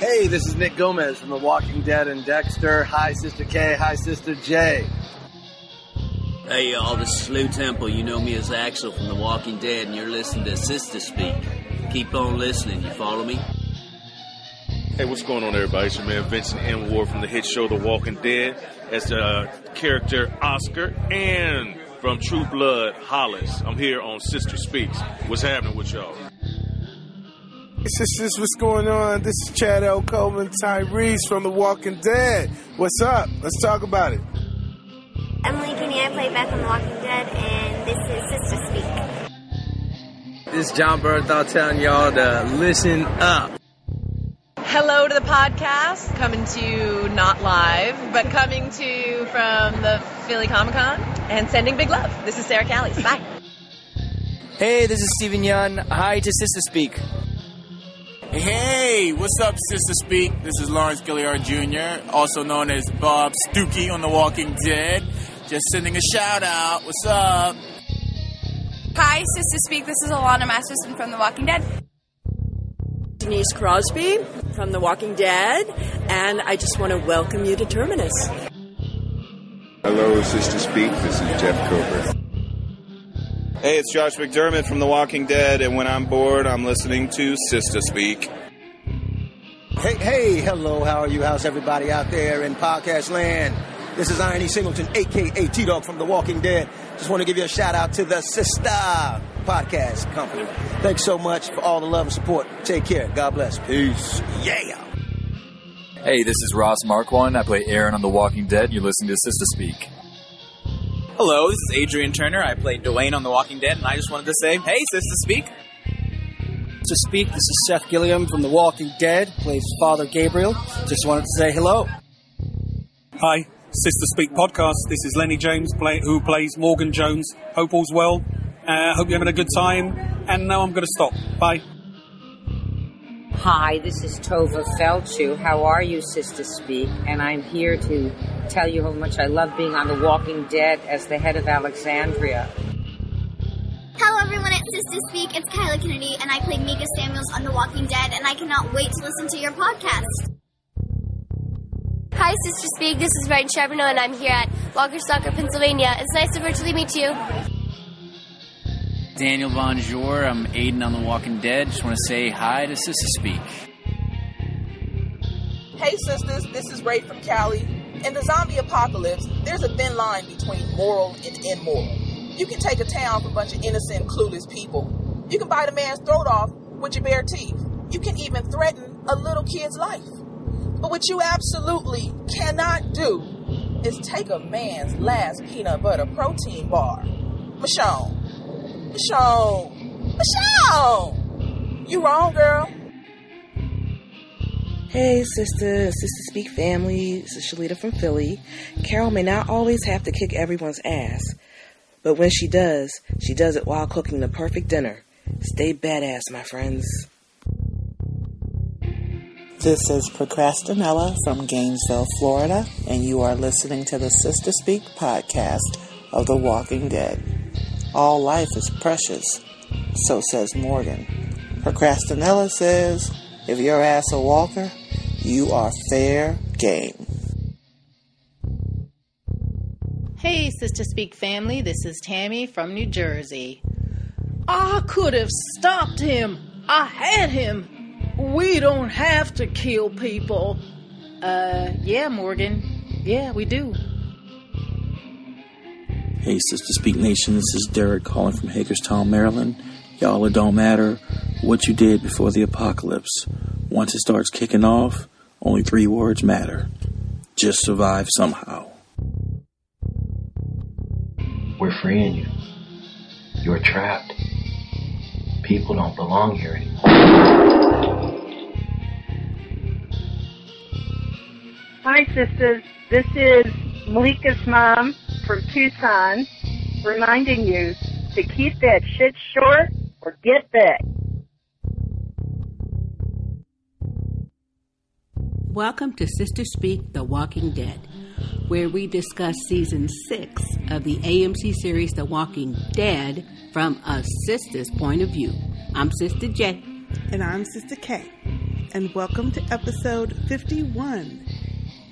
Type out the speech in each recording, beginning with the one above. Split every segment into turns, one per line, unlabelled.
this is Nick Gomez from The Walking Dead and Dexter. Hi, Sister K. Hi, Sister J.
Hey y'all, this is Lou Temple. You know me as Axel from The Walking Dead, and you're listening to Sister Speak. Keep on listening, you follow me?
Hey, what's going on, everybody? It's your man Vincent M. Ward from the hit show The Walking Dead as the uh, character Oscar and from True Blood Hollis. I'm here on Sister Speaks. What's happening with y'all?
Sisters, what's going on? This is Chad L. Coleman Tyrese from The Walking Dead. What's up? Let's talk about it.
Emily Cooney, I play Beth on The Walking Dead, and this is Sister Speak.
This is John Bernthal telling y'all to listen up.
Hello to the podcast, coming to not live, but coming to you from the Philly Comic Con and sending big love. This is Sarah Callies. Bye.
Hey, this is Stephen Young. Hi to Sister Speak.
Hey, what's up, Sister Speak? This is Lawrence Gilliard Jr., also known as Bob Stookie on The Walking Dead. Just sending a shout out. What's up?
Hi, Sister Speak. This is Alana Masterson from The Walking Dead.
Denise Crosby from The Walking Dead, and I just want to welcome you to Terminus.
Hello, Sister Speak. This is Jeff Cooper.
Hey, it's Josh McDermott from The Walking Dead, and when I'm bored, I'm listening to Sister Speak.
Hey, hey, hello, how are you? How's everybody out there in podcast land? This is Irony Singleton, aka T Dog from The Walking Dead. Just want to give you a shout out to the Sister Podcast Company. Thanks so much for all the love and support. Take care. God bless. Peace. Yeah.
Hey, this is Ross Marquand. I play Aaron on The Walking Dead. You're listening to Sister Speak.
Hello, this is Adrian Turner. I played Dwayne on The Walking Dead, and I just wanted to say, hey, Sister Speak.
To speak, this is Seth Gilliam from The Walking Dead, plays Father Gabriel. Just wanted to say hello.
Hi, Sister Speak podcast. This is Lenny James, play, who plays Morgan Jones. Hope all's well. Uh, hope you're having a good time. And now I'm going to stop. Bye.
Hi, this is Tova Felchu. How are you, Sister Speak? And I'm here to tell you how much I love being on The Walking Dead as the head of Alexandria.
Hello, everyone at Sister Speak. It's Kyla Kennedy, and I play Mika Samuels on The Walking Dead, and I cannot wait to listen to your podcast.
Hi, Sister Speak. This is Ryan Charbonneau, and I'm here at Walker Stalker, Pennsylvania. It's nice to virtually meet you.
Daniel Bonjour. I'm Aiden on The Walking Dead. Just want to say hi to Sister Speak.
Hey, sisters. This is Ray from Cali. In the zombie apocalypse, there's a thin line between moral and immoral. You can take a town from a bunch of innocent, clueless people. You can bite a man's throat off with your bare teeth. You can even threaten a little kid's life. But what you absolutely cannot do is take a man's last peanut butter protein bar. Michonne. Michonne. Michonne! You wrong, girl.
Hey, sister, sister speak family. This is Shalita from Philly. Carol may not always have to kick everyone's ass, but when she does, she does it while cooking the perfect dinner. Stay badass, my friends.
This is Procrastinella from Gainesville, Florida, and you are listening to the Sister Speak podcast of The Walking Dead. All life is precious, so says Morgan. Procrastinella says, if your ass a walker, you are fair game.
Hey, Sister Speak family, this is Tammy from New Jersey. I could have stopped him. I had him. We don't have to kill people. Uh, yeah, Morgan. Yeah, we do.
Hey, Sister Speak Nation, this is Derek calling from Hagerstown, Maryland. Y'all, it don't matter what you did before the apocalypse. Once it starts kicking off, only three words matter just survive somehow.
We're freeing you. You're trapped. People don't belong here anymore.
Hi, sisters. This is Malika's mom from Tucson reminding you to keep that shit short or get back.
Welcome to Sister Speak The Walking Dead, where we discuss season six of the AMC series The Walking Dead from a sister's point of view. I'm Sister J.
And I'm Sister K.
and welcome to episode 51.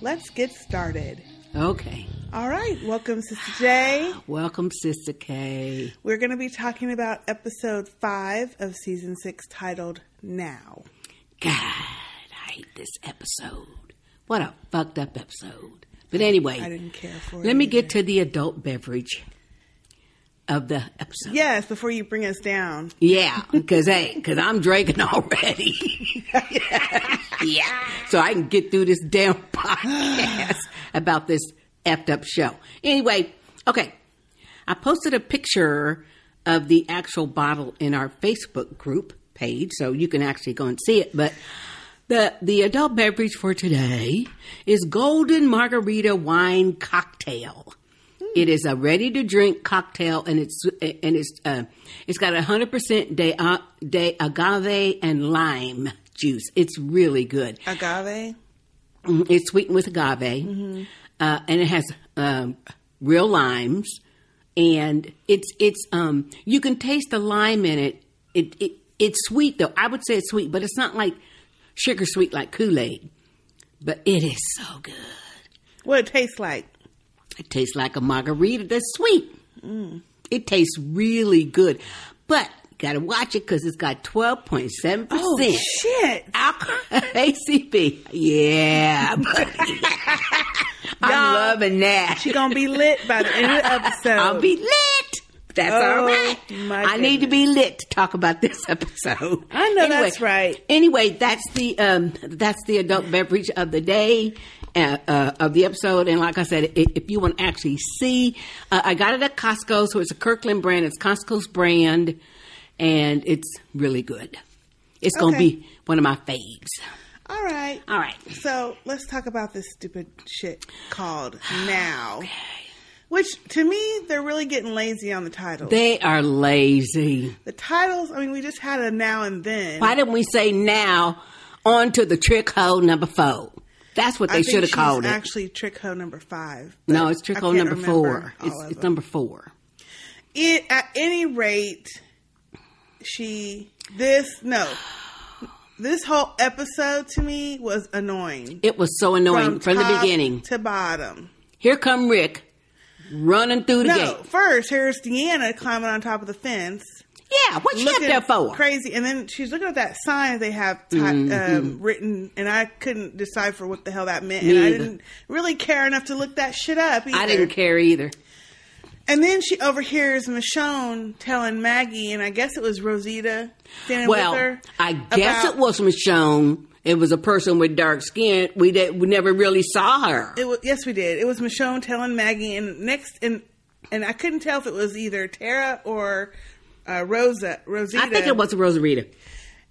Let's get started.
Okay.
All right, welcome, Sister J.
Welcome, Sister K.
We're going to be talking about episode 5 of season 6 titled Now.
God, I hate this episode. What a fucked up episode. But anyway,
I didn't care for it.
let me get to the adult beverage of the episode.
Yes, before you bring us down.
Yeah, because hey, because I'm drinking already. yeah, so I can get through this damn podcast about this effed up show. Anyway, okay, I posted a picture of the actual bottle in our Facebook group page, so you can actually go and see it. But the the adult beverage for today is Golden Margarita Wine Cocktail. It is a ready to drink cocktail, and it's and it's uh, it's got hundred percent de, uh, de agave and lime juice. It's really good.
Agave?
Mm, It's sweetened with agave,
Mm-hmm.
Mhm.
uh, and it has um, real limes, and it's it's um, you can taste the lime in it. It, it. It's sweet though. I would say it's sweet, but it's not like sugar sweet like Kool Aid. But it is so good.
What it tastes like?
It tastes like a margarita that's sweet.
Mm.
It tastes really good, but gotta watch it because it's got twelve point seven
Oh,
percent
shit.
ACP. Yeah, buddy. I'm loving that.
She's going to be lit by the end of the episode.
I'll be lit. That's all
Oh,
right.
my
I need to be lit to talk about this episode.
I know that's right.
Anyway, that's the um, that's the adult beverage of the day. Uh, uh, of the episode, and like I said, i if you want to actually see, uh, I got it at Costco, so it's a Kirkland brand. It's Costco's brand, and it's really good. It's going to
Okay.
be one of my faves.
All right.
All right.
So let's talk about this stupid shit called Now. Which to me, they're really getting lazy on the titles.
They are lazy.
the titles, I mean, we just had a Now and Then.
Why didn't we say now on to the trick hole number four? That's what
I
they
think
should have
she's
called it.
Actually, trick hoe number five.
no, it's trick
I
hole
can't
number
remember
four.
all
It's,
of
it's
them.
number four.
It at any rate, she this no, this whole episode to me was annoying
It was so annoying from, the
top
beginning.
to bottom.
Here come Rick running through the
No,
gate.
first here's Deanna climbing on top of the fence.
Yeah, what she up
looking
there for?
Crazy, and then she's looking at that sign they have ti- um,
Mhm.
written, and I couldn't decipher what the hell that meant,
Me
and I
either.
didn't really care enough to look that shit up. Either.
I didn't care either.
And then she overhears Michonne telling Maggie, and I guess it was Rosita standing
well,
with her.
I guess
about-
it was Michonne. It was a person with dark skin. We did, we never really saw her.
It was, yes, we did. It was Michonne telling Maggie, and next, and and I couldn't tell if it was either Tara or uh, Rosa. Rosita.
I think it was Rosarita.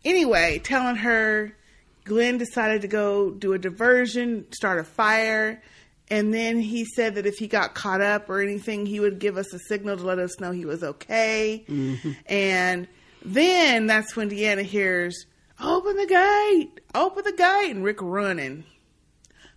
anyway, telling her Glenn decided to go do a diversion, start a fire, and then he said that if he got caught up or anything, he would give us a signal to let us know he was okay. Mm-hmm. And then that's when Deanna hears, "Open the gate! Open the gate!" and Rick running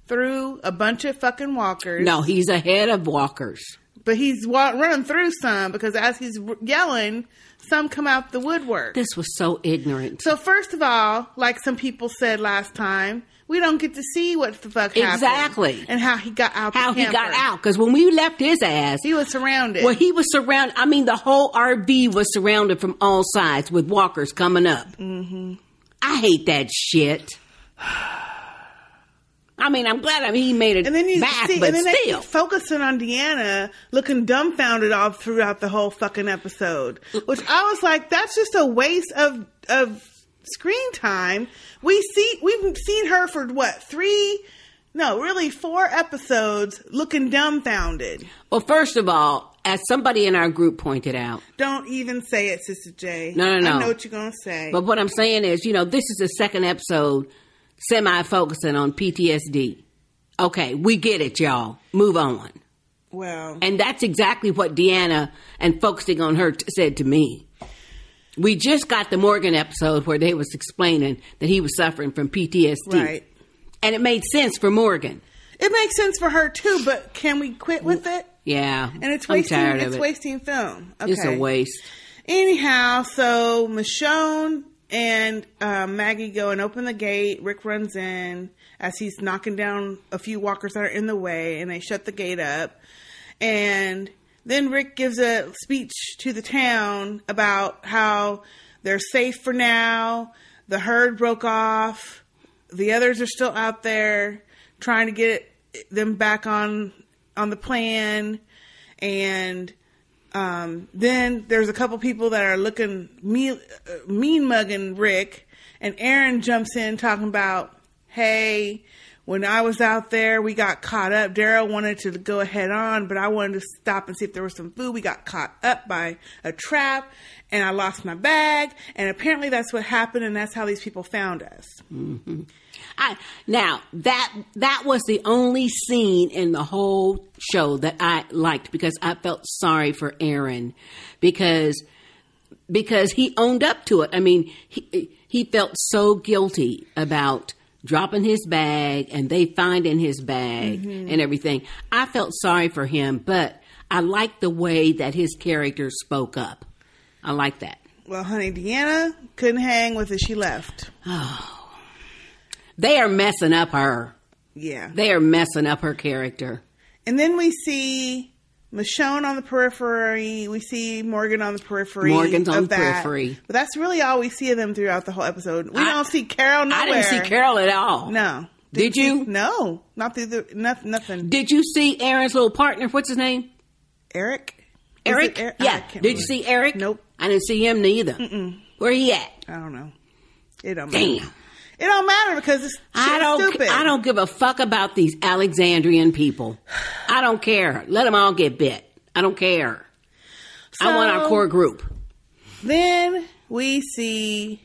through a bunch of fucking walkers.
No, he's ahead of walkers.
but he's wa- running through some because as he's r- yelling, some come out the woodwork.
This was so ignorant.
So first of all, like some people said last time, we don't get to see what the fuck happened.
Exactly.
And how he got out.
how
the
he got
camper.
out because when we left his ass,
He was surrounded.
well, he was surrounded. I mean, the whole RV was surrounded from all sides with walkers coming up.
hmm
I hate that shit. I mean, I'm glad I mean, he made it
And then you
back,
see,
but
and then they
still,
keep focusing on Deanna looking dumbfounded all throughout the whole fucking episode, which I was like, that's just a waste of of screen time. We see we've seen her for what three. No, really, four episodes looking dumbfounded.
well, first of all, as somebody in our group pointed out,
Don't even say it, Sister J.
No, no,
I
no.
know what you're gonna say.
but what I'm saying is, you know, this is the second episode semi focusing on PTSD. Okay, we get it, y'all. Move on.
Well,
And that's exactly what Deanna and focusing on her t- said to me. We just got the Morgan episode where they was explaining that he was suffering from PTSD.
Right.
And it made sense for Morgan.
it makes sense for her too, but can we quit with it?
Yeah.
And it's
I'm
wasting
tired of
it's
it.
wasting film. Okay.
It's a waste.
Anyhow, so Michonne and um, Maggie go and open the gate. Rick runs in as he's knocking down a few walkers that are in the way, and they shut the gate up. And then Rick gives a speech to the town about how they're safe for now. The herd broke off. The others are still out there trying to get them back on on the plan. And um, then there's a couple people that are looking mean, uh, mean mugging Rick, and Aaron jumps in talking about, "Hey, when I was out there, we got caught up. Daryl wanted to go ahead on, but I wanted to stop and see if there was some food. We got caught up by a trap, and I lost my bag. And apparently, that's what happened, and that's how these people found us."
Mm-hmm. I now that that was the only scene in the whole show that I liked because I felt sorry for Aaron because because he owned up to it. I mean, he he felt so guilty about dropping his bag and they finding his bag
Mhm.
and everything. I felt sorry for him, but I liked the way that his character spoke up. I like that.
Well, honey, Deanna couldn't hang with it. She left.
Oh, they are messing up her.
Yeah.
They are messing up her character.
And then we see Michonne on the periphery. We see Morgan on the periphery.
Morgan's on
of
the
that.
periphery.
But that's really all we see of them throughout the whole episode. We don't see Carol nowhere.
I didn't see Carol at all.
No.
Did you?
No, not through the nothing. nothing.
Did you see Aaron's little partner? What's his name?
Eric. Is
Eric.
it Eric? I
Yeah.
can't
Did
remember.
you see Eric? Nope. I didn't see him neither. Mm-mm. Where he at?
I don't know. It don't
Damn.
matter. It don't matter because it's
I don't.
stupid.
I don't give a fuck about these Alexandrian people. I don't care. Let them all get bit. I don't care. I want our
So-
core group.
Then we see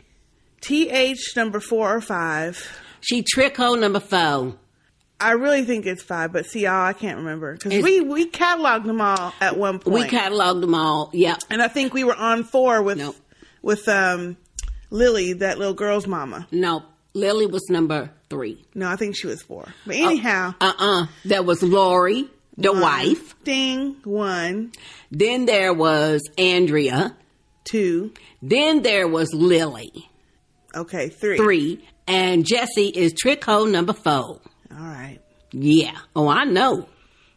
TH number four or five.
She trickho number four.
I really think it's five, but see, y'all, I can't remember because we we cataloged them all at one point.
We cataloged them all. Yep.
And I think we were on four with with um Lily, that little girl's mama.
No, Lily was number three.
No, I think she was four. But anyhow,
Uh uh There was Lori, the
One.
wife.
Ding, one.
Then there was Andrea.
Two.
Then there was Lily.
Okay, three.
Three. And Jesse is trick hole number four. All
right.
Yeah. Oh, I know.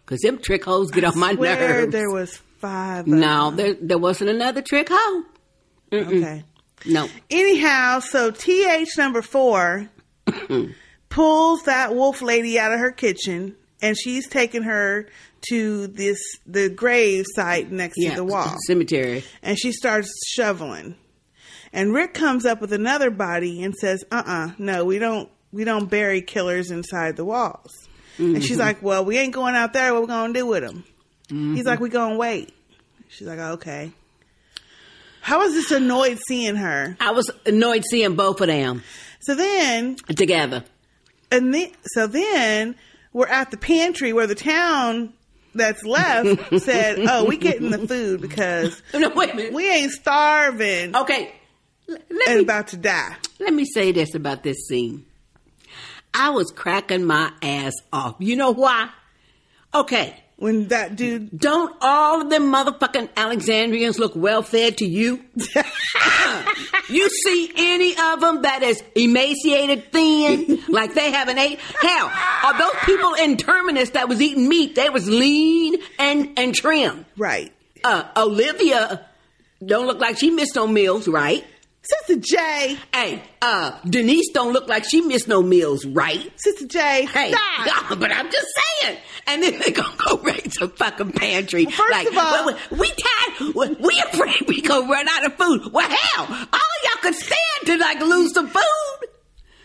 Because them trick holes get on my
Swear
nerves.
there was five. of
no,
them.
there, there wasn't another trick hole. Mm-mm.
Okay.
No.
Anyhow, so TH number four
mm.
pulls that wolf lady out of her kitchen and she's taking her to this the grave site next
Yeah,
to the wall.
Cemetery.
And she starts shoveling. And Rick comes up with another body and says, "Uh, uh no, we don't, we don't bury killers inside the walls." And she's
Mhm.
like, "Well, we ain't going out there. What we gonna do with them?" He's
Mhm.
like, "We gonna wait." She's like, "Okay." How was this annoyed seeing her?
I was annoyed seeing both of them.
So then
together.
And then so then we're at the pantry where the town that's left said, "Oh, we getting the food because
no, wait a minute.
we ain't starving."
Okay,
and about to die.
Let me say this about this scene. I was cracking my ass off. You know why? Okay.
When that dude.
Don't all of them motherfucking Alexandrians look well fed to you? you see any of them that is emaciated, thin, like they haven't ate? Hell, are those people in Terminus that was eating meat? They was lean and and trim.
Right.
Uh, Olivia don't look like she missed no meals, right?
Sister J.
Hey, uh, Denise don't look like she missed no meals, right?
Sister J.
Hey,
stop.
but I'm just saying. And then they're gonna go right to fucking pantry. like,
of all-
well, we, we tired. We, we afraid we gonna run out of food. Well, hell, all y'all could stand to like lose some food.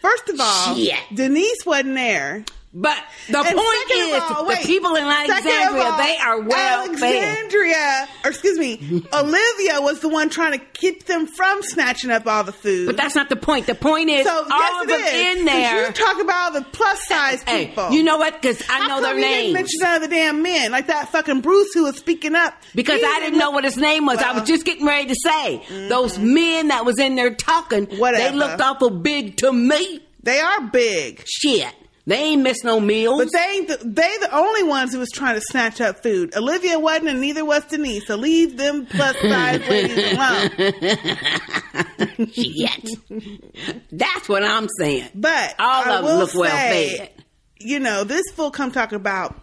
First of all,
Shit.
Denise wasn't there.
But the point
second
is,
of all,
the
wait.
people in
Second of
Alexandria,
all,
they are well fed.
Alexandria, or excuse me, Olivia was the one trying to keep them from snatching up all the food. But
that's not the point. The point is, all of them in there.
You talk about all the plus size
Hey,
people.
you know what? Because I know
How
their
come you
names.
didn't mention none of the damn men like that fucking Bruce who was speaking up
because
He
I didn't know what his name was. I was just getting ready to say
mm-hmm.
those men that was in there talking. Whatever. They looked awful big to me.
They are big.
Shit. They ain't missed no meals.
But they ain't the, they the only ones who was trying to snatch up food. Olivia wasn't, and neither was Denise. So leave them plus size ladies alone.
Shit. That's what I'm saying.
But
all
I
of
will
them look well
say,
fed.
You know, this fool come talk about,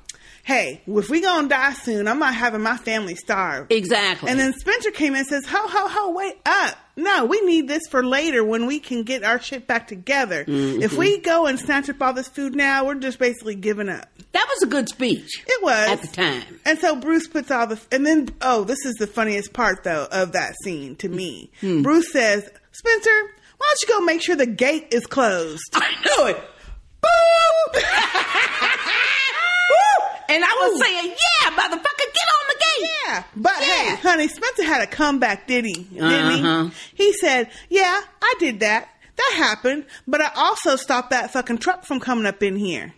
hey, if we gonna die soon, I'm not having my family starve.
Exactly.
And then Spencer came in and says, ho, ho, ho, wait up. No, we need this for later when we can get our shit back together.
Mhm.
If we go and snatch up all this food now, we're just basically giving up.
That was a good speech.
It was.
At the time.
And so Bruce puts all the, and then, oh, this is the funniest part though of that scene to me.
Hmm.
Bruce says, Spencer, why don't you go make sure the gate is closed? I knew it. Boom!
And I was saying, yeah, motherfucker, get on the gate.
Yeah. But hey, honey, Spencer had a comeback, did he? Didn't
Uh-huh.
he? He said, yeah, I did that. That happened. But I also stopped that fucking truck from coming up in here.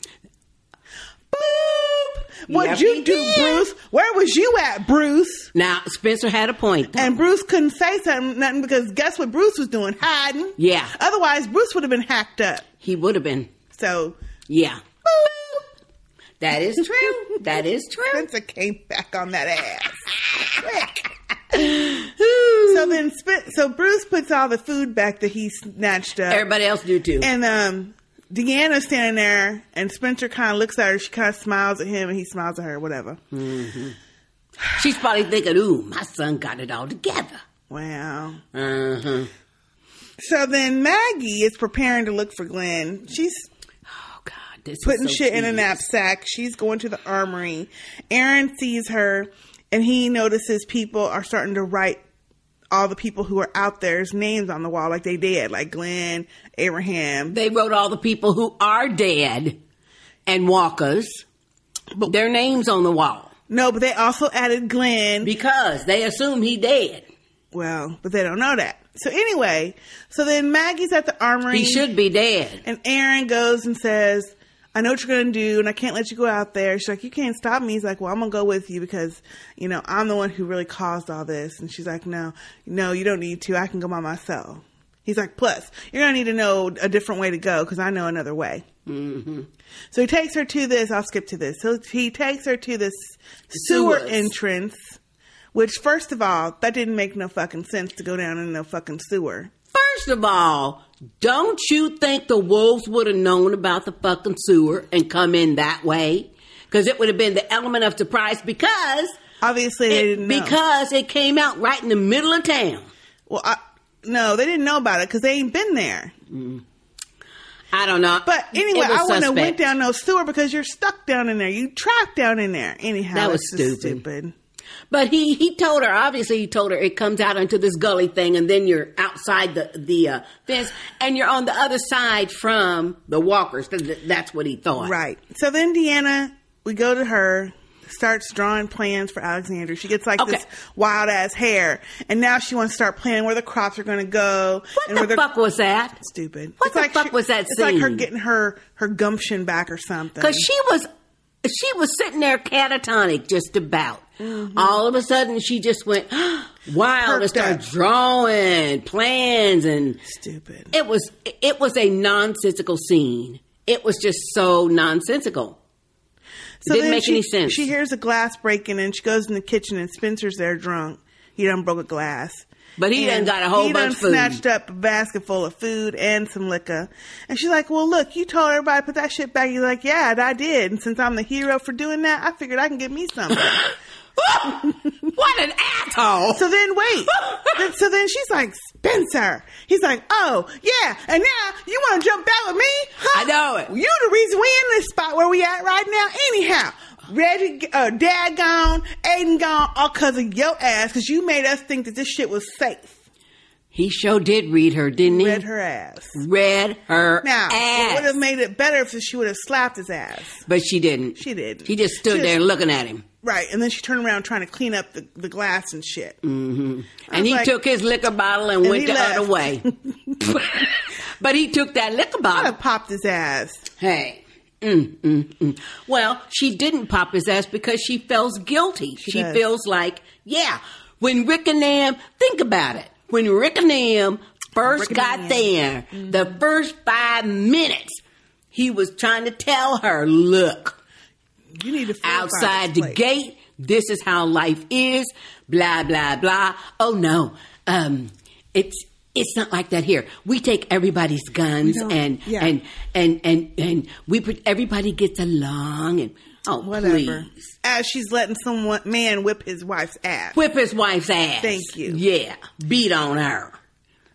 Boop! What'd
Yep, he
you do,
did.
Bruce? Where was you at, Bruce?
Now, Spencer had a point.
And Bruce couldn't say something, nothing because guess what Bruce was doing? Hiding.
Yeah.
Otherwise, Bruce would have been hacked up.
He would have been.
So
Yeah. That is true. That is true.
Spencer came back on that ass. Quick. so then, Spen- so Bruce puts all the food back that he snatched up.
Everybody else do too.
And um, Deanna's standing there, and Spencer kind of looks at her. She kind of smiles at him, and he smiles at her. Whatever.
Mhm. She's probably thinking, ooh, my son got it all together.
Wow.
Uh-huh.
So then Maggie is preparing to look for Glenn. She's
this is
putting
so
shit in a
tedious.
knapsack. She's going to the armory. Aaron sees her and he notices people are starting to write all the people who are out there's names on the wall like they did, like Glenn, Abraham.
They wrote all the people who are dead and walkers, their names on the wall.
No, but they also added Glenn
because they assume he dead.
Well, but they don't know that. So anyway, so then Maggie's at the armory.
He should be dead.
And Aaron goes and says, I know what you're going to do, and I can't let you go out there. She's like, You can't stop me. He's like, Well, I'm going to go with you because, you know, I'm the one who really caused all this. And she's like, No, no, you don't need to. I can go by myself. He's like, Plus, you're going to need to know a different way to go because I know another way.
Mm-hmm.
So he takes her to this. I'll skip to this. So he takes her to this sewer
Sewers.
entrance, which, first of all, that didn't make no fucking sense to go down in no fucking sewer.
First of all, don't you think the wolves would have known about the fucking sewer and come in that way? Because it would have been the element of surprise because
obviously
it,
didn't know.
because it came out right in the middle of town.
Well, I, no, they didn't know about it because they ain't been there.
I don't know.
Mm. But anyway,
It was
I wouldn't have
suspect.
went down no sewer because you're stuck down in there. You trapped down in there. Anyhow,
That was
it's just
stupid.
stupid.
But he he told her obviously he told her it comes out into this gully thing and then you're outside the the uh, fence and you're on the other side from the walkers. Th- th- That's what he thought.
Right. So then Deanna, we go to her, starts drawing plans for Alexander. She gets like this wild ass hair, and now she wants to start planning where the crops are going to go. What and
the
where
fuck was that?
Stupid.
What
It's
the
like
fuck
she-
was that
It's like her
scene?
getting her her gumption back or something.
Because she was she was sitting there catatonic just about. All of a sudden she just went wild and
Mm-hmm. Perked
started
up.
drawing plans and
stupid.
It was it was a nonsensical scene. It was just so nonsensical. It didn't
then
make
she,
any sense.
She hears a glass breaking and she goes in the kitchen and Spencer's there drunk. He done broke a glass.
But he done
And
got a whole
he
bunch
done
of food.
snatched up a basket full of food and some liquor. And she's like, Well, look, you told everybody to put that shit back. He's like, Yeah, and I did. And since I'm the hero for doing that, I figured I can get me something.
what an asshole.
So then, wait. Then- so then she's like, Spencer. He's like, Oh, yeah. And now you want to jump back with me? Huh?
I know it.
You the reason we in this spot where we at right now. Anyhow, Reggie, uh, Dad gone, Aiden gone, all because of your ass, because you made us think that this shit was safe.
He sure did read her, didn't he?
Read her ass.
Read her
Now, it
ass.
would have made it better if she would have slapped his ass.
But she didn't.
She didn't.
She just stood
She
there
just-
looking at him.
Right. And then she turned around trying to clean up the, the glass and shit.
hmm
I
And
was
he
like-
took his liquor bottle and,
And
went
he
the other
left.
way. but he took that liquor bottle.
popped his ass.
Hey. Mm, mm, mm. Well, she didn't pop his ass because she feels guilty. She,
does.
feels like, yeah, when Rick and them, think about it. When Rick and them first
Rick and Mm-hmm.
got
them.
there, the first five minutes, He was trying to tell her, look,
you need to
outside the gate. This is how life is. Blah blah blah. Oh no, um, it's it's not like that here. We take everybody's guns
We don't-
and,
yeah.
and and and and we pre- everybody gets along and oh
Whatever.
please.
As she's letting someone man whip his wife's ass.
whip his wife's ass.
Thank you.
Yeah, beat on her.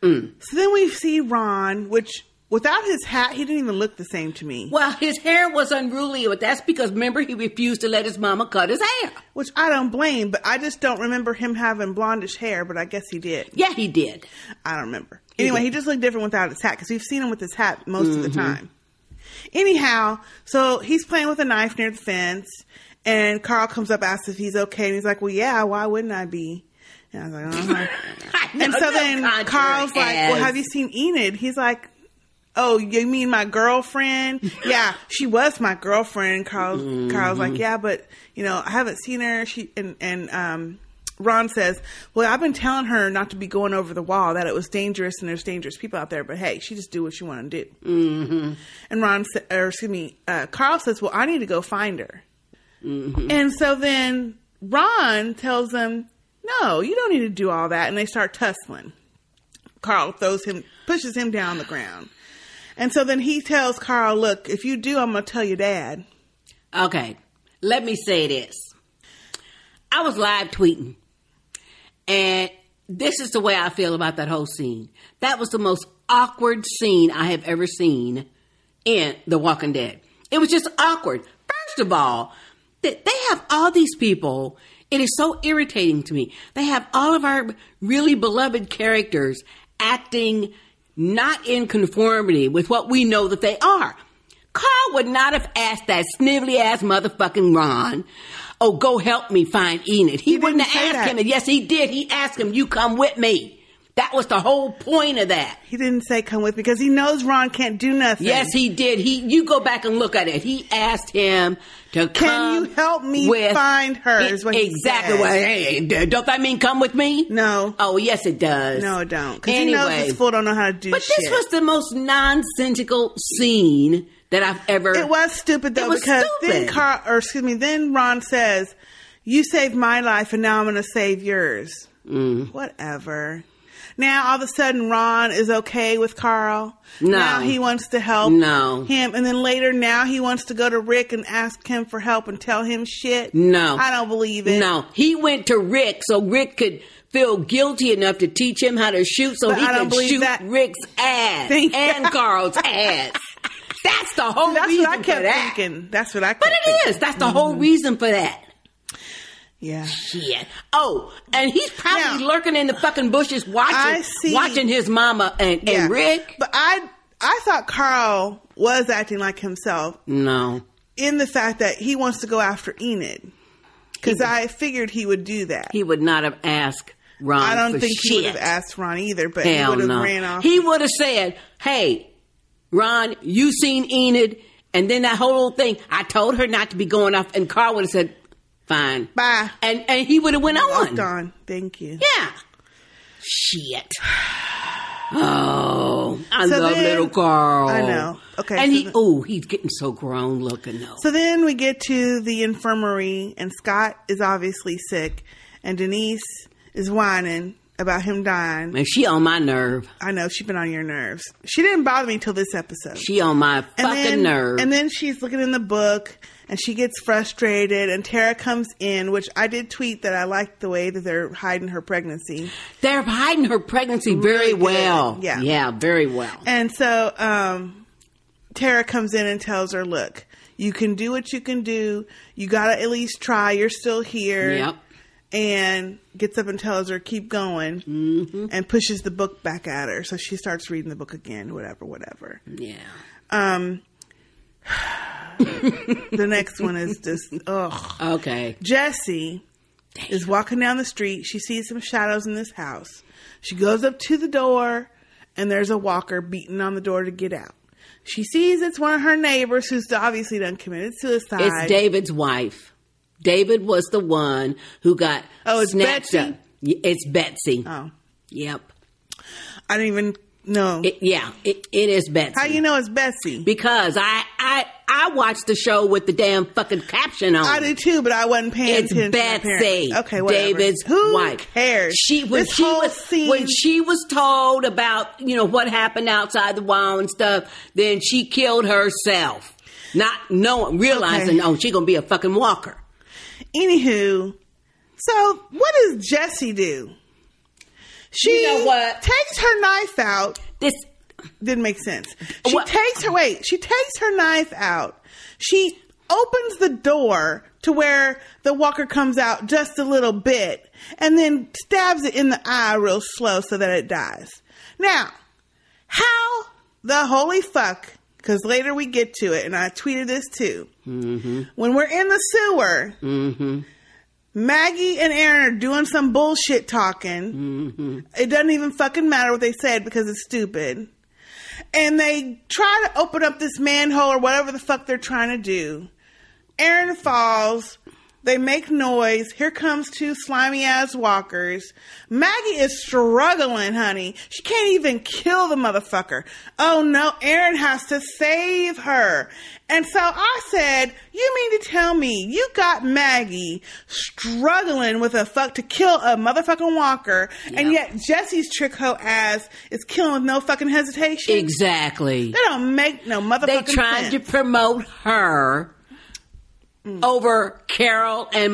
Mm.
So then we see Ron, which without his hat, he didn't even look the same to me.
Well, his hair was unruly, but that's because remember he refused to let his mama cut his hair.
Which I don't blame, but I just don't remember him having blondish hair, but I guess he did.
Yeah, he did.
I don't remember. Anyway, he just looked different without his hat because we've seen him with his hat most of the
Mhm.
time. Anyhow, so he's playing with a knife near the fence, and Carl comes up, asks if he's okay, and he's like, "Well, yeah, why wouldn't I be?" And I was like, uh-huh. and so then Carl's like, "Well,
ass.
have you seen Enid?" He's like, "Oh, you mean my girlfriend? yeah, she was my girlfriend." Carl Carl's like,
Mhm.
"Yeah, but you know, I haven't seen her." She and and um, Ron says, "Well, I've been telling her not to be going over the wall. That it was dangerous, and there's dangerous people out there. But hey, she just do what she want to do."
Mm-hmm.
And Ron, sa- or excuse me, uh, Carl says, "Well, I need to go find her."
Mm-hmm.
And so then Ron tells them, No, you don't need to do all that. And they start tussling. Carl throws him, pushes him down the ground. And so then he tells Carl, Look, if you do, I'm going to tell your dad.
Okay, let me say this. I was live tweeting, and this is the way I feel about that whole scene. That was the most awkward scene I have ever seen in The Walking Dead. It was just awkward. First of all, th- they have all these people. It is so irritating to me. They have all of our really beloved characters acting not in conformity with what we know that they are. Carl would not have asked that snivelly ass motherfucking Ron, "Oh, go help me find Enid." He, wouldn't have asked him. And yes, he did. He asked him, "You come with me." That was the whole point of that.
He didn't say come with because he knows Ron can't do nothing.
Yes, he did. He, you go back and look at it. He asked him to come.
Can you help me
with-
find her? Is what he
exactly.
said.
What, hey, d- don't that mean come with me?
No.
Oh, yes, it does.
No, it don't. Because
Anyway,
he knows this fool don't know how to do
but
shit.
this was the most nonsensical scene that I've ever.
It was stupid though
It was
because then
stupid.
Carl, or excuse me, then Ron says, "You saved my life, and now I'm going to save yours."
Mm.
Whatever. Now all of a sudden Ron is okay with Carl.
No.
Now he wants to help
No.
him, and then later now he wants to go to Rick and ask him for help and tell him shit.
No.
I don't believe it.
No, he went to Rick so Rick could feel guilty enough to teach him how to shoot so
But
he
I don't
could
believe
shoot
that.
Rick's ass
Thank
and
God.
Carl's ass. That's the whole
That's
reason
what I
for
kept
that.
thinking. That's what I. Kept Mm-hmm.
But it is. That's the whole reason for that.
Yeah.
Shit. Oh, and he's probably lurking in the fucking bushes watching
I see-
watching his mama and, and
Yeah.
Rick.
But I, I thought Carl was acting like himself.
No.
in the fact that he wants to go after Enid. Because I figured he would do that.
He would not have asked Ron.
I don't
Oh, for
think
shit.
he would have asked Ron either, but
Hell
he would have
no.
ran off.
He would have said, "Hey, Ron, you seen Enid?" And then that whole thing, I told her not to be going off, and Carl would have said, "Fine,
bye,"
and and he would have went
Walked
on.
on. Thank you.
Yeah. Shit. Oh, I
So
love
then-
little Carl.
I know. Okay,
and
so
he,
then-
oh, he's getting so grown looking though.
So then we get to the infirmary, and Scott is obviously sick, and Denise is whining about him dying.
Man, she on my nerve.
I know she's been on your nerves. She didn't bother me till this episode.
She on my fucking
then,
nerve.
And then she's looking in the book and she gets frustrated and Tara comes in, which I did tweet that I liked the way that they're hiding her pregnancy.
They're hiding her pregnancy very well.
Yeah.
yeah, very well.
And so um, Tara comes in and tells her, look, you can do what you can do. You got to at least try. You're still here.
Yep.
And gets up and tells her, keep going, and pushes the book back at her. So she starts reading the book again, whatever, whatever.
Yeah.
Um, the next one is just ugh.
Okay.
Jessie is walking down the street. She sees some shadows in this house. She goes up to the door, and there's a walker beating on the door to get out. She sees it's one of her neighbors who's obviously done committed suicide.
It's David's wife. David was the one who got oh,
it's
snatched
Betsy?
up. Y- It's Betsy.
Oh.
Yep.
I didn't even No.
It, yeah, it, it is Betsy.
How you know it's Betsy?
Because I I I watched the show with the damn fucking caption on.
I did too, but I wasn't paying
it's
attention.
Betsy.
apparently. Okay, whatever.
David's
Who
wife.
cares?
She when
This
she
whole
was
scene-
when she was told about you know what happened outside the wall and stuff, then she killed herself, not knowing realizing
Okay.
oh she gonna be a fucking walker.
Anywho, so what does Jesse do? She takes her knife out.
This
didn't make sense. She takes her wait. She takes her knife out. She opens the door to where the walker comes out just a little bit, and then stabs it in the eye real slow so that it dies. Now, how the holy fuck? Because later we get to it, and I tweeted this too.
Mm-hmm.
When we're in the sewer,
Mm-hmm.
Maggie and Aaron are doing some bullshit talking.
Mm-hmm.
It doesn't even fucking matter what they said because it's stupid. And they try to open up this manhole or whatever the fuck they're trying to do. Aaron falls. They make noise. Here comes two slimy ass walkers. Maggie is struggling, honey. She can't even kill the motherfucker. Oh no, Aaron has to save her. And so I said, You mean to tell me you got Maggie struggling with a fuck to kill a motherfucking walker, and yet Jesse's trick hoe ass is killing with no fucking hesitation?
Exactly.
They don't make no motherfucking
They tried
sense.
to promote her over Carol and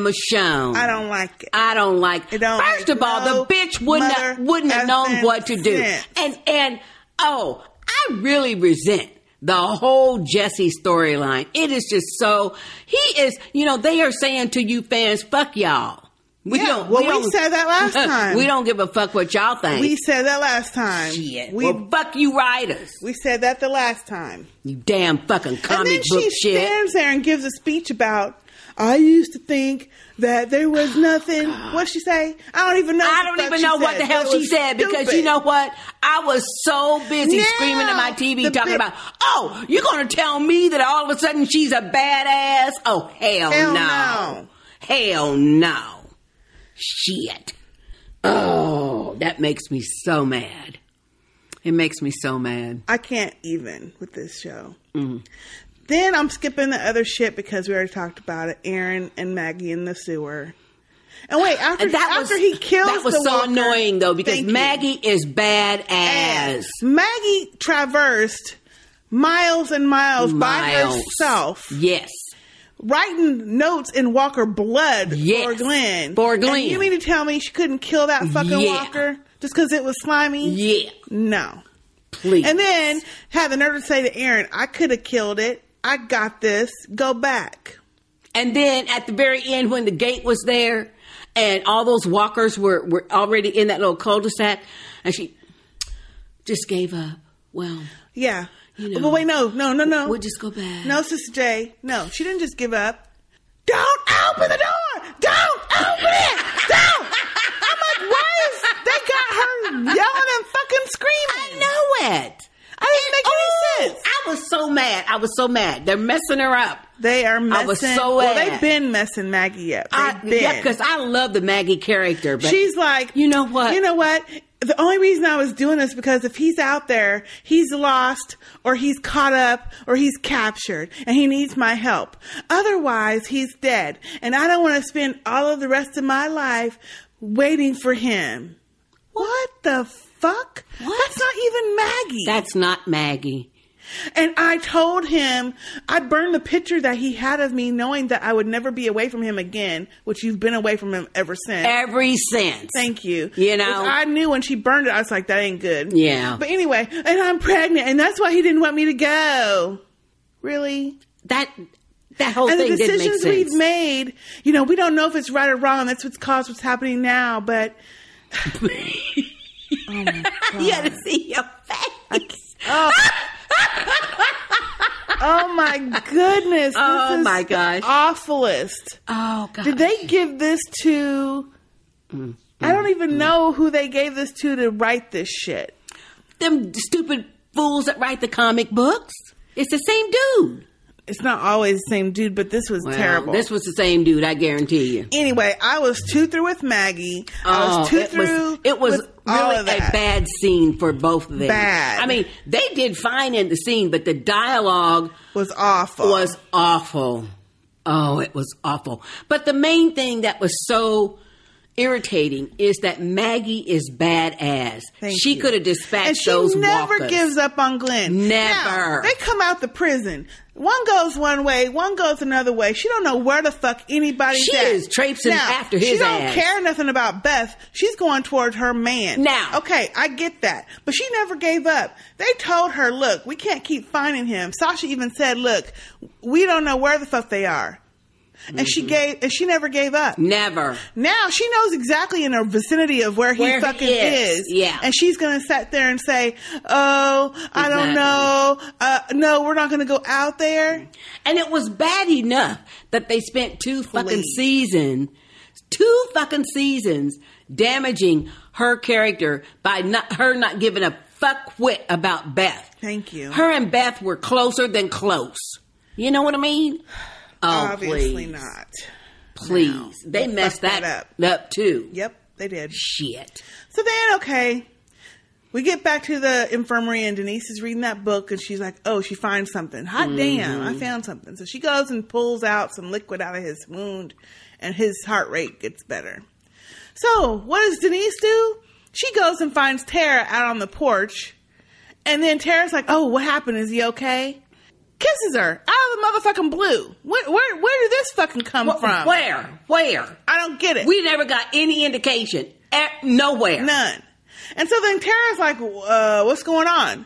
Mm.
Michonne.
I don't like it.
I don't like. It
don't
First
make
of all,
no
the bitch wouldn't have, wouldn't have known
mother
what to do,
sense.
and and oh, I really resent the whole Jesse storyline. It is just so he is. You know, they are saying to you fans, "Fuck y'all." We
Yeah,
don't.
well, we
don't-
said that last time.
we don't give a fuck what y'all think.
We said that last time. Shit. We,
Well, fuck you, writers.
We said that the last time.
you damn fucking
and
comic
then
book
she
shit.
stands there and gives a speech about. I used to think that there was nothing. What'd she say? I don't even know.
I
the
don't
fuck
even
she
know what
said.
the hell
That
she
was
said because you
stupid.
know what? I was so busy
Now,
screaming at my TV
the
talking
bi-
about, oh, you're going to tell me that all of a sudden she's a badass? Oh, hell,
Hell
no.
no.
Hell no. Shit. Oh, that makes me so mad. It makes me so mad.
I can't even with this show.
Mm.
Then I'm skipping the other shit because we already talked about it. Aaron and Maggie in the sewer. And wait, after
And that
after
was,
he kills
That was
the
so
walker-
annoying, though, because
Thank you.
Maggie is badass.
Maggie traversed miles and miles,
Miles.
by herself,
Yes.
writing notes in Walker blood for Glenn. For
Glenn.
you mean to tell me she couldn't kill that fucking
Yeah.
Walker just because it was slimy?
Yeah.
No.
Please.
And then had the nerve to say to Aaron, I could have killed it. I got this. Go back.
And then at the very end, when the gate was there, and all those walkers were, were already in that little cul-de-sac, and she just gave up. Well,
Yeah.
You know,
but wait, no, no, no, no.
we'll just go back.
No, Sister J. No, she didn't just give up. Don't open the door! Don't open it! Don't! I'm like, why is they got her yelling and fucking screaming?
I know it. oh,
I didn't make any sense.
I was so mad. I was so mad. They're messing her up.
They are messing.
I was so
well,
mad.
they've been messing Maggie up. They've
I,
been.
because I love the Maggie character, but
She's like,
you know what?
You know what? The only reason I was doing this because if he's out there, he's lost or he's caught up or he's captured and he needs my help. Otherwise, he's dead. And I don't want to spend all of the rest of my life waiting for him. What the fuck? That's not even Maggie.
that's not Maggie.
And I told him I burned the picture that he had of me, knowing that I would never be away from him again, which you've been away from him ever since.
Every sense.
Thank you.
You know?
Which I knew when she burned it, I was like, that ain't good.
Yeah.
But anyway, and I'm pregnant, and that's why he didn't want me to go. Really?
That that whole
and
thing
the
didn't make
decisions we've
sense.
made, you know, we don't know if it's right or wrong. That's what's caused what's happening now, but
Oh, You had to see your face.
Oh, oh my goodness.
Oh,
this is
my
the
gosh.
awfulest.
Oh god.
Did they give this to
Mm-hmm.
I don't even know who they gave this to to write this shit.
them stupid fools that write the comic books. It's the same dude.
It's not always the same dude, but this was
Well,
terrible.
This was the same dude, I guarantee you.
Anyway, I was two through with Maggie. I was
Oh,
two
it was-
through.
it was
with all
really
of that.
a bad scene for both of them.
Bad.
I mean, they did fine in the scene, but the dialogue
was awful.
Was awful. Oh, it was awful. But the main thing that was so irritating is that Maggie is badass.
Thank
she
you.
could have dispatched
and she
those
never
walkers.
gives up on Glenn. Now,
Never.
they come out the prison. One goes one way, one goes another way. She don't know where the fuck anybody's
She
at.
is traipsing
Now,
after
She
his
don't
ass.
care nothing about Beth. She's going toward her man. Now, okay, I get that, but she never gave up. They told her, "Look, we can't keep finding him." Sasha even said, "Look, we don't know where the fuck they are." And she gave, and she never gave up.
Mm-hmm. Never.
Now she knows exactly in her vicinity of where he
Where he
fucking
is.
is.
Yeah.
And she's going to sit there and say, Oh, I don't
Exactly.
know. Uh, no, we're not going to go out there.
And it was bad enough that they spent two fucking season, two fucking seasons damaging her character by not her not giving a fuck wit about Beth.
Thank you.
Her and Beth were closer than close. You know what I mean? Oh,
Obviously
please.
not.
Please.
They
They, messed
fucked
that,
that
up. too.
Yep, they did.
Shit.
So then, okay, we get back to the infirmary and Denise is reading that book and she's like, Oh, she finds something. Hot damn,
Mhm.
I found something. So she goes and pulls out some liquid out of his wound and his heart rate gets better. So what does Denise do? She goes and finds Tara out on the porch. And then Tara's like, "Oh, what happened? Is he okay?" Kisses her out of the motherfucking blue. Where where, where did this fucking come
Wh-
from?
where? Where?
I don't get it.
We never got any indication. Eh, nowhere.
None. And so then Tara's like, uh, "What's going on?"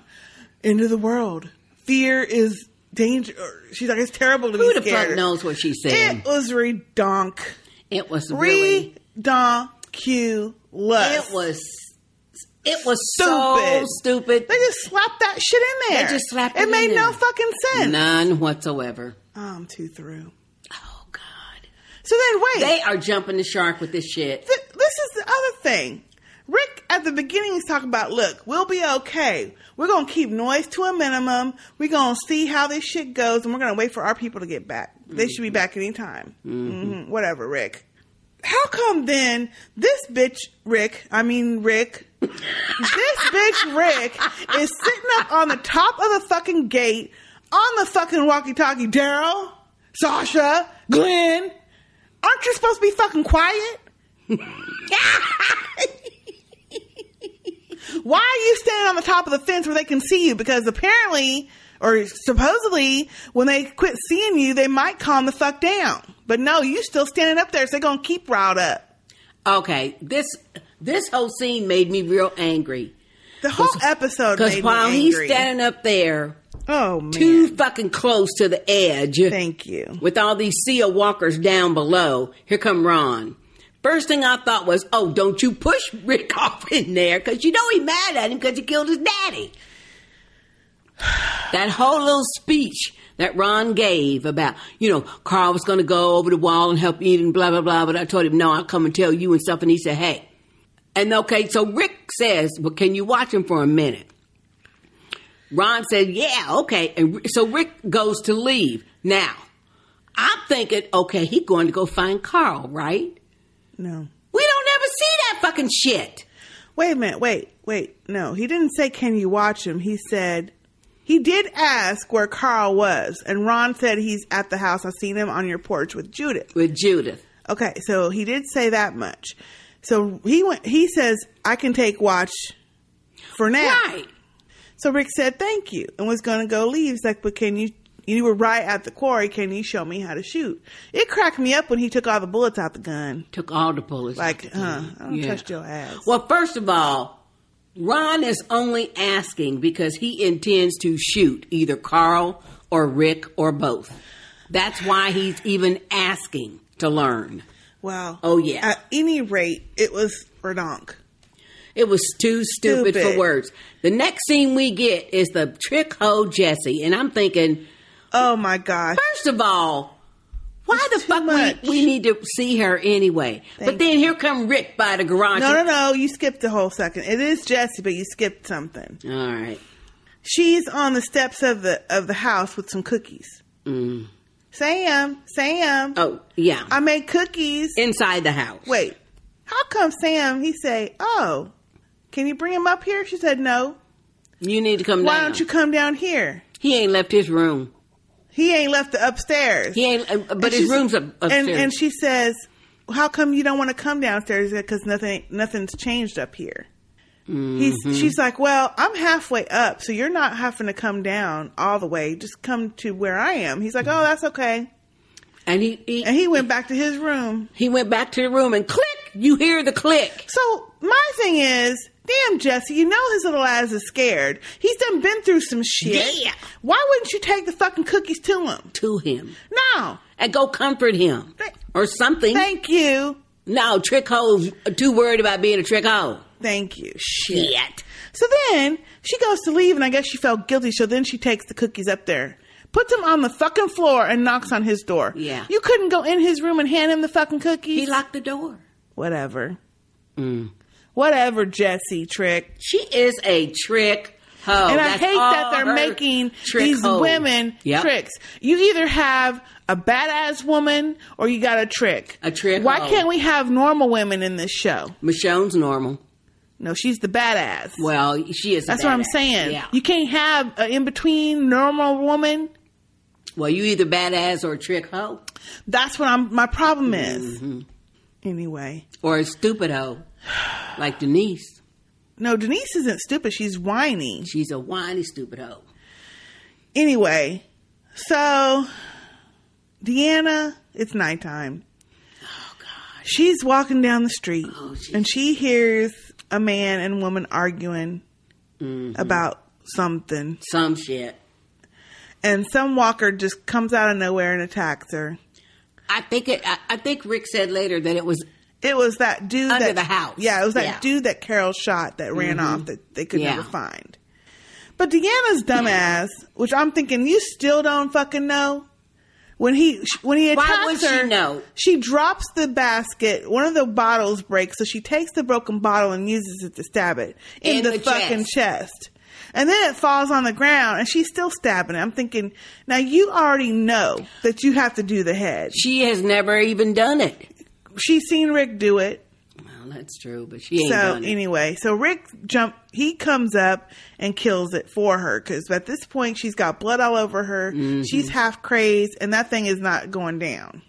Into the world. Fear is danger. or She's like, "It's terrible to
Who
be
the
scared."
fuck knows what she's saying?
It was redonk.
It was really.
Redonkulous.
It was. It was so stupid.
They just slapped that shit in there.
They just slapped
it.
it in
made no
there.
fucking sense.
None whatsoever.
I'm too through. Oh God. So then wait.
They are jumping the shark with this shit.
Th- this is the other thing. Rick at the beginning is talking about, look, we'll be okay. We're gonna keep noise to a minimum. We're gonna see how this shit goes, and we're gonna wait for our people to get back. They should be back anytime.
Mhm.
Mhm. Whatever, Rick. How come then this bitch Rick, I mean Rick, this bitch Rick is sitting up on the top of the fucking gate on the fucking walkie-talkie, Daryl, Sasha, Glenn. Aren't you supposed to be fucking quiet? Why are you standing on the top of the fence where they can see you? Because apparently, or supposedly, when they quit seeing you, they might calm the fuck down. But no, you still standing up there, so they're gonna keep riled up.
Okay, this this whole scene made me real angry.
The whole episode
because
made me
while he's
angry.
standing up there,
oh man,
too fucking close to the edge.
Thank you.
With all these sea of walkers down below, here come Ron. First thing I thought was, oh, don't you push Rick off in there because you know he mad at him because he killed his daddy. that whole little speech that Ron gave about, you know, Carl was going to go over the wall and help Eden, blah, blah, blah. But I told him, no, I'll come and tell you and stuff. And he said, hey. And okay, so Rick says, well, can you watch him for a minute? Ron said, yeah, okay. And R- so Rick goes to leave. Now, I'm thinking, okay, he's going to go find Carl, right?
No.
We don't ever see that fucking shit.
Wait a minute. Wait, wait. No, he didn't say, Can you watch him? He said, He did ask where Carl was. And Ron said, He's at the house. I've seen him on your porch with Judith.
With Judith.
Okay, so he did say that much. So he went, he says, I can take watch for now.
Right.
So Rick said, Thank you. And was going to go leave. He's like, But can you? You were right at the quarry. Can you show me how to shoot? It cracked me up when he took all the bullets out the gun.
Took all the bullets.
Like, huh? I don't
Yeah.
touch your ass.
Well, first of all, Ron is only asking because he intends to shoot either Carl or Rick or both. That's why he's even asking to learn.
Wow.
Oh, yeah.
At any rate, it was redonk.
It was too stupid,
Stupid.
for words. The next scene we get is the trick hoe Jesse, and I'm thinking,
oh my god!
First of all, why the fuck we, we need to see her anyway? but
Thank
then here come Rick by the garage.
No, no, no. You skipped the whole second. It is Jesse, but you skipped something.
All right.
She's on the steps of the of the house with some cookies.
Mm.
Sam, Sam.
Oh, yeah.
I made cookies
inside the house.
Wait, how come Sam? He say, "Oh, can you bring him up here?" She said, "No."
You need to come
Why
down.
don't you come down here?
He ain't left his room.
He ain't left the upstairs.
He ain't, uh, but
And
his
she's-
room's up, upstairs.
And, and she says, "How come you don't want to come downstairs? Because nothing, nothing's changed up here." He's,
Mhm.
She's like, "Well, I'm halfway up, so you're not having to come down all the way. Just come to where I am." He's like, "Oh, that's okay."
And he, he
and he went back to his room.
He went back to the room and click. You hear the click.
So my thing is, damn Jesse, you know his little ass is scared. He's done been through some shit.
Yeah.
Why wouldn't you take the fucking cookies to him?
to him.
No.
And go comfort him or something.
Thank you.
No, trick hoes are too worried about being a trick hoe.
Thank you.
Shit.
So then she goes to leave, and I guess she felt guilty. So then she takes the cookies up there, puts them on the fucking floor, and knocks on his door.
Yeah.
You couldn't go in his room and hand him the fucking cookies.
He locked the door.
Whatever.
Mm.
Whatever, Jesse Trick.
She is a trick hoe.
and I
Oh, That's
hate
all
that they're
her
making
trick
these
hoe.
women
Yep.
tricks. You either have a badass woman or you got a trick.
A trick.
Why
hoe.
can't we have normal women in this show?
Michonne's normal.
No, she's the badass.
Well, she is. a
That's what I'm
badass.
saying.
Yeah.
You can't have an in between normal woman.
Well, you either badass or a trick hoe Mm-hmm.
That's what I'm. My problem is. Anyway,
or a stupid hoe, like Denise.
no, Denise isn't stupid. She's whiny.
She's a whiny stupid hoe.
Anyway, so Deanna, it's nighttime. Oh God! She's walking down the street,
Oh,
and she hears a man and woman arguing about something.
Mm-hmm. Some shit.
And some walker just comes out of nowhere and attacks her.
I think it. I, I think Rick said later that it was
It was that dude
Under
that,
the house.
Yeah, it was that
Yeah.
dude that Carol shot that ran
Mhm.
off that they could
Yeah.
never find. But Deanna's dumbass, which I'm thinking you still don't fucking know. When he when he
Why
attacks
would she
her,
know?
she drops the basket. One of the bottles breaks, so she takes the broken bottle and uses it to stab it in,
In
the,
the
fucking chest. And then it falls on the ground, and she's still stabbing it. I'm thinking, now you already know that you have to do the head.
she has never even done it.
She's seen Rick do it
Well, that's true, but she ain't
so
done it.
anyway, so Rick jump he comes up and kills it for her because at this point she's got blood all over her.
Mhm.
She's half crazed, and that thing is not going down.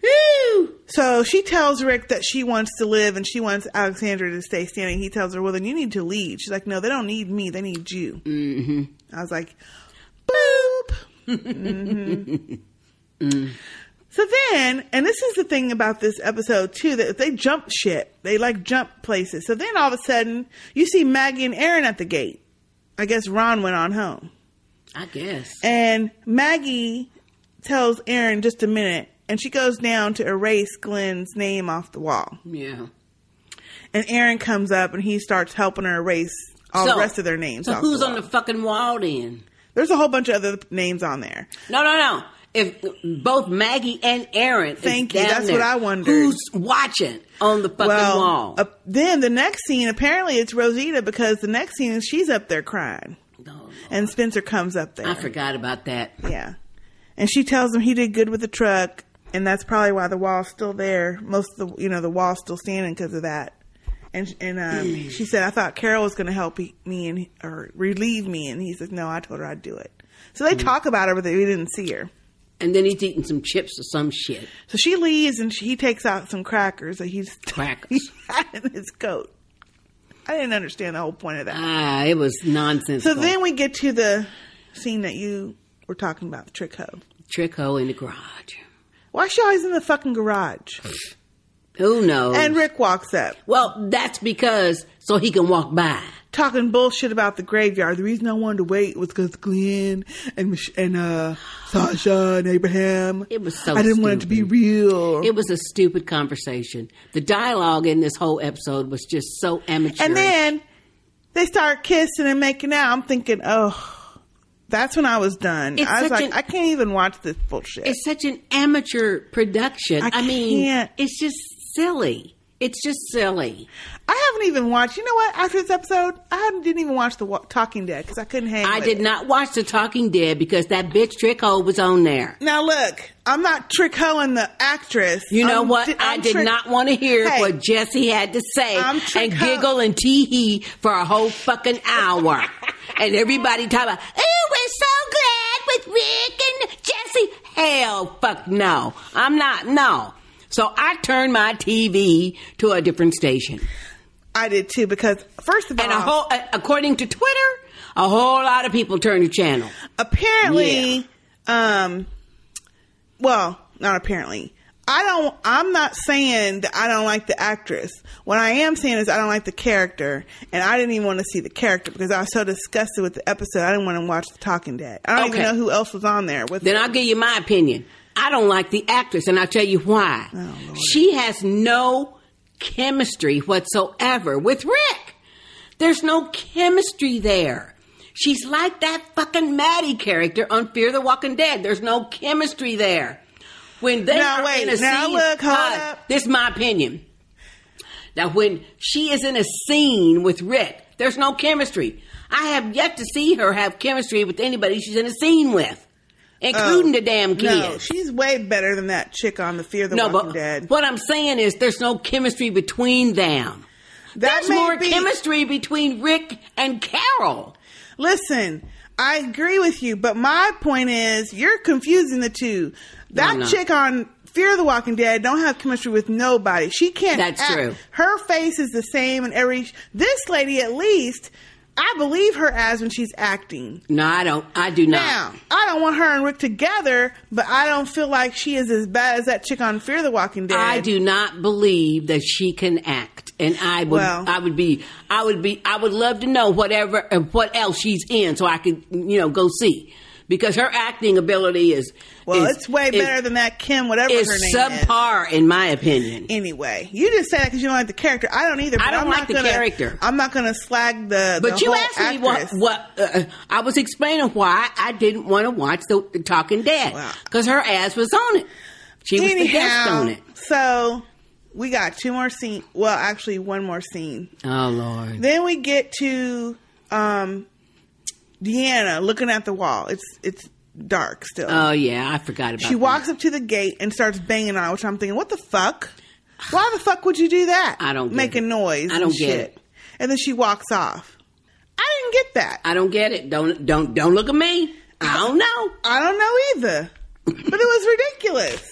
Whew. So she tells Rick that she wants to live and she wants Alexandra to stay standing. He tells her, "Well, then you need to leave." She's like, "No, they don't need me. They need you." Mm-hmm. I was like, "Boop." Mhm.
Mm.
So then, and this is the thing about this episode too, that they jump shit. They like jump places. So then all of a sudden, you see Maggie and Aaron at the gate. I guess Ron went on home.
I guess.
And Maggie tells Aaron just a minute, and she goes down to erase Glenn's name off the wall.
Yeah.
And Aaron comes up and he starts helping her erase all
So-
the rest of their names.
So
off
who's
the
on
wall.
the fucking wall then?
There's a whole bunch of other names on there.
No, no, no. If both Maggie and Aaron,
Thank
is
you.
down
That's
there,
what I wondered.
Who's watching on the fucking
well,
wall?
uh, then the next scene, apparently it's Rosita because the next scene is she's up there crying. and Spencer comes up there.
I forgot about that.
Yeah. And she tells him he did good with the truck, and that's probably why the wall's still there. Most of the, you know, the wall's still standing because of that. And and
Mm.
um, she said, I thought Carol was going to help he- me and or relieve me, and he says, No, I told her I'd do it. So they talk about her, but they, we didn't see her.
Mm. And then he's eating some chips or some shit.
So she leaves, and she, he takes out some crackers that he's crackers in his coat. I didn't understand the whole point of that.
Ah, it was nonsense.
so then we get to the scene that you were talking about, the trick hoe.
trick hoe in the garage.
Why is she always in the fucking garage?
Who knows?
And Rick walks up.
Well, that's because so he can walk by.
Talking bullshit about the graveyard. The reason I wanted to wait was because Glenn and Mich- and uh, Sasha and Abraham. It
was so
I didn't want it to be real.
It was a stupid conversation. The dialogue in this whole episode was just so amateur.
and then they start kissing and making out. I'm thinking, oh, that's when I was done.
It's
I was
such
like,
an-
I can't even watch this bullshit.
it's such an amateur production.
I
I, mean,
can't.
it's just silly. It's just silly.
I haven't even watched. You know what? After this episode, I haven't, didn't even watch the Wa- Talking Dead because I couldn't hang.
I
with
did
it.
not watch The Talking Dead because that bitch Trick Hole was on there.
Now look, I'm not trick hoeing the actress.
You know
I'm
what?
di-
I
I'm
did
trick-
not want to hear
Hey,
what Jesse had to say
I'm
and
trick-ho-
giggle and tee hee for a whole fucking hour. and everybody talking about, ooh, we're so glad with Rick and Jesse. Hell fuck no. I'm not, no. So I turned my TV to a different station.
I did too because first of
all, and a whole, a- according to Twitter, a whole lot of people turned the channel.
apparently um well not apparently i don't i'm not saying that i don't like the actress what i am saying is i don't like the character and i didn't even want to see the character because i was so disgusted with the episode i didn't want to watch the talking dead i don't
Okay.
even know who else was on there with
Then I'll give you my opinion. I don't like the actress, and I'll tell you why.
Oh,
she has no chemistry whatsoever with Rick. There's no chemistry there. She's like that fucking Maddie character on Fear the Walking Dead. There's no chemistry there. When they
Now,
are
wait,
in a
now
scene,
look, hold
uh, this is my opinion. Now, when she is in a scene with Rick, there's no chemistry. I have yet to see her have chemistry with anybody she's in a scene with, including the damn kid.
Oh, no she's way better than that chick on the fear of the
No,
walking
but
dead
what I'm saying is there's no chemistry between them. There's
may
more
be-
chemistry between Rick and Carol.
Listen, I agree with you, but my point is you're confusing the two. That
I'm not.
chick on Fear the Walking Dead don't have chemistry with nobody. She can't.
That's
act.
true.
Her face is the same in every. This lady, at least, I believe her as when she's acting.
No, I don't. I do not.
Now, I don't want her and Rick together, but I don't feel like she is as bad as that chick on Fear the Walking Dead.
I do not believe that she can act, and I would,
Well-
I would be, I would be, I would love to know whatever and what else she's in, so I could, you know, go see because her acting ability is
Well,
is-
it's way
is-
better than that Kim, whatever her name
is
is.
subpar in my opinion.
Anyway, you just say that because you don't like the character. I don't either. But
I don't
am
like
not
the
gonna,
character.
I'm not going to slag the.
But
uh, the
you
whole
asked me
actress.
what, what uh, I was explaining why I didn't want to watch the, the Talking Dead because her ass was on it. She was the guest
Anyhow,
on it.
So we got two more scene. Well, actually, one more scene.
Oh Lord!
Then we get to um, Deanna looking at the wall. It's it's dark still.
Oh yeah, I forgot about.
She walks up to the gate and starts banging on, it, which I'm thinking, what the fuck? Why the fuck would you do that? I don't make a noise.
I don't
and
get
shit.
it.
And then she walks off. I didn't get that.
I don't get it. Don't don't don't look at me. I don't know.
I don't know either. But it was ridiculous.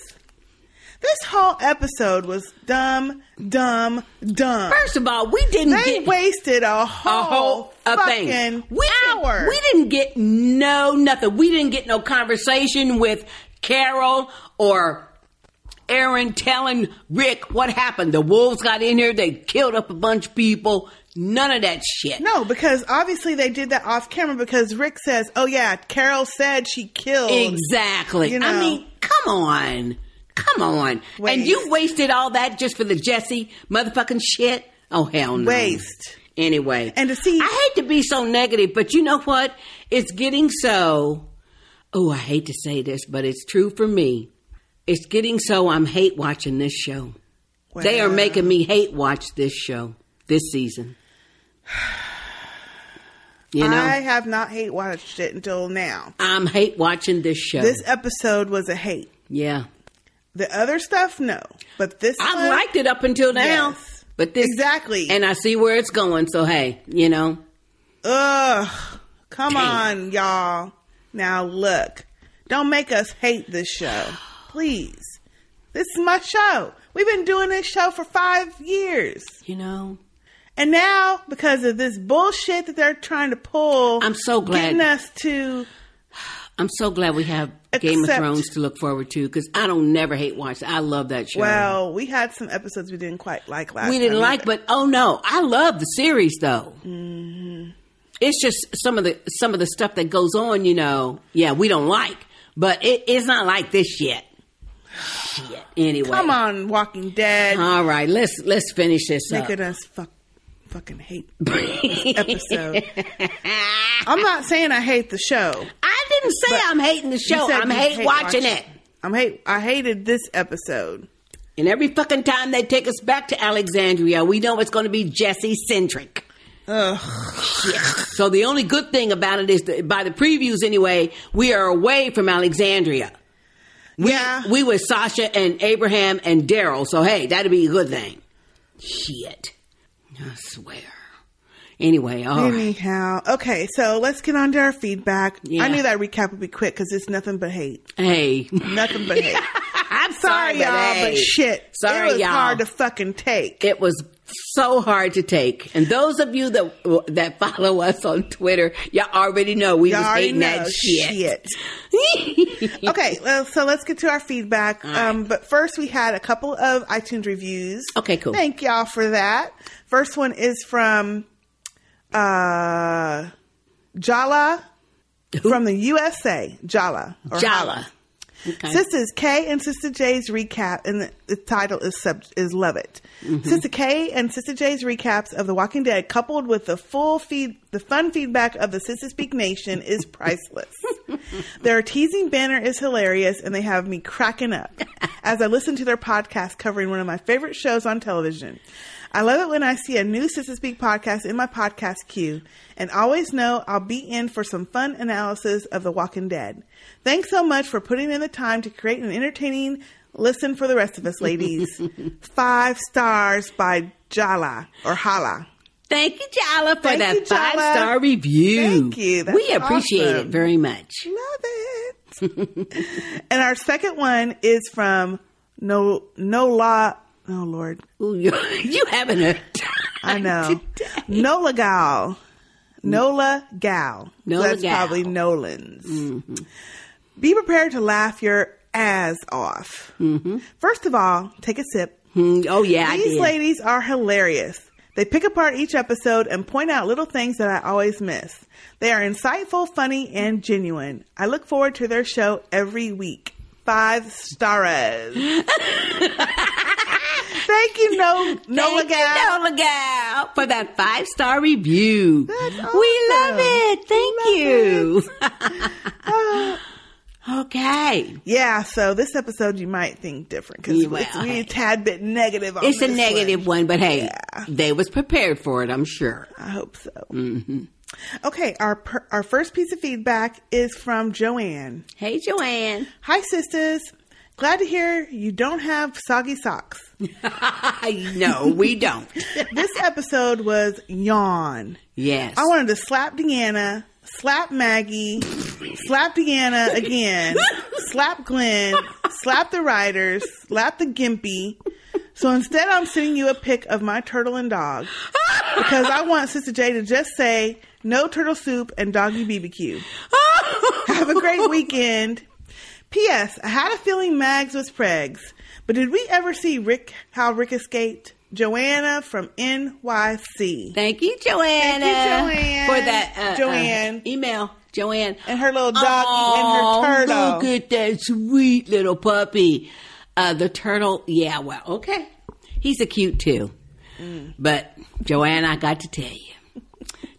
This whole episode was dumb, dumb, dumb.
First of all, we didn't
They
get-
wasted a whole,
a whole a
fucking
thing.
We hour.
Didn't, we didn't get no nothing. We didn't get no conversation with Carol or Aaron telling Rick what happened. The wolves got in here. They killed up a bunch of people. None of that shit.
no, because obviously they did that off camera because Rick says, "Oh yeah, Carol said she killed."
Exactly.
You know?
I mean, come on. Come on. And you wasted all that just for the Jesse motherfucking shit? Oh, hell no.
Waste.
Anyway. And to see. I hate to be so negative, but you know what? It's getting so. Oh, I hate to say this, but it's true for me. It's getting so I'm hate watching this show. They are
Well.
making me hate watch this show this season. You know,
I have not hate watched it until now.
I'm hate watching this show.
This episode was a hate.
yeah.
The other stuff, no. But this,
I
one-
liked it up until now, but this exactly, and I see where it's going. So hey, you know,
Ugh. Come on, y'all. Now look. Don't make us hate this show. Please. This is my show. We've been doing this show for five years.
You know?
And now, because of this bullshit that they're trying to pull, I'm
so glad-
getting us to
I'm so glad we have Game of
Except-
Thrones to look forward to because I don't never hate watch. I love that show.
well, we had some episodes we didn't quite like last.
we didn't
time
like,
either.
but oh no, I love the series though.
Mm-hmm.
It's just some of the some of the stuff that goes on. You know, yeah, we don't like, but it, it's not like this shit. Shit. Anyway,
Come on, Walking Dead,
All right, let's let's finish this up.
making us fuck, fucking hate this episode. I'm not saying I hate the show.
I didn't say I'm hating the
You
show.
said
I'm
you
hate watching it.
I'm hate. I hated this episode.
And every fucking time they take us back to Alexandria, we know it's going to be Jesse centric. So the only good thing about it is that by the previews anyway, we are away from Alexandria. We, yeah, we were Sasha and Abraham and Daryl. So hey, that'd be a good thing. Shit, I swear. Anyway, all right.
Anyhow, okay, so let's get on to our feedback.
Yeah.
I knew that recap would be quick because it's nothing but hate.
Hey,
nothing but hate.
I'm
sorry, y'all, but shit,
Sorry,
it was
y'all.
hard to fucking take.
It was so hard to take. And those of you that that follow us on Twitter, y'all already know we
Y'all
was
already
hating
know.
that shit.
okay, well, so let's get to our feedback. Um, but first, we had a couple of iTunes reviews.
Okay, cool.
Thank y'all for that. First one is from uh, Jala from the USA. Jala. or
Jala. Okay.
Sisters K and Sister J's recap, and the, the title is sub, is Love It.
Mhm.
Sister K and Sister J's recaps of The Walking Dead, coupled with the full feed, the fun feedback of the Sister Speak Nation, is priceless. Their teasing banner is hilarious, and they have me cracking up as I listen to their podcast covering one of my favorite shows on television. I love it when I see a new Sister Speak podcast in my podcast queue, and always know I'll be in for some fun analysis of The Walking Dead. Thanks so much for putting in the time to create an entertaining listen for the rest of us, ladies. Five stars by Jala or Hala.
Thank you, Jala, for
Thank
that
you, Jala.
five star review.
Thank you. That's
we appreciate
awesome.
it very much.
And our second one is from No No Law. Oh Lord,
you having a
I know Nola Gal, Nola Gal.
Nola
That's
Gal. Mm-hmm.
probably Nolan's. Be prepared to laugh your ass off. First of all, take a sip.
Mm-hmm. Oh yeah, I
These
did.
ladies are hilarious. They pick apart each episode and point out little things that I always miss. They are insightful, funny, and genuine. I look forward to their show every week. Five stars. Thank you, No Nola Gal.
Nola Gal for that five star review. We love it. Thank you. okay.
Yeah, so this episode you might think different because
Yeah,
it's
well,
really a tad bit negative. On
It's a
this
negative one, but hey, they was prepared for it, I'm sure.
I hope so.
hmm
one. Okay, our per- our first piece of feedback is from Joanne.
Hey, Joanne.
Hi, sisters. Glad to hear you don't have soggy socks.
No, we don't.
this episode was yawn.
Yes.
I wanted to slap Deanna, slap Maggie, slap Deanna again, slap Glenn, slap the writers, slap the Gimpy. So instead, I'm sending you a pic of my turtle and dog because I want Sister J to just say no turtle soup and doggy BBQ. Have a great weekend. P.S. I had a feeling Mags was pregs, but did we ever see Rick? How Rick escaped? Joanna from NYC.
Thank you, Joanna.
Thank you, Joanne.
For that uh, uh,
Joanne.
email. Joanne.
And her little doggy and her turtle.
Look at that sweet little puppy. Uh, the turtle, yeah, well, okay. He's a cute too. But Joanne, I got to tell you,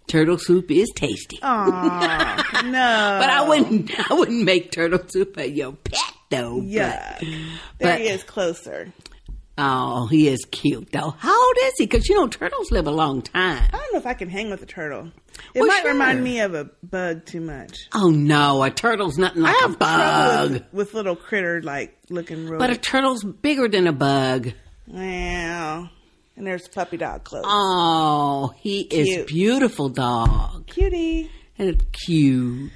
turtle soup is tasty.
Aw, no.
But I wouldn't I wouldn't make turtle soup at your pet though. but-
Yeah. There
But-
he is closer.
oh, he is cute though. How old is he? Because you know turtles live a long time.
I don't know if I can hang with a turtle. It
Well,
might
sure.
remind me of a bug too much.
Oh no, a turtle's nothing like a bug.
Trouble with, with little critter like looking real.
But a turtle's bigger than a bug.
wow. And there's puppy dog clothes.
Oh, he
Cute.
is beautiful dog
Cutie.
and cute.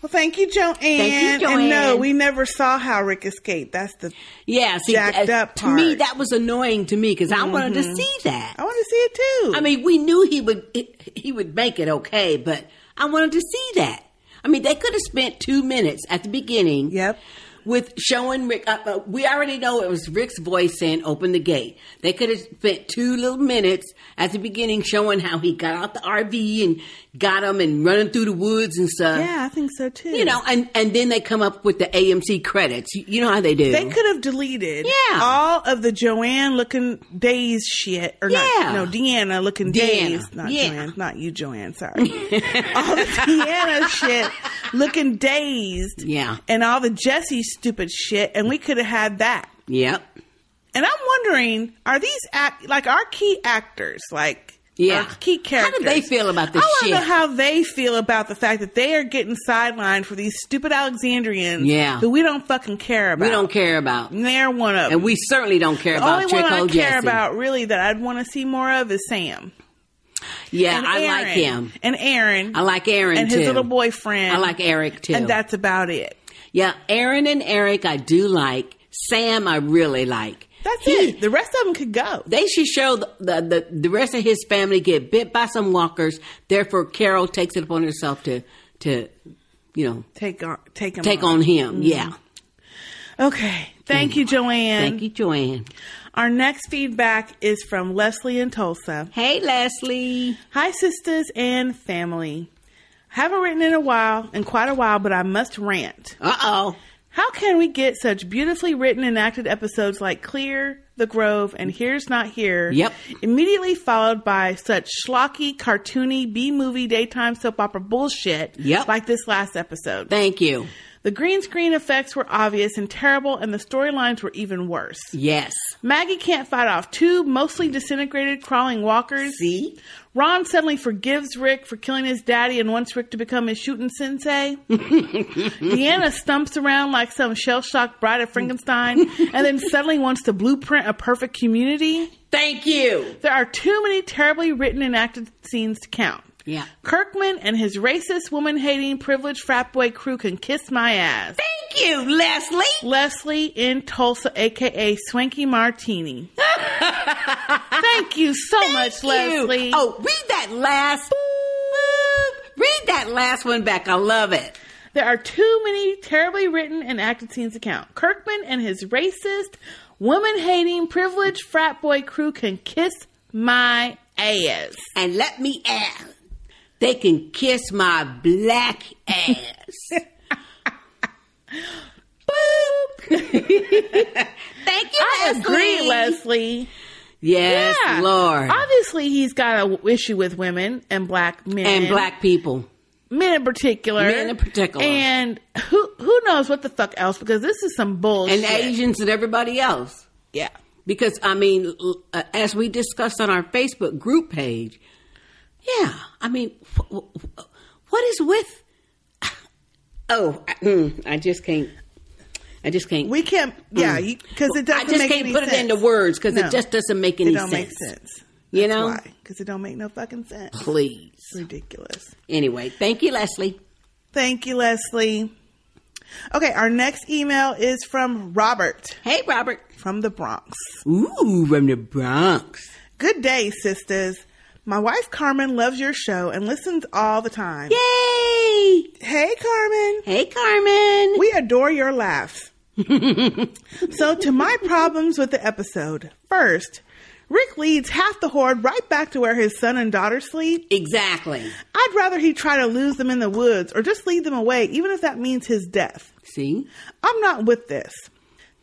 Well, thank you, Joanne.
Thank you,
And no,
Joanne.
we never saw how Rick escaped. That's the
Yeah, see,
jacked
uh,
up
to me
part.
that was annoying to me because I wanted to
Mhm.
see that. I
wanted to see it too.
I mean, we knew he would it, he would make it okay, but I wanted to see that. I mean, they could have spent two minutes at the beginning.
Yep.
With showing Rick, uh, uh, we already know it was Rick's voice saying "Open the gate." They could have spent two little minutes at the beginning showing how he got out the RV and got him and running through the woods and stuff.
yeah, I think so too.
You know, and and then they come up with the AMC credits. You, you know how they do.
They could have deleted
Yeah.
all of the Joanne looking days shit. Or
Yeah.
not, no, Deanna looking
Deanna.
days. Not
Yeah.
Joanne, not you, Joanne, sorry. all the Deanna shit looking dazed
Yeah.
and all the Jesse stupid shit. And we could have had that.
Yep.
And I'm wondering, are these act like our key actors, like
Yeah.
our key
How
characters?
do they feel about this
I wanna
shit?
know how they feel about the fact that they are getting sidelined for these stupid Alexandrians.
Yeah.
that we don't fucking care about.
We don't care about.
And they're one of.
And we certainly don't care
The
about
only
Trick
one I
O'
care
Jesse.
about really that I'd want to see more of is Sam.
yeah,
and
I like
Aaron.
him.
and Aaron.
I like Aaron
and
too.
his little boyfriend.
I like Eric too.
And that's about it.
yeah, Aaron and Eric I do like. Sam I really like.
That's it. The rest of them could go.
They should show the, the, the, the rest of his family get bit by some walkers. Therefore, Carol takes it upon herself to to you know
take on take him
take
on.
on, him.
Mhm.
Yeah.
Okay. Thank you, Joanne.
Thank you, Joanne.
Our next feedback is from Leslie in Tulsa.
Hey, Leslie.
Hi, sisters and family. Haven't written in a while, in quite a while, but I must rant.
Uh oh.
How can we get such beautifully written and acted episodes like Clear, The Grove, and Here's Not Here?
Yep.
Immediately followed by such schlocky, cartoony, B movie, daytime soap opera bullshit
Yep.
like this last episode.
Thank you.
The green screen effects were obvious and terrible, and the storylines were even worse.
Yes.
Maggie can't fight off two mostly disintegrated crawling walkers.
See?
Ron suddenly forgives Rick for killing his daddy and wants Rick to become his shooting sensei. Deanna stumps around like some shell shocked bride of Frankenstein and then suddenly wants to blueprint a perfect community.
Thank you.
There are too many terribly written and acted scenes to count.
Yeah.
Kirkman and his racist, woman hating, privileged frat boy crew can kiss my ass.
Thank you, Leslie.
Leslie in Tulsa, aka Swanky Martini. Thank you so much, Leslie.
Oh, read that last. Read that last one back. I love it.
There are too many terribly written and acted scenes to count. Kirkman and his racist, woman hating, privileged frat boy crew can kiss my ass.
And let me add, they can kiss my black ass. Thank you,
I
Leslie.
agree, Leslie.
Yes,
Yeah.
Lord.
Obviously, he's got an issue with women and black men.
and black people.
men in particular.
Men in particular.
And who who knows what the fuck else because this is some bullshit.
and Asians and everybody else.
Yeah.
Because I mean, l- uh, as we discussed on our Facebook group page, yeah, I mean, wh- wh- what is with? Oh, I, mm, I just can't. I just can't. Mm.
We can't. Yeah, because it doesn't
I just
make
can't
any
put it
sense.
into words because
No.
it just doesn't make
It
any
don't
sense.
make sense.
You know,
because it don't make no fucking sense.
please.
Ridiculous.
Anyway, thank you, Leslie.
Thank you, Leslie. Okay, our next email is from Robert.
Hey, Robert.
From the Bronx.
Ooh, from the Bronx.
Good day, sisters. My wife Carmen loves your show and listens all the time.
Yay!
Hey, Carmen.
Hey, Carmen.
We adore your laughs. so, to my problems with the episode. First, Rick leads half the horde right back to where his son and daughter sleep.
Exactly.
I'd rather he try to lose them in the woods or just lead them away, even if that means his death.
See,
I'm not with this.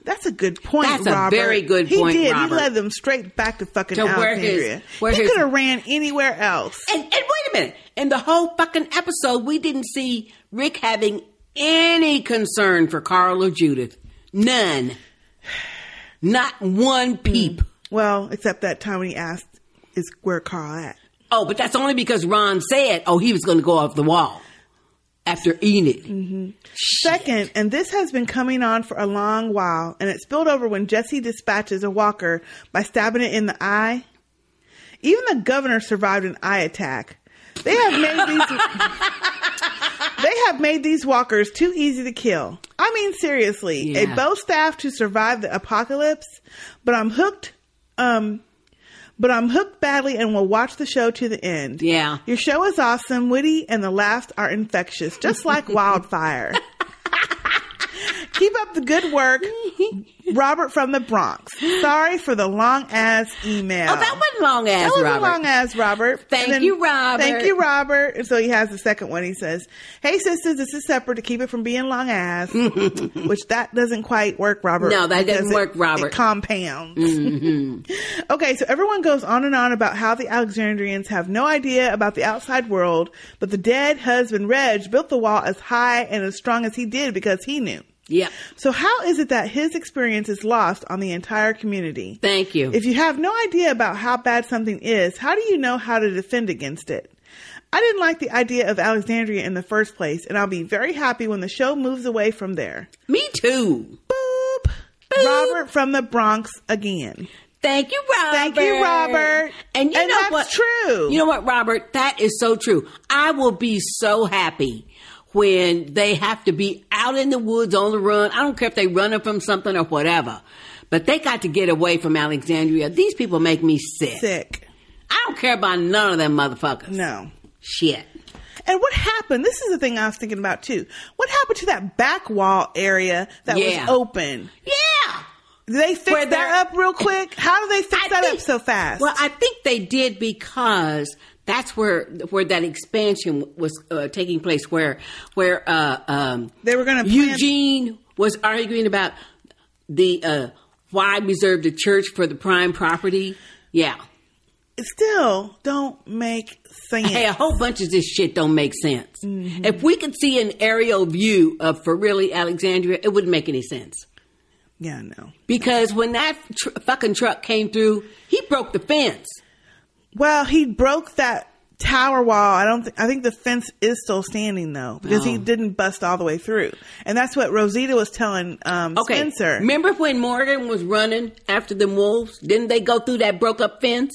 That's a good point.
That's a
Robert.
very good point,
He did.
Robert.
He led them straight back to fucking
To where his-
Alexandria.
where
he
his-
could have ran anywhere else.
And, and wait a minute. In the whole fucking episode, we didn't see Rick having any concern for Carl or Judith. None. Not one peep.
Mm. Well, except that time when he asked, "Is where Carl at?"
Oh, but that's only because Ron said, oh, he was going to go off the wall after Enid.
Mm-hmm. Second, and this has been coming on for a long while, and it spilled over when Jesse dispatches a walker by stabbing it in the eye. Even the governor survived an eye attack. They have made these They have made these walkers too easy to kill. I mean seriously,
Yeah.
a bow staff to survive the apocalypse, but I'm hooked um but I'm hooked badly and will watch the show to the end.
Yeah.
Your show is awesome, witty, and the laughs are infectious, just like wildfire. Keep up the good work, Robert from the Bronx. Sorry for the long ass email.
Oh, that wasn't long ass,
That was
Robert.
a long ass, Robert. And
Thank you, Robert.
Thank you, Robert. And so he has the second one. He says, "Hey sisters, this is separate to keep it from being long ass," which that doesn't quite work, Robert.
No, that
because
doesn't
it-
work, Robert.
It compounds.
Mhm.
Okay, so everyone goes on and on about how the Alexandrians have no idea about the outside world, but the dead husband Reg built the wall as high and as strong as he did because he knew.
Yep.
So how is it that his experience is lost on the entire community?
Thank you.
If you have no idea about how bad something is, how do you know how to defend against it? I didn't like the idea of Alexandria in the first place, and I'll be very happy when the show moves away from there.
Me too.
Robert from the Bronx again.
Thank you, Robert.
Thank you, Robert.
And you
And
know
that's
what?
true.
You know what, Robert? That is so true. I will be so happy when they have to be out in the woods on the run. I don't care if they running from something or whatever, but they got to get away from Alexandria. These people make me sick.
Sick.
I don't care about none of them motherfuckers.
No.
Shit.
And what happened? This is the thing I was thinking about too. What happened to that back wall area that
Yeah.
was open?
Yeah.
Did they fix
Where they're-
that up real quick? How do they fix that up so fast?
Well, I think they did because that's where where that expansion was uh, taking place. Where where uh, um,
they were going to
Eugene was arguing about the uh, why reserve the church for the prime property. Yeah,
it still don't make sense. Mm-hmm.
Hey, a whole bunch of this shit don't make sense. If we could see an aerial view of for really Alexandria, it wouldn't make any sense.
yeah, no.
Because when that tr- fucking truck came through, he broke the fence.
Well, he broke that tower wall. I don't. think I think the fence is still standing though because he
Oh.
didn't bust all the way through, and that's what Rosita was telling um,
Okay.
Spencer.
Remember when Morgan was running after the wolves? Didn't they go through that broke up fence?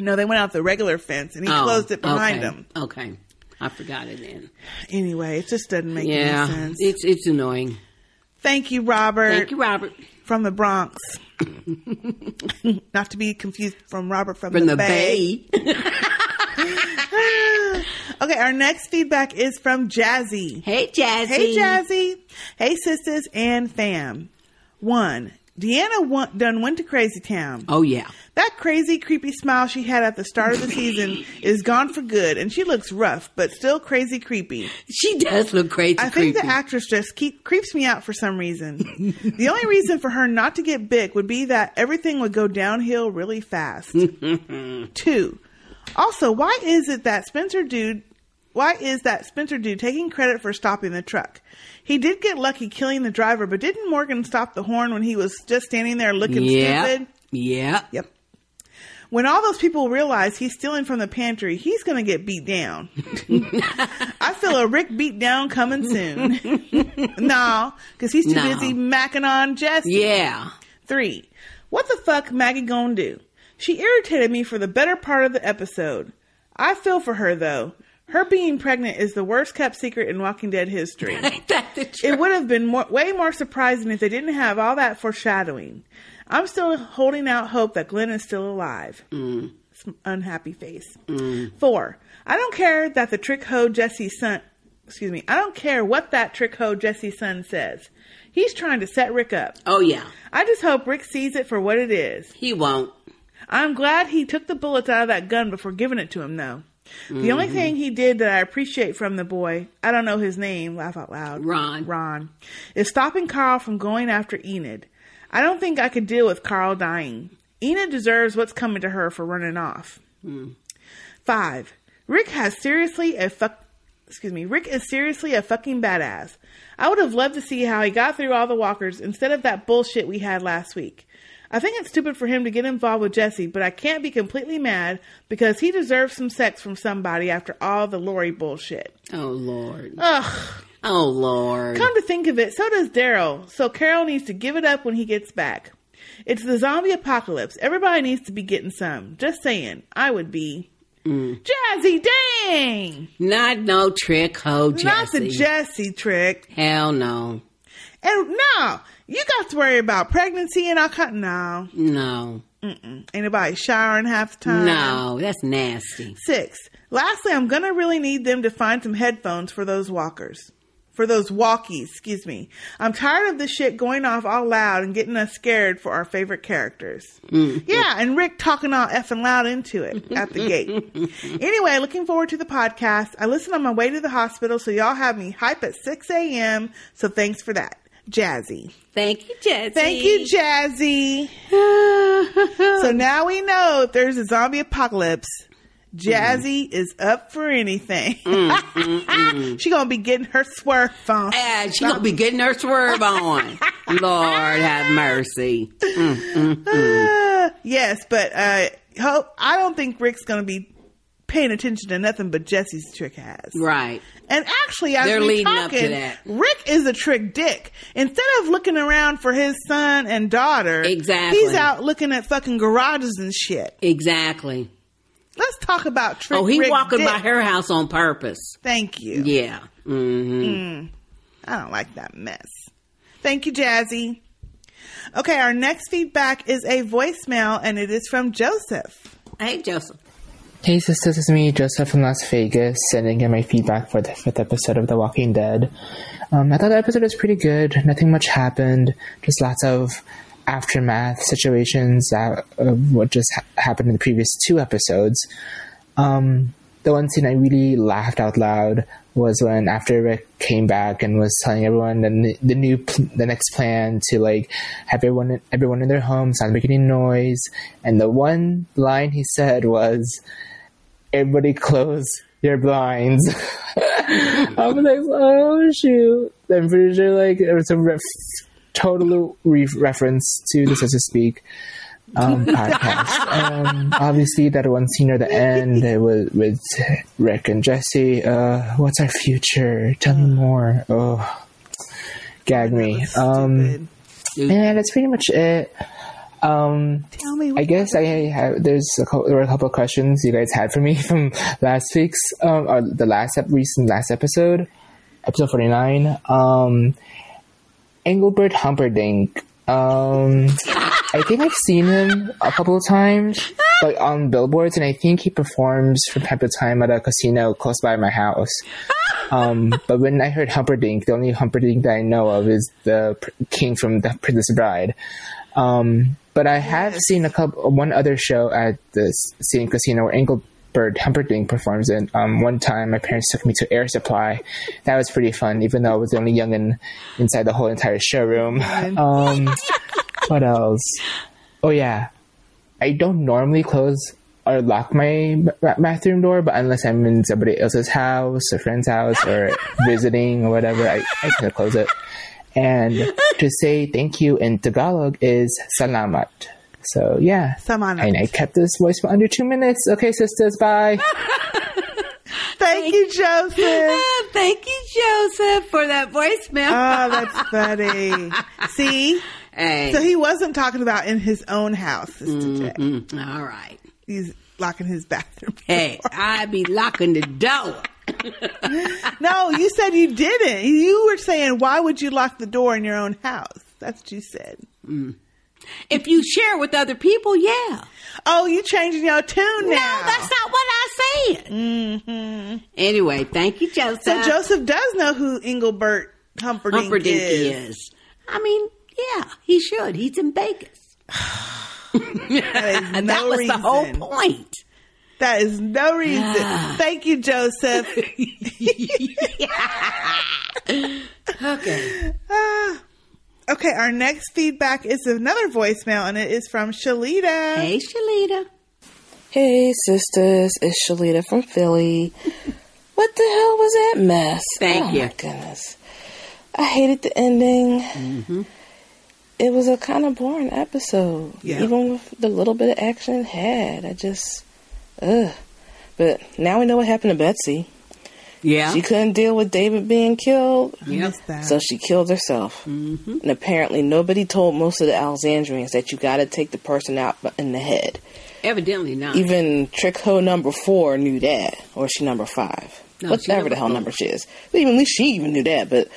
No, they went out the regular fence and he
Oh,
closed it behind
okay.
him.
Okay. I forgot it then.
Anyway, it just doesn't make
yeah.
any sense.
It's it's annoying.
Thank you, Robert.
Thank you, Robert.
From the Bronx. Not to be confused from Robert from,
From
the,
the
Bay. okay, our next feedback is from Jazzy.
Hey, Jazzy.
Hey, Jazzy. Hey, sisters and fam. One, Deanna won- done went to Crazy Town.
Oh yeah.
That crazy, creepy smile she had at the start of the season is gone for good, and she looks rough, but still crazy, creepy.
She does look crazy.
I think
creepy.
the actress just keep, creeps me out for some reason. the only reason for her not to get big would be that everything would go downhill really fast. Two. Also, why is it that Spencer dude? Why is that Spencer dude taking credit for stopping the truck? He did get lucky killing the driver, but didn't Morgan stop the horn when he was just standing there looking
yeah.
stupid?
Yeah.
Yep. When all those people realize he's stealing from the pantry, he's going to get beat down. I feel a Rick beat down coming soon. no, because he's too
No.
busy macking on Jesse.
Yeah.
Three. What the fuck Maggie gonna do? She irritated me for the better part of the episode. I feel for her though. Her being pregnant is the worst kept secret in Walking Dead history. It would have been more, way more surprising if they didn't have all that foreshadowing. I'm still holding out hope that Glenn is still alive.
Mm.
S- Unhappy face. Four. I don't care that the trick hoe Jesse son. Excuse me. I don't care what that trick hoe Jesse son says. He's trying to set Rick up.
Oh yeah.
I just hope Rick sees it for what it is.
He won't.
I'm glad he took the bullets out of that gun before giving it to him, though. The only
Mhm.
thing he did that I appreciate from the boy, I don't know his name, laugh out loud.
Ron.
Ron, is stopping Carl from going after Enid. I don't think I could deal with Carl dying. Enid deserves what's coming to her for running off.
Hmm.
Five. Rick has seriously a fuck. Excuse me. Rick is seriously a fucking badass. I would have loved to see how he got through all the walkers instead of that bullshit we had last week. I think it's stupid for him to get involved with Jesse, but I can't be completely mad because he deserves some sex from somebody after all the Lori bullshit.
Oh Lord.
Ugh.
Oh Lord.
Come to think of it, so does Daryl. So Carol needs to give it up when he gets back. It's the zombie apocalypse. Everybody needs to be getting some. Just saying. I would be.
Mm.
Jazzy dang!
Not no trick ho Jesse.
Not the Jesse trick.
Hell no.
And no, you got to worry about pregnancy and all kind. No,
No.
Mm-mm. ain't nobody showering half the time.
No. That's nasty.
Six. Lastly, I'm gonna really need them to find some headphones for those walkers. For those walkies, excuse me. I'm tired of this shit going off all loud and getting us scared for our favorite characters.
Mm.
Yeah, and Rick talking all effing loud into it at the gate. Anyway, looking forward to the podcast. I listen on my way to the hospital, so y'all have me hype at 6 a.m. So thanks for that, Jazzy.
Thank you, Jesse.
Thank you, Jazzy. so now we know if there's a zombie apocalypse, Jazzy
Mm-hmm.
is up for anything.
Mm,
she gonna be getting her swerve on.
Yeah, she gonna be getting her swerve on. Lord have mercy. Mm, mm, mm.
yes, but uh, ho- I don't think Rick's gonna be paying attention to nothing but Jesse's trick ass.
Right.
And actually, as
They're
we're
leading up to
talking,
that.
Rick is a trick dick. Instead of looking around for his son and daughter, exactly, he's out looking at fucking garages and shit.
Exactly.
Let's talk about trick.
Oh, he
Rick
walking
dick.
by her house on purpose.
Thank you.
Yeah. Mm-hmm.
Mm. I don't like that mess. Thank you, Jazzy. Okay, our next feedback is a voicemail, and it is from Joseph.
Hey, Joseph.
Hey sisters, it's me, Joseph from Las Vegas, sending in my feedback for the fifth episode of The Walking Dead. Um, I thought the episode was pretty good. Nothing much happened. Just lots of aftermath situations that of what just ha- happened in the previous two episodes. Um, the one scene I really laughed out loud was when after Rick came back and was telling everyone the, the new pl- the next plan to like have everyone everyone in their homes not make any noise and the one line he said was everybody close your blinds I was like oh shoot I'm pretty sure like there was a ref- total re- reference to the so to speak um, podcast. um, obviously, that one scene at the end it was with Rick and Jesse. Uh, what's our future? Tell me more. Oh, gag me. Um, yeah, that's pretty much it. Um,
Tell me.
I guess I have. There's a couple, there were a couple of questions you guys had for me from last week's um, or the last ep- recent last episode, episode forty nine. Um, Engelbert Humperdinck. Um, I think I've seen him a couple of times, like on billboards, and I think he performs from time to time at a casino close by my house. Um, but when I heard Humperdinck, the only Humperdinck that I know of is the pr- king from The Princess Bride. Um, but I have seen a couple, one other show at the same casino where Engelbert Humperdinck performs. And um, one time, my parents took me to Air Supply. That was pretty fun, even though I was the only youngin inside the whole entire showroom. Um, what else? Oh yeah, I don't normally close or lock my ba- bathroom door, but unless I'm in somebody else's house, a friend's house, or visiting or whatever, I, I can close it. And to say thank you in Tagalog is salamat. So yeah,
salamat.
And I kept this voicemail under two minutes. Okay, sisters, bye.
Thank you, Joseph.
Ah, Thank you, Joseph, for that voicemail.
Oh, that's funny. See?
Hey.
So he wasn't talking about in his own house, Sister Jack.
Mm-hmm. All right.
He's locking his bathroom.
Hey, I be locking the door.
no, you said you didn't. You were saying, why would you lock the door in your own house? That's what you said. Mm.
If you share with other people, yeah.
Oh, you changing your tune now?
No, that's not what I said.
Mm-hmm.
Anyway, thank you, Joseph.
So Joseph does know who Engelbert Humperdinck,
Humperdinck
is.
is. I mean, yeah, he should. He's in Vegas.
And that was the whole
point.
That is no reason. Thank you, Joseph.
okay.
okay, our next feedback is another voicemail, and it is from Shalita.
Hey, Shalita.
Hey, sisters, it's Shalita from Philly. what the hell was that mess?
Thank
oh,
you.
My goodness. I hated the ending.
Mm-hmm.
It was a kind of boring episode.
Yeah.
Even with the little bit of action it had, I just, ugh. But now we know what happened to Betsy.
Yeah.
She couldn't deal with David being killed.
Yep.
So she killed herself. Mm-hmm. And apparently, nobody told most of the Alexandrians that you gotta take the person out bu- in the head.
Evidently not.
Even Trick Ho number four knew that, or she number five.
No, she
Whatever
number
the hell
four.
number she is. But even at least she even knew that. But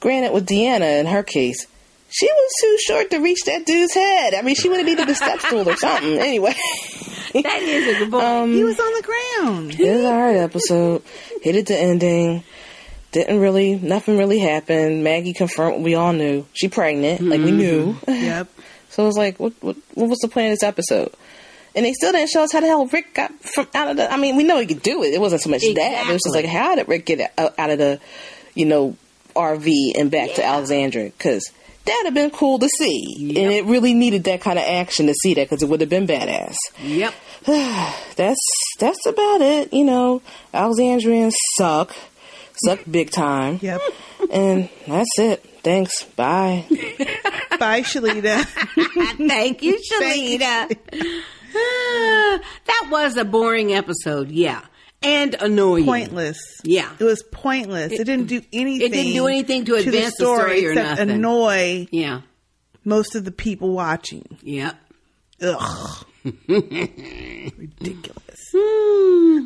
granted, with Deanna in her case, she was too short to reach that dude's head. I mean, she would have needed a step stool or something. Anyway,
that is a good point.
he was on the ground.
Um, it was an alright episode. Hated the ending. Didn't really, nothing really happened. Maggie confirmed what we all knew. She pregnant, like we knew.
Mm-hmm. Yep.
So it was like, what, what, what was the plan of this episode? And they still didn't show us how the hell Rick got from out of the. I mean, we know he could do it. It wasn't so much that. It was just like, how did Rick get out out of the, you know, RV and back to Alexandria? Because That'd have been cool to see. And it really needed that kind of action to see that because it would have been badass.
Yep.
that's that's about it. You know, Alexandrians suck. Suck big time.
Yep.
And that's it. Thanks. Bye.
Bye, Shalita.
Thank you, Shalita. Ah, that was a boring episode, yeah. And annoying.
Pointless.
Yeah.
It was pointless. It, didn't do anything.
It didn't do anything to advance the story, or
except
nothing.
annoy
yeah.
most of the people watching.
Yep.
Ugh. Ridiculous.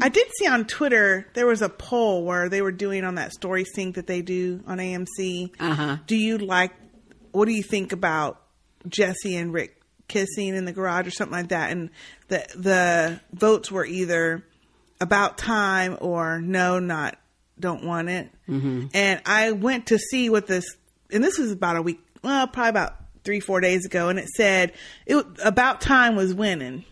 I did see on Twitter there was a poll where they were doing on that story sync that they do on AMC.
Uh-huh.
Do you like what do you think about Jesse and Rick kissing in the garage or something like that? And the the votes were either about time or no, not don't want it.
Mhm.
And I went to see what this, and this was about a week, well, probably about three, four days ago, and it said it about time was winning.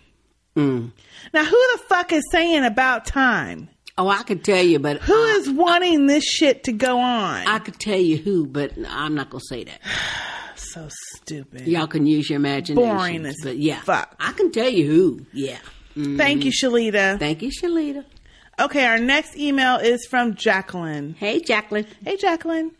Mm.
Now, who the fuck is saying about time?
Oh, I could tell you, but
who is wanting this shit to go on?
I could tell you who, but I'm not going to say that.
so stupid.
Y'all can use your imagination.
Boring as
but yeah, I can tell you who. Yeah.
Thank you,
Mhm.
Shalita.
Thank you, Shalita.
Okay, our next email is from Jacqueline.
Hey, Jacqueline.
Hey, Jacqueline.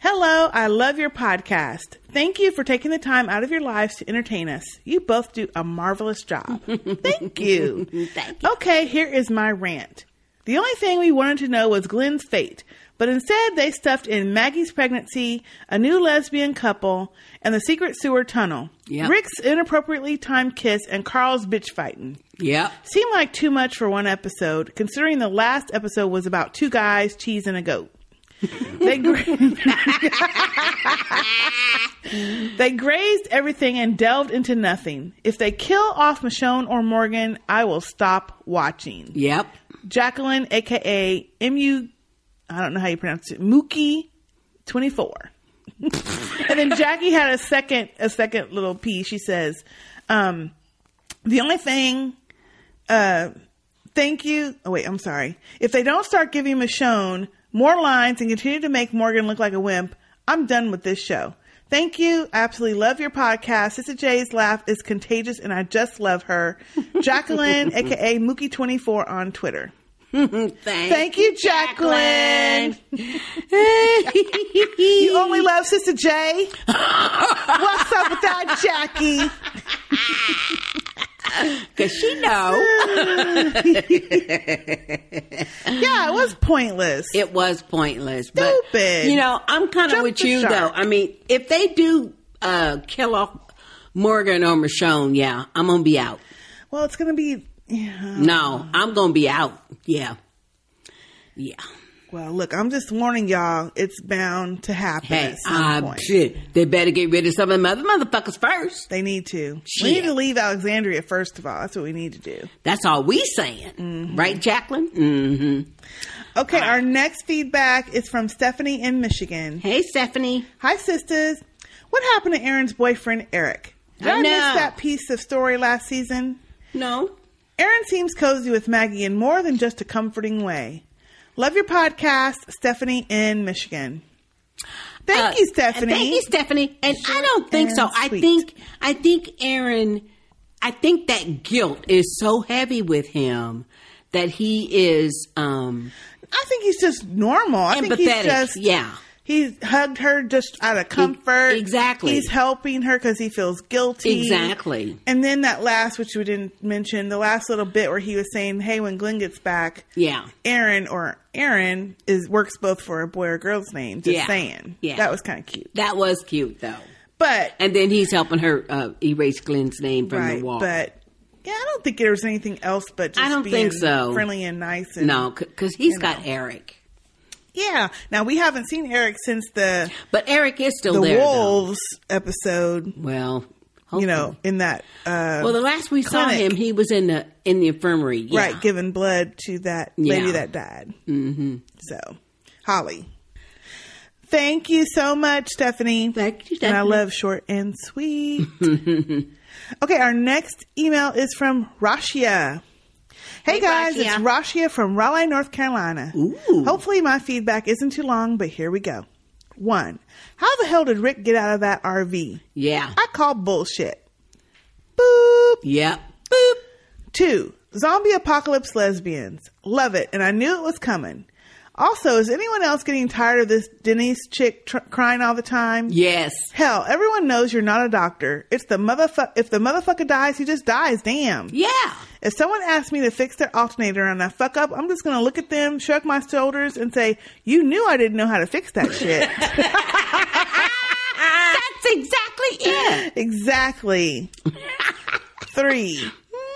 Hello, I love your podcast. Thank you for taking the time out of your lives to entertain us. You both do a marvelous job. Thank you.
Thank
Okay, here is my rant. The only thing we wanted to know was Glenn's fate, but instead they stuffed in Maggie's pregnancy, a new lesbian couple, and the secret sewer tunnel.
Yep.
Rick's inappropriately timed kiss and Carl's bitch fighting.
Yep.
Seemed like too much for one episode, considering the last episode was about two guys, cheese, and a goat. they, gra- they grazed everything and delved into nothing. If they kill off Michonne or Morgan, I will stop watching.
Yep.
Jacqueline, aka MU, I don't know how you pronounce it, Mookie, twenty four. and then Jackie had a second a second little piece. She says, um, "The only thing, uh, thank you. Oh wait, I'm sorry. If they don't start giving Michonne more lines and continue to make Morgan look like a wimp, I'm done with this show." Thank you. I absolutely love your podcast. Sister J's laugh is contagious, and I just love her. Jacqueline, aka Mookie24 on Twitter.
Thank,
Thank you, Jacqueline. you only love Sister J. What's up with that, Jackie?
Cause she know.
yeah, it was pointless.
It was pointless. But
Stupid.
you know, I'm kind of
Jump
with
the
you though.
shark.
I mean, if they do uh, kill off Morgan or Michonne, yeah, I'm gonna be out.
Well, it's gonna be. Yeah.
No, I'm gonna be out. Yeah, yeah.
Well, look, I'm just warning y'all. It's bound to happen.
Hey,
at some
uh,
point.
shit. They better get rid of some of them other motherfuckers first.
They need to. We need to leave Alexandria first of all. That's what we need to do.
That's all we saying, right, Jacqueline? Mm-hmm.
Okay, our next feedback is from Stephanie in Michigan.
Hey, Stephanie.
Hi, sisters. What happened to Aaron's boyfriend, Eric? Did
I
I, miss
know.
that piece of story last season?
No.
Aaron seems cozy with Maggie in more than just a comforting way. Love your podcast, Stephanie in Michigan. Thank you, Stephanie.
Uh, Thank you, Stephanie. And I don't think so.
and
I
sweet.
think I think Aaron I think that guilt is so heavy with him that he is um
I think he's just normal. I think he's
Empathetic,
just
yeah.
He hugged her just out of comfort.
E- exactly.
He's helping her because he feels guilty.
Exactly.
And then that last, which we didn't mention, the last little bit where he was saying, "Hey, when Glenn gets back,
Yeah.
Aaron or Aaron is works both for a boy or girl's name." Just
Yeah.
saying,
Yeah.
that was kind of cute.
That was cute though.
But
and then he's helping her uh, erase Glenn's name from
right,
the wall.
but yeah, I don't think there was anything else but just
I don't
being
think so.
friendly and nice. And
no, because he's got Eric.
Yeah. Now we haven't seen Eric since the
but Eric is still
the
there, though.
wolves episode.
Well,
you know, in that. Uh,
well, the last we saw
clinic.
him, he was in the in the infirmary. Yeah.
right, giving blood to that lady
Yeah.
that died.
Mm-hmm.
So, Holly. Thank you so much, Stephanie. Thank you, And I
Stephanie.
love short and sweet.
Mm-hmm.
okay, our next email is from Rashia. Hey, guys, it's Rashia from Raleigh, North Carolina. Hopefully, my feedback isn't too long, but here we go. One, how the hell did Rick get out of that RV?
Yeah.
I call bullshit.
Yep.
Two, zombie apocalypse lesbians. Love it, and I knew it was coming. Also, is anyone else getting tired of this Denise chick tr- crying all the time?
Yes.
Hell, everyone knows you're not a doctor. It's the motherfucker. If the motherfucker dies, he just dies. Damn.
Yeah.
If someone asks me to fix their alternator and I fuck up, I'm just gonna look at them, shrug my shoulders, and say, "You knew I didn't know how to fix that shit."
That's exactly it.
Exactly. Three.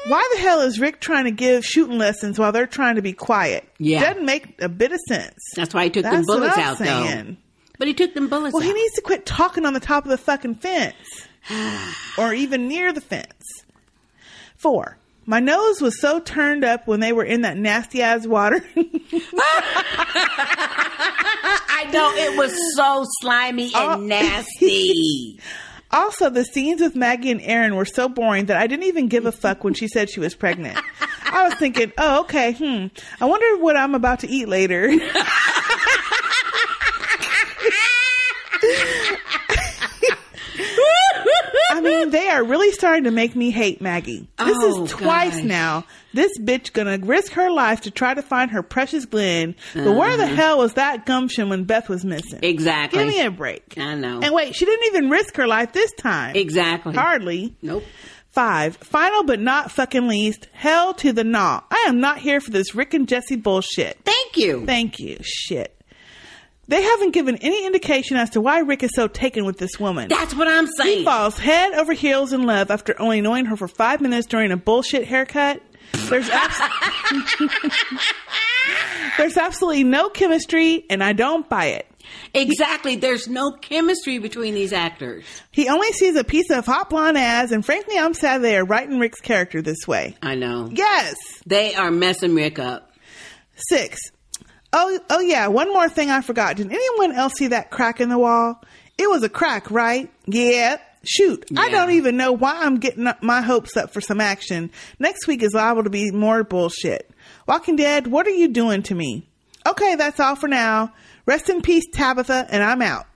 Why the hell is Rick trying to give shooting lessons while they're trying to be quiet?
Yeah.
Doesn't make a bit of sense.
That's why he took them
That's what
bullets
I'm
out,
saying.
though. But he took them bullets
Well,
out.
he needs to quit talking on the top of the fucking fence or even near the fence. Four. My nose was so turned up when they were in that nasty ass water.
I know it was so slimy
Oh.
and nasty.
Also, the scenes with Maggie and Aaron were so boring that I didn't even give a fuck when she said she was pregnant. I was thinking, oh, okay, hmm, I wonder what I'm about to eat later. I mean, they are really starting to make me hate Maggie. This
Oh,
is twice
gosh.
now. This bitch gonna risk her life to try to find her precious Glenn. But where the
Uh-huh.
hell was that gumption when Beth was missing?
Exactly.
Give me a break.
I know.
And wait, she didn't even risk her life this time.
Exactly.
Hardly.
Nope.
Five. Final but not fucking least, hell to the gnaw. I am not here for this Rick and Jesse bullshit.
Thank you.
Thank you. Shit. They haven't given any indication as to why Rick is so taken with this woman.
That's what I'm saying.
He falls head over heels in love after only knowing her for five minutes during a bullshit haircut. There's abs- There's absolutely no chemistry, and I don't buy it.
Exactly. There's no chemistry between these actors.
He only sees a piece of hot blonde ass, and frankly, I'm sad they are writing Rick's character this way.
I know.
Yes.
They are messing Rick up.
Six. Oh, oh yeah. One more thing I forgot. Did anyone else see that crack in the wall? It was a crack, right? Yeah. Shoot, I don't even know why I'm getting up my hopes up for some action. Next week is liable to be more bullshit. Walking Dead, what are you doing to me? Okay, that's all for now. Rest in peace, Tabitha, and I'm out.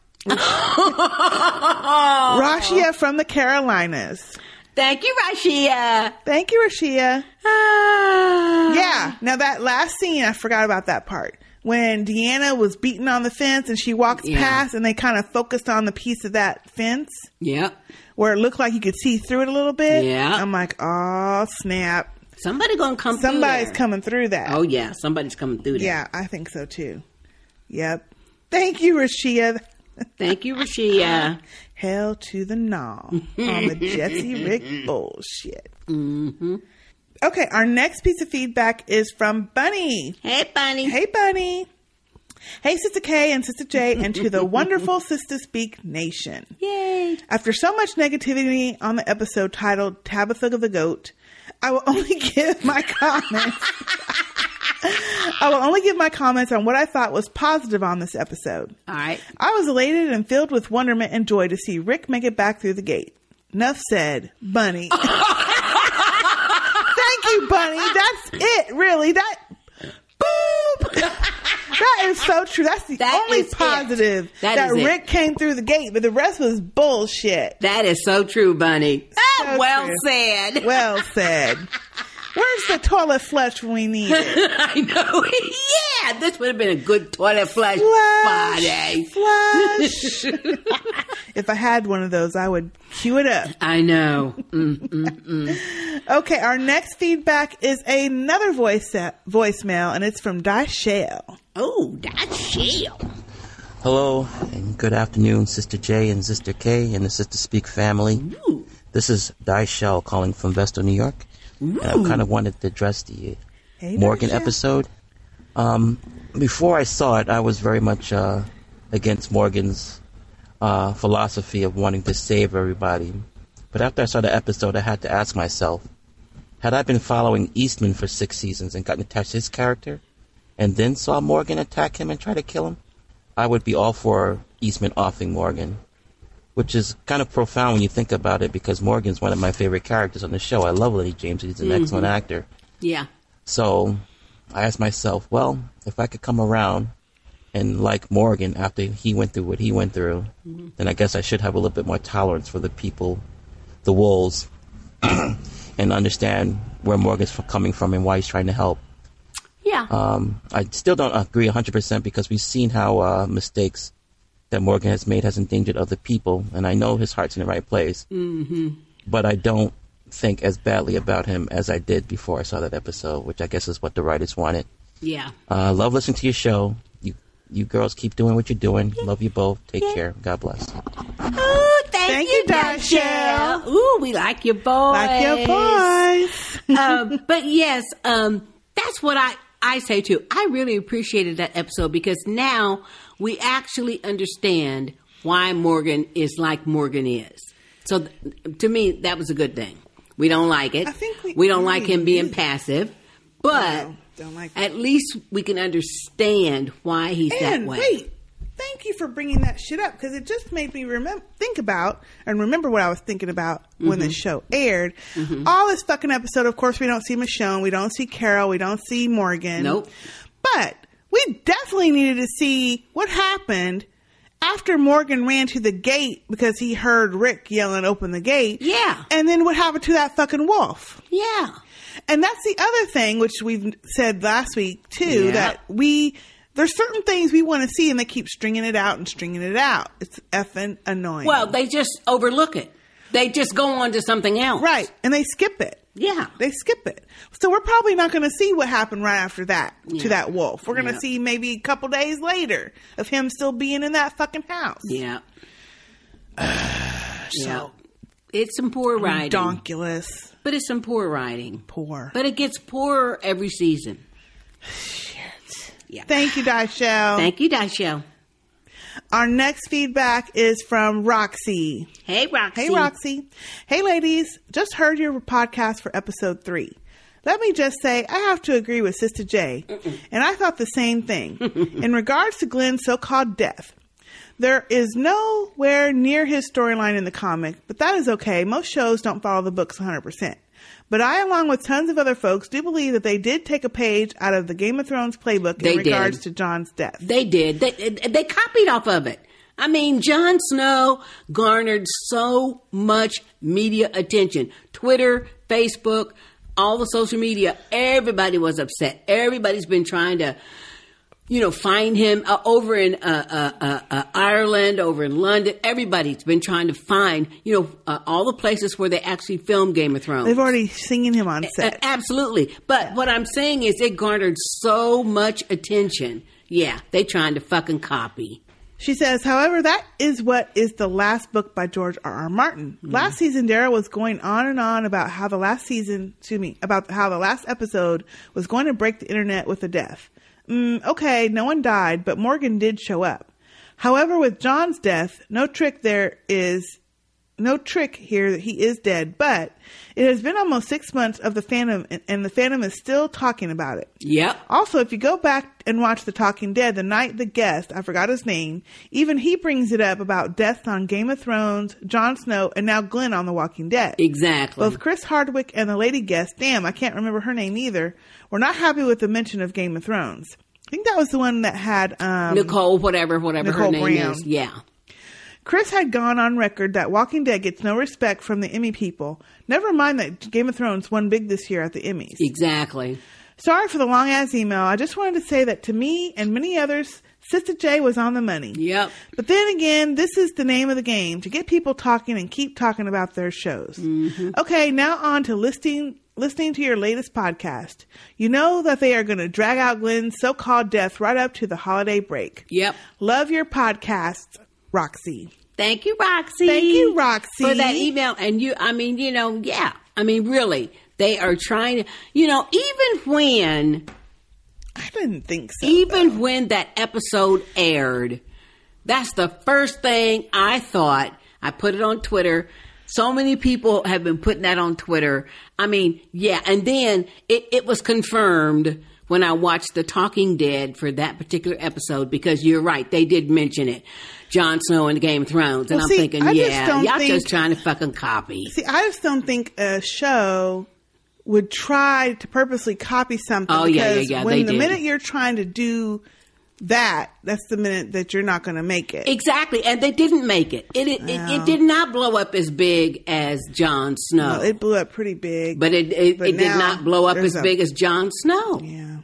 Rashia from the Carolinas.
Oh. Thank you, Rashia.
Thank you, Rashia.
Ah.
yeah. Now that last scene, I forgot about that part. When Deanna was beaten on the fence and she walks
Yeah.
past and they kind of focused on the piece of that fence
Yep.
where it looked like you could see through it a little bit.
Yeah.
I'm like, oh snap.
Somebody gonna come through
Somebody's
there.
coming through that.
Oh yeah, somebody's coming through there.
Yeah, I think so too. Yep. Thank you, Rashia.
Thank you, Rashia.
Hell to the gnaw on the Jesse Rick bullshit.
Mm-hmm.
Okay, our next piece of feedback is from Bunny.
Hey, Bunny.
Hey, Bunny. Hey, Sister K and Sister J, and to the wonderful Sister Speak Nation.
Yay.
After so much negativity on the episode titled Tabitha the Goat, I will only give my comments. I will only give my comments on what I thought was positive on this episode.
All right.
I was elated and filled with wonderment and joy to see Rick make it back through the gate. Nuff said, Bunny. Thank you, Bunny. That's it, really. That boop. that is so true. That's the
That
only
is it.
positive
That is it.
Rick came through the gate, but the rest was bullshit.
That is so true, Bunny.
So
Ah, well
true.
said.
Well said. Where's the toilet flush when we need it?
I know. yeah, this would have been a good toilet flush
Flush.
party.
Flush. if I had one of those, I would cue it up.
I know. Mm, mm, mm.
Okay, our next feedback is another voice uh, voicemail, and it's from Dashelle.
Oh, Dashelle.
Hello, and good afternoon, Sister J and Sister K and the Sister Speak family. This is Daishell calling from Vestal, New York. And I
Ooh.
kind of wanted to address the
Hey,
Morgan
Daishell.
episode. Um, before I saw it, I was very much uh, against Morgan's uh, philosophy of wanting to save everybody. But after I saw the episode, I had to ask myself had I been following Eastman for six seasons and gotten attached to his character, and then saw Morgan attack him and try to kill him, I would be all for Eastman offing Morgan, which is kind of profound when you think about it because Morgan's one of my favorite characters on the show. I love Lenny James; he's an
Mhm.
excellent actor.
Yeah.
So I asked myself, well, if I could come around and like Morgan after he went through what he went through,
Mhm.
then I guess I should have a little bit more tolerance for the people, the wolves, and understand where Morgan's f- coming from and why he's trying to help.
Yeah.
Um, I still don't agree 100% because we've seen how uh, mistakes that Morgan has made has endangered other people, and I know his heart's in the right place,
Mm-hmm.
but I don't think as badly about him as I did before I saw that episode, which I guess is what the writers wanted.
Yeah.
Uh, love listening to your show. You you girls keep doing what you're doing. Love you both. Take care. God bless.
Ooh, thank, you, Darshell. Ooh, we like your boys.
Like your
boys. um, but yes, um, that's what I, I say too. I really appreciated that episode because now we actually understand why Morgan is like Morgan is. So th- to me, that was a good thing. We don't like it. I think we, don't like him being passive, but
Don't like
at least we can understand why he's that
and
way.
wait, thank you for bringing that shit up because it just made me remember think about and remember what I was thinking about when this
Mhm.
show aired.
Mm-hmm.
All this fucking episode, of course, we don't see Michonne, we don't see Carol, we don't see Morgan.
Nope.
But we definitely needed to see what happened after Morgan ran to the gate because he heard Rick yelling, open the gate.
Yeah.
And then what happened to that fucking wolf?
Yeah.
And that's the other thing, which we've said last week too,
Yeah.
that we, there's certain things we want to see and they keep stringing it out and stringing it out. It's effing annoying.
Well, they just overlook it. They just go on to something else.
Right. And they skip it.
Yeah.
They skip it. So we're probably not going to see what happened right after that
Yeah.
to that wolf. We're going to
Yeah.
see maybe a couple days later of him still being in that fucking house.
Yeah. yeah.
So-
It's some poor writing.
Donkulous.
But it's some poor writing.
Poor.
But it gets poorer every season. Yeah.
Thank you, Daishell.
Thank you, Daishell.
Our next feedback is from Roxy.
Hey, Roxy.
Hey, Roxy. Hey, ladies. Just heard your podcast for episode three. Let me just say, I have to agree with Sister J, and I thought the same thing in regards to Glenn's so called death. There is nowhere near his storyline in the comic, but that is okay. Most shows don't follow the books 100%. But I, along with tons of other folks, do believe that they did take a page out of the Game of Thrones playbook
They
in
did.
regards to John's death.
They did. They, they copied off of it. I mean, Jon Snow garnered so much media attention. Twitter, Facebook, all the social media. Everybody was upset. Everybody's been trying to, you know, find him uh, over in uh, uh, uh, uh, Ireland, over in London. Everybody's been trying to find, you know, uh, all the places where they actually filmed Game of Thrones.
They've already singing him on set.
Uh, absolutely. But what I'm saying is it garnered so much attention. Yeah, they trying to fucking copy.
She says, however, that is what is the last book by George R. R. Martin. Last season, Dara was going on and on about how the last season, excuse me, about how the last episode was going to break the internet with a death. Mm, okay, no one died, but Morgan did show up. However, with John's death, no trick there is no trick here that he is dead, but it has been almost six months of the Phantom, and- and the Phantom is still talking about it.
Yep.
Also, if you go back and watch The Talking Dead, the night the guest, I forgot his name, even he brings it up about deaths on Game of Thrones, Jon Snow, and now Glenn on The Walking Dead.
Exactly.
Both Chris Hardwick and the lady guest, damn, I can't remember her name either, were not happy with the mention of Game of Thrones. I think that was the one that had um,
Nicole, whatever, whatever her
Nicole
name
Brown.
is. Yeah.
Chris had gone on record that Walking Dead gets no respect from the Emmy people. Never mind that Game of Thrones won big this year at the Emmys.
Exactly.
Sorry for the long ass email. I just wanted to say that to me and many others, Sister J was on the money.
Yep.
But then again, this is the name of the game to get people talking and keep talking about their shows.
Mm-hmm.
Okay, now on to listing listening to your latest podcast. You know that they are going to drag out Glenn's so-called death right up to the holiday break.
Yep.
Love your podcast, Roxy.
Thank you, Roxy.
Thank you, Roxy.
For that email. And you, I mean, you know, yeah. I mean, really, they are trying to, you know, even when.
I didn't think so.
Even when that episode aired, that's the first thing I thought. I put it on Twitter. So many people have been putting that on Twitter. I mean, yeah. And then it, it was confirmed when I watched The Talking Dead for that particular episode because you're right. They did mention it. Jon Snow in the Game of Thrones. And
Well,
I'm
see,
thinking,
I just
yeah,
don't
y'all
think-
just trying to fucking copy.
See, I just don't think a show would try to purposely copy something.
Oh, yeah, yeah,
because
yeah,
When
they
the
did.
minute you're trying to do that, that's the minute that you're not going to make it.
Exactly, and they didn't make it. It it, it, it did not blow up as big as Jon Snow,
Well, it blew up pretty big.
but it it,
But
it did
now
not blow up
there's
as
a-
big as Jon Snow.
Yeah.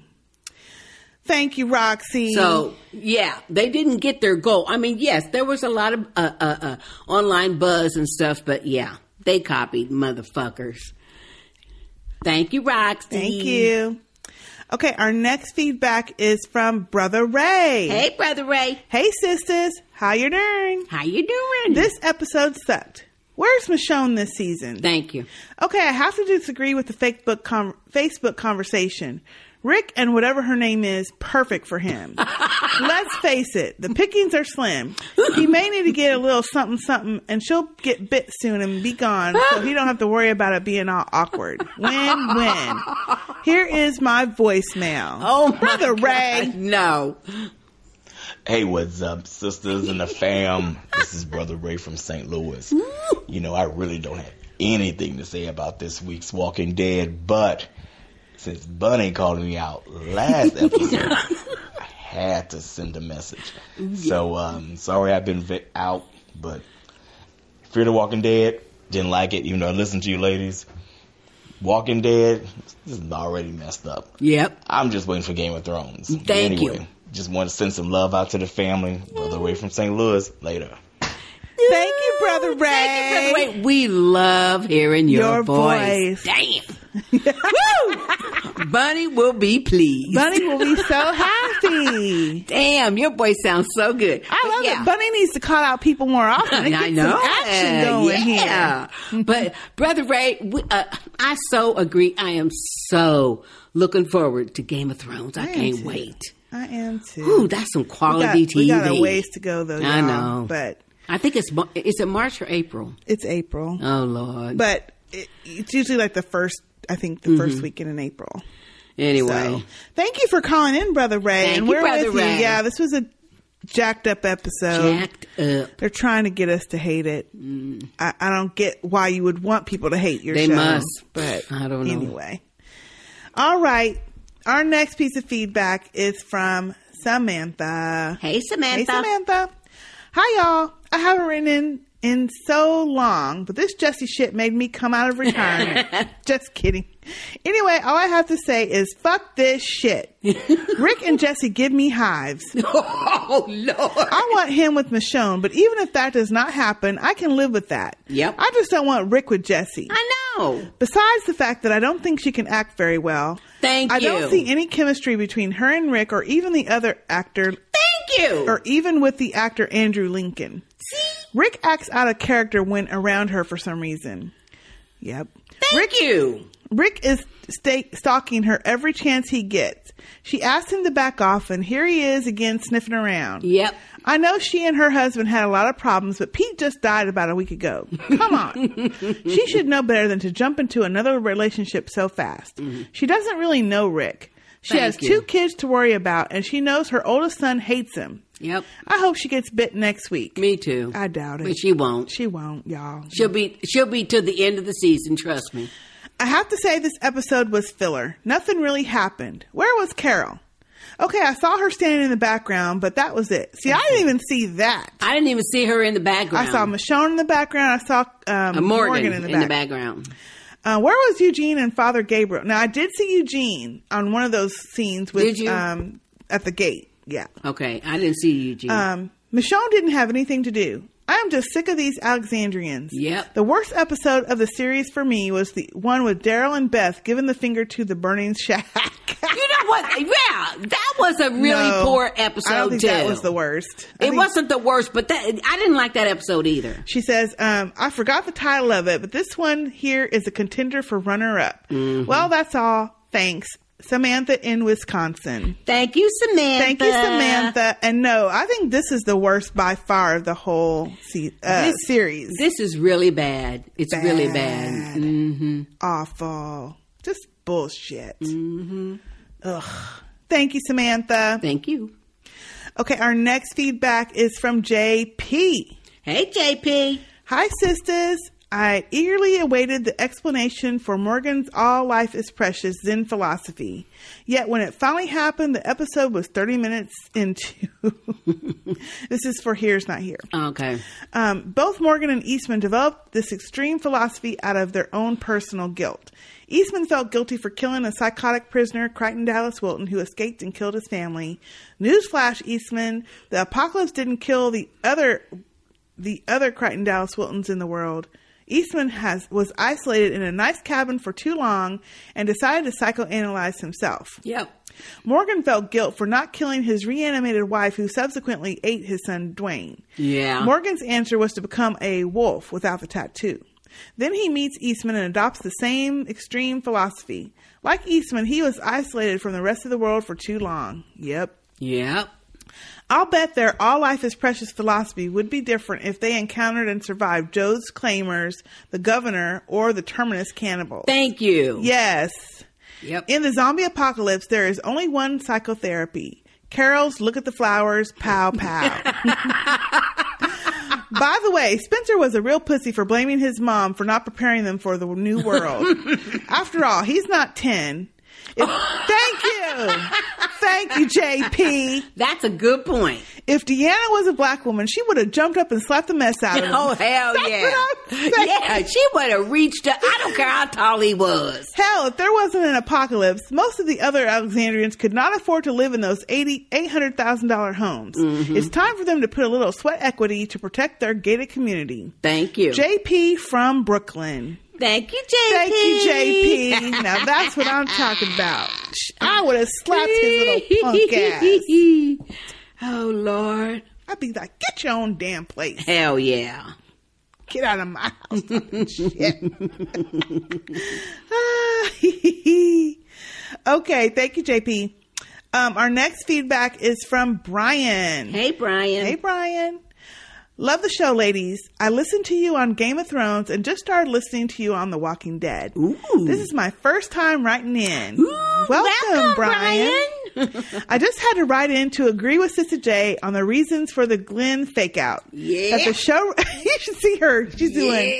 Thank you, Roxy.
So yeah, they didn't get their goal. I mean, yes, there was a lot of uh, uh, uh, online buzz and stuff, but yeah, they copied motherfuckers. Thank you, Roxy.
Thank you. Okay, our next feedback is from Brother Ray.
Hey, Brother Ray.
Hey, sisters. How you doing?
How you doing?
This episode sucked. Where's Michonne this season?
Thank you.
Okay, I have to disagree with the Facebook con- Facebook conversation. Rick and whatever her name is, perfect for him. Let's face it, the pickings are slim. He may need to get a little something something, and she'll get bit soon and be gone, so he don't have to worry about it being all awkward. Win win. Here is my voicemail. Oh, brother Ray.
No.
Hey, what's up, sisters and the fam? This is Brother Ray from St. Louis. You know, I really don't have anything to say about this week's Walking Dead, but since Bunny called me out last episode, I had to send a message. So, um, sorry I've been ve- out, but Fear the Walking Dead, didn't like it, even though I listened to you ladies. Walking Dead, this is already messed up.
Yep.
I'm just waiting for Game of Thrones.
Thank
anyway,
you.
Just want to send some love out to the family. Brother Ray from St. Louis. Later.
Thank you, Brother Ray.
Thank you, Brother Ray. We love hearing your,
Your voice.
voice. Damn. Woo! Bunny will be pleased.
Bunny will be so happy.
Damn, your voice sounds so good.
I love it. Bunny needs to call out people more often. to
I
get
know.
Some action going here.
yeah. but Brother Ray, we, uh, I so agree. I am so looking forward to Game of Thrones. I,
am
can't
too.
wait.
I am too.
Ooh, that's some quality
we got, We got a
TV.
ways to go though.
I
y'all,
know,
but
I think it's Mar- is it March or April?
it's April.
Oh Lord!
But it, it's usually like the first. I think
Mm.
the first weekend in April.
Mm-hmm. anyway,
Thank you for calling in, Brother Ray.
Thank
and
you,
we're
Brother
with
Ray.
you. Yeah, this was a jacked up episode.
Jacked up. Mm.
They're trying to get us to hate it. I, I don't get why you would want people to hate your
they
show.
must.
But
I don't know.
anyway. All right. Our next piece of feedback is from Samantha.
Hey, Samantha.
Hey, Samantha. Hi, y'all. I haven't written in in so long, but this Jussie shit made me come out of retirement. Just kidding. Anyway, all I have to say is fuck this shit. Rick and Jesse give me hives.
Oh, Lord. I
want him with Michonne, but even if that does not happen, I can live with that.
Yep.
I just don't want Rick with Jesse.
I know.
Besides the fact that I don't think she can act very well.
Thank
I
you.
don't see any chemistry between her and Rick or even the other actor.
Thank you.
Or even with the actor Andrew Lincoln. Rick acts out of character when around her for some reason. Yep.
Thank Rick, you.
Rick is sta- stalking her every chance he gets. She asked him to back off, and here he is again sniffing around.
Yep.
I know she and her husband had a lot of problems, but Pete just died about a week ago. Come on. she should know better than to jump into another relationship so fast. She doesn't really know Rick. She
Mm-hmm. Thank
has
you.
two kids to worry about, and she knows her oldest son hates him.
Yep.
I hope she gets bit next week.
Me too.
I doubt it.
But she won't.
She won't, y'all.
She'll be she'll be to the end of the season. Trust me.
I have to say this episode was filler. Nothing really happened. Where was Carol? Okay, I saw her standing in the background, but that was it. See, I didn't even see that.
I didn't even see her in the background.
I saw Michonne in the background. I saw
Uh,
um,
Morgan,
in the
in the
back.
background.
Uh, where was Eugene and Father Gabriel? Now, I did see Eugene on one of those scenes with
Did you?
Um, at the gate. Yeah.
Okay, I didn't see Eugene.
Um, Michonne didn't have anything to do. I am just sick of these Alexandrians.
Yep.
The worst episode of the series for me was the one with Daryl and Beth giving the finger to the burning shack.
you know what? Yeah, that was a really
No,
poor
I don't
episode
think
too.
that was the worst. I
it
think-
wasn't the worst, but that I didn't like that episode either.
She says, um, I forgot the title of it, but this one here is a contender for runner up. Well, that's all. Thanks. Samantha in Wisconsin.
Thank you, Samantha.
Thank you, Samantha. And no, I think this is the worst by far of the whole se- uh,
This-
series.
This is really bad. It's really bad.
Bad.
hmm
Awful. Just bullshit. Mm-hmm. Ugh. Thank you, Samantha.
Thank you.
Okay, our next feedback is from JP.
Hey, JP.
Hi, sisters. I eagerly awaited the explanation for Morgan's All Life is Precious Zen philosophy. Yet when it finally happened, the episode was 30 minutes into. this is for Here's Not Here.
Okay.
Um, both Morgan and Eastman developed this extreme philosophy out of their own personal guilt. Eastman felt guilty for killing a psychotic prisoner, Crichton Dallas Wilton, who escaped and killed his family. Newsflash, Eastman, the apocalypse didn't kill the other the other Crichton Dallas Wiltons in the world. Eastman has was isolated in a nice cabin for too long and decided to psychoanalyze himself.
Yep.
Morgan felt guilt for not killing his reanimated wife who subsequently ate his son Dwayne.
Yeah.
Morgan's answer was to become a wolf without the tattoo. Then he meets Eastman and adopts the same extreme philosophy. Like Eastman, he was isolated from the rest of the world for too long. Yep.
Yep.
I'll bet their all life is precious philosophy would be different if they encountered and survived Joe's claimers, the governor, or the terminus cannibal.
Thank you.
Yes.
Yep.
In the zombie apocalypse, there is only one psychotherapy. Carol's look at the flowers, pow pow. By the way, Spencer was a real pussy for blaming his mom for not preparing them for the new world. After all, he's not 10. If- thank you. Thank you, JP.
That's a good point.
If Deanna was a black woman, she would have jumped up and slapped the mess out of him.
Oh hell
That's
yeah!
what I'm saying.
Yeah, she would have reached. Up. I don't care how tall he was.
Hell, if there wasn't an apocalypse, most of the other Alexandrians could not afford to live in those eighty eight hundred thousand dollar homes.
Mm-hmm.
It's time for them to put a little sweat equity to protect their gated community.
Thank you,
JP from Brooklyn.
Thank you, JP.
Thank you, JP. now that's what I'm talking about. I would have slapped his little punk ass.
Oh Lord!
I'd be like, get your own damn place.
Hell yeah!
Get out of my house. okay, thank you, JP. Um, our next feedback is from Brian.
Hey, Brian.
Hey, Brian. Love the show, ladies. I listened to you on Game of Thrones and just started listening to you on The Walking Dead. This is my first time writing in. welcome, Brian. I just had to write in to agree with Sister J on the reasons for the Glenn fake out.
Yeah.
That the show, you should see her. She's doing.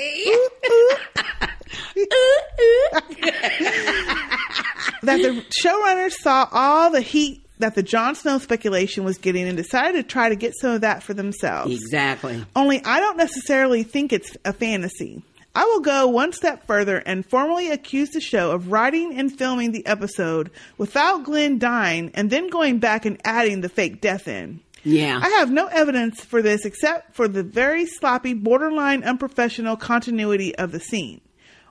that the showrunners saw all the heat that the Jon Snow speculation was getting and decided to try to get some of that for themselves.
Exactly.
Only I don't necessarily think it's a fantasy. I will go one step further and formally accuse the show of writing and filming the episode without Glenn dying and then going back and adding the fake death in.
Yeah.
I have no evidence for this except for the very sloppy, borderline unprofessional continuity of the scene.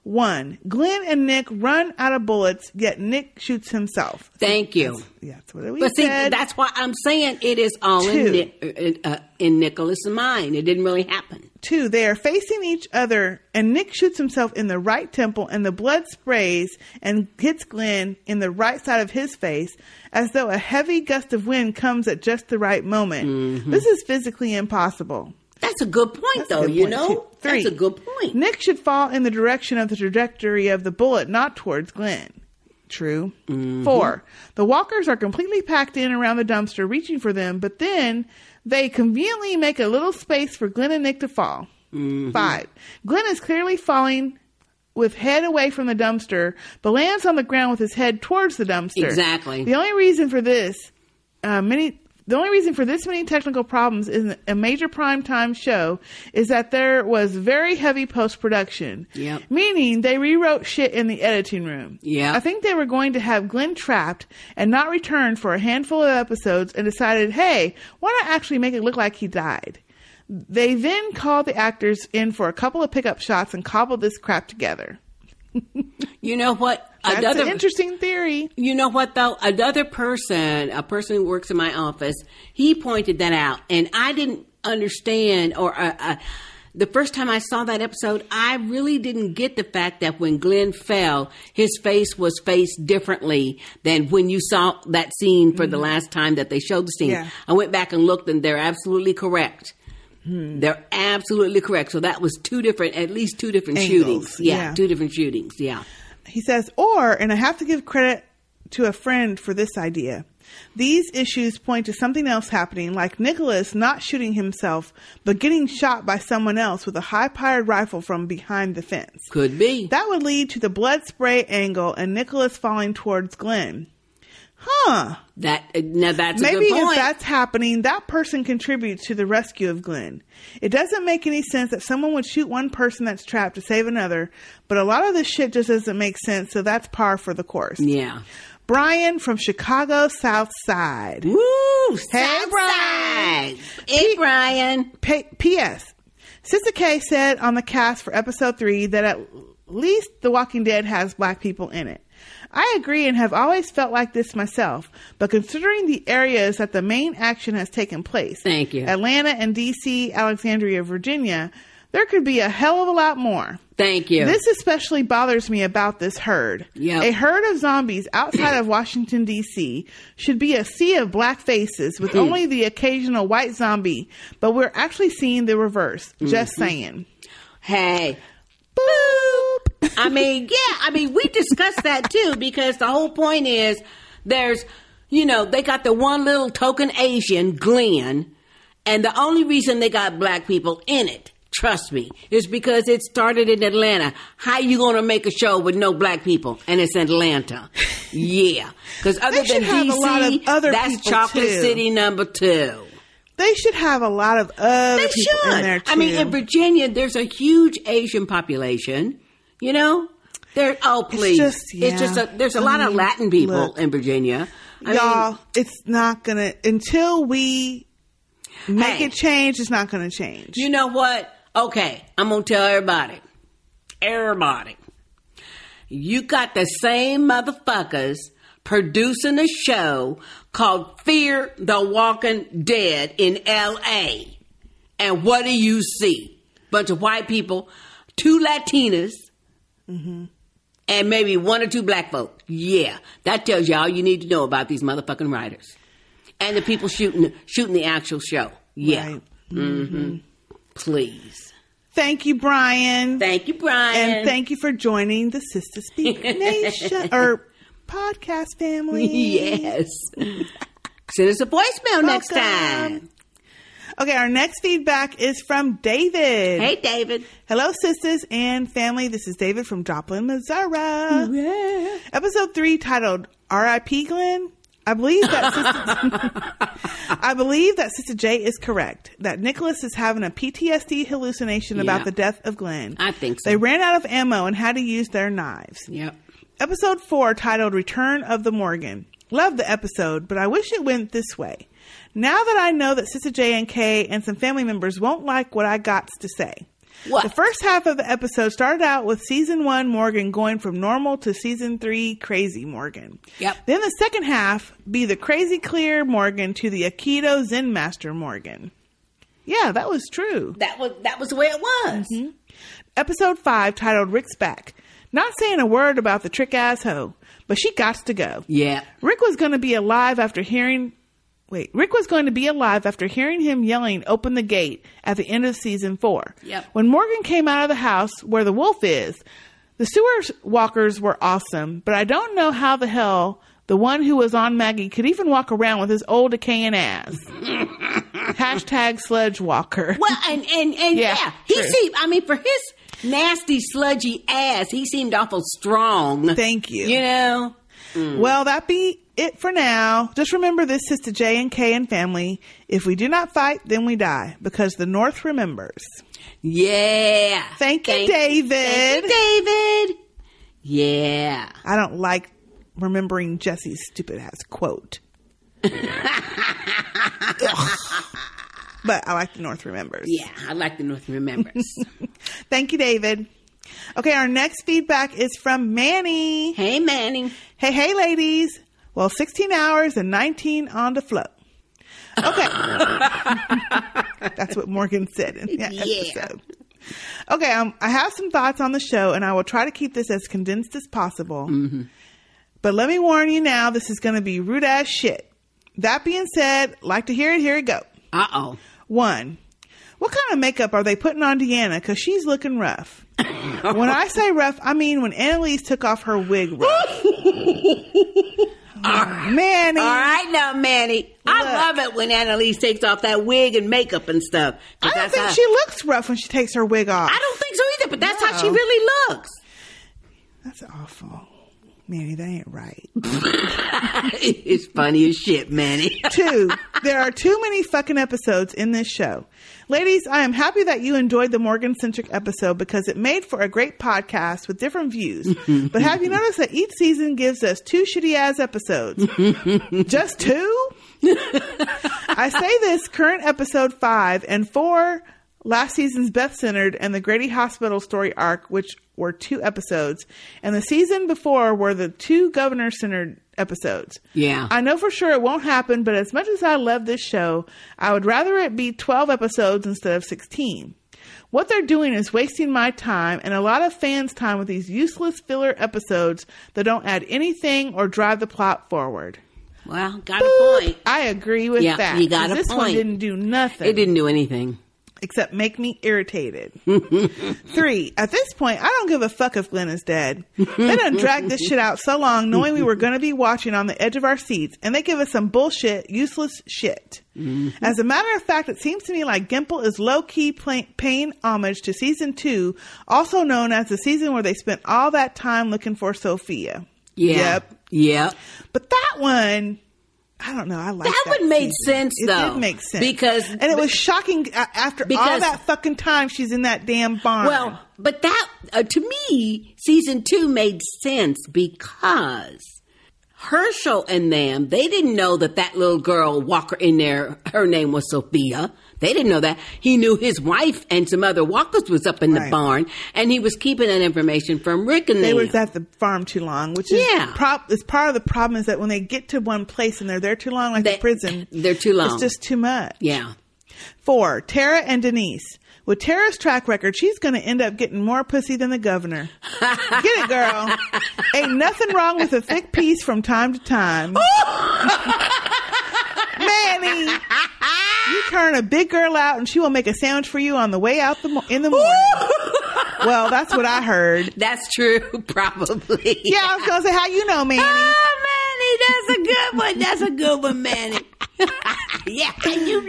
One, Glenn and Nick run out of bullets, yet Nick shoots himself.
Thank you.
Yeah, that's what we
but see,
said.
that's why I'm saying it is all
Two.
in, Ni- uh, uh, in Nicholas' mind. It didn't really happen.
Two, they are facing each other, and Nick shoots himself in the right temple, and the blood sprays and hits Glenn in the right side of his face, as though a heavy gust of wind comes at just the right moment. This is physically impossible.
That's a good point,
That's a
though.
good
you
point,
know,
too. Three.
that's a good point.
Nick should fall in the direction of the trajectory of the bullet, not towards Glenn. True. Four, the walkers are completely packed in around the dumpster, reaching for them, but then they conveniently make a little space for Glenn and Nick to fall.
Mm-hmm.
Mm-hmm.
Five, Glenn is clearly falling with head away from the dumpster, but lands on the ground with his head towards the dumpster.
Exactly.
The only reason for this, uh, many. The only reason for this many technical problems in a major primetime show is that there was very heavy post production.
Yep.
Meaning they rewrote shit in the editing room.
Yeah.
I think they were going to have Glenn trapped and not returned for a handful of episodes and decided, hey, why not actually make it look like he died? They then called the actors in for a couple of pickup shots and cobbled this crap together.
You know what?
That's an interesting theory.
You know what though? Another person, a person who works in my office, he pointed that out, and I didn't understand. Or uh, uh, the first time I saw that episode, I really didn't get the fact that when Glenn fell, his face was faced differently than when you saw that scene for the last time that they showed the scene.
Mm-hmm. Yeah.
I went back and looked, and they're absolutely correct.
Hmm.
They're absolutely correct. So that was two different, at least two different
Angles,
shootings. Yeah,
yeah.
two different shootings. Yeah.
He says, or, and I have to give credit to a friend for this idea. These issues point to something else happening, like Nicholas not shooting himself, but getting shot by someone else with a high powered rifle from behind the fence.
Could be.
That would lead to the blood spray angle and Nicholas falling towards Glenn. Huh.
That uh, now that's a
Maybe
good
if
point.
that's happening, that person contributes to the rescue of Glenn. It doesn't make any sense that someone would shoot one person that's trapped to save another, but a lot of this shit just doesn't make sense, so that's par for the course.
Yeah.
Brian from Chicago South Side. Woo! Hey, Brian!
Hey, Brian!
P.S. Sister K said on the cast for episode three that at least The Walking Dead has black people in it. I agree and have always felt like this myself, but considering the areas that the main action has taken place
Thank you.
Atlanta and D.C., Alexandria, Virginia there could be a hell of a lot more.
Thank you.
This especially bothers me about this herd.
Yep.
A herd of zombies outside of Washington, D.C. should be a sea of black faces with
Mm.
only the occasional white zombie, but we're actually seeing the reverse. Just
Mhm.
saying.
Hey. Boop. I mean, yeah, I mean, we discussed that too because the whole point is there's, you know, they got the one little token Asian, Glenn, and the only reason they got black people in it, trust me, is because it started in Atlanta. How you going to make a show with no black people and it's Atlanta? Yeah. Because other
should
than
have a
DC,
lot of other
that's
people,
Chocolate
too.
City number two.
They should have a lot of other
They
people
should.
in there too.
I mean, in Virginia, there's a huge Asian population. You know, there. Oh, please!
just- yeah.
just a, there's a lot
I
of
mean,
Latin people
look.
in Virginia. I
y'all,
mean,
it's not gonna until we make
Hey.
it change. It's not gonna change.
you know what? Okay, I'm gonna tell everybody. Everybody, you got the same motherfuckers producing a show called Fear the Walking Dead in L.A. And what do you see? Bunch of white people, two Latinas, and maybe one or two black folk. Yeah, that tells you all you need to know about these motherfucking writers and the people shooting shooting the actual show. Yeah. hmm Please.
Thank you, Brian.
Thank you, Brian.
And thank you for joining the Sister Speak Nation or podcast family.
yes. Send us a voicemail next time.
Okay, our next feedback is from David.
Hey, David.
Hello, sisters and family. This is David from Joplin, Missouri. Episode three, titled "R.I.P. Glenn." I believe that Sister, I believe that Sister J is correct. That Nicholas is having a PTSD hallucination
Yeah.
about the death of Glenn.
I think so.
They ran out of ammo and had to use their knives.
Yep.
Episode 4, titled Return of the Morgan. Love the episode, but I wish it went this way. Now that I know that Sister J and K and some family members won't like what I got to say.
What?
The first half of the episode started out with season one Morgan going from normal to season three crazy Morgan.
Yep.
Then the second half be the crazy clear Morgan to the Aikido Zen master Morgan. Yeah, that was true. Mm-hmm.
That was that was the way it was.
Episode five titled Rick's Back. Not saying a word about the trick ass hoe, but she gots to go.
Yeah.
Rick was going to be alive after hearing. Wait, Rick was going to be alive after hearing him yelling, open the gate, at the end of season four.
Yep.
When Morgan came out of the house where the wolf is, the sewer walkers were awesome, but I don't know how the hell the one who was on Maggie could even walk around with his old decaying ass. Hashtag sludge walker.
Well, and and and yeah,
Yeah,
he
true.
seemed. I mean, for his nasty, sludgy ass, he seemed awful strong.
Thank you.
You know.
Well, that be it for now. Just remember this, Sister J and K and family. If we do not fight, then we die because the North remembers.
Yeah.
Thank you,
Thank-
David.
thank you, David. Yeah.
I don't like remembering Jesse's stupid ass quote. Ugh. but I like the North remembers.
Yeah, I like the North remembers.
Thank you, David. Okay, our next feedback is from Manny.
Hey, Manny.
Hey, hey, ladies. Well, 16 hours and 19 on the flow. Okay. That's what Morgan said in that
Yeah.
episode. Okay, um, I have some thoughts on the show, and I will try to keep this as condensed as possible. But let me warn you now, this is going to be rude ass shit. That being said, like to hear it, here it go.
Uh oh.
One, what kind of makeup are they putting on Deanna? Because she's looking rough. when I say rough, I mean when Annalise took off her wig rough. Manny.
All right now, Manny. I
Look.
love it when Annalise takes off that wig and makeup and stuff. 'Cause
I don't
that's
think
how-
she looks rough when she takes her wig off.
I don't think so either, but that's how she
No.
really looks.
That's awful. Manny, that ain't right.
it's funny as shit, Manny.
two. There are too many fucking episodes in this show. Ladies, I am happy that you enjoyed the Morgan centric episode because it made for a great podcast with different views. but have you noticed that each season gives us two shitty ass episodes? Just two? I say this current episode five and four, last season's Beth Centered and the Grady Hospital story arc, which were two episodes, and the season before were the two Governor Centered episodes.
Yeah.
I know for sure it won't happen, but as much as I love this show, I would rather it be 12 episodes instead of 16. What they're doing is wasting my time and a lot of fans' time with these useless filler episodes that don't add anything or drive the plot forward.
Well, got
Boop. I agree with
Yeah,
that.
you got
'cause
a
this one
point.
didn't do nothing.
It didn't do anything.
Except make me irritated.
it
Three, at this point, I don't give a fuck if Glenn is dead. They done dragged this shit out so long knowing we were going to be watching on the edge of our seats, and they give us some bullshit, useless shit.
Mm-hmm.
As a matter of fact, it seems to me like Gimple is low key paying homage to season two, also known as the season where they spent all that time looking for Sophia.
Yeah.
Yep.
Yep.
But that one, I don't know. I like that.
would made sense
It
though.
did make sense
because
and it was shocking a- uh, after all
Because-
that fucking time she's in that damn barn.
Well, but that uh, to me, season two made sense because Herschel and them they didn't know that that little girl Walker in there, her name was Sophia. They didn't know that. He knew his wife and some other walkers was up in the
Right.
barn, and he was keeping that information from Rick and
they
them.
was at the farm too long, which is
Yeah.
prop is part of the problem is that when they get to one place and they're there too long, like the prison,
They're too long.
It's just too much.
yeah.
Four, Tara and Denise. With Tara's track record, she's going to end up getting more pussy than the governor. Get it, girl. Ain't nothing wrong with a thick piece from time to time. Manny, you turn a big girl out and she will make a sandwich for you on the way out the mo- in the morning. well, that's what I heard.
That's true, probably.
Yeah, I was going to say, how you know, Manny?
Oh, Manny, that's a good one. That's a good one, Manny. yeah, you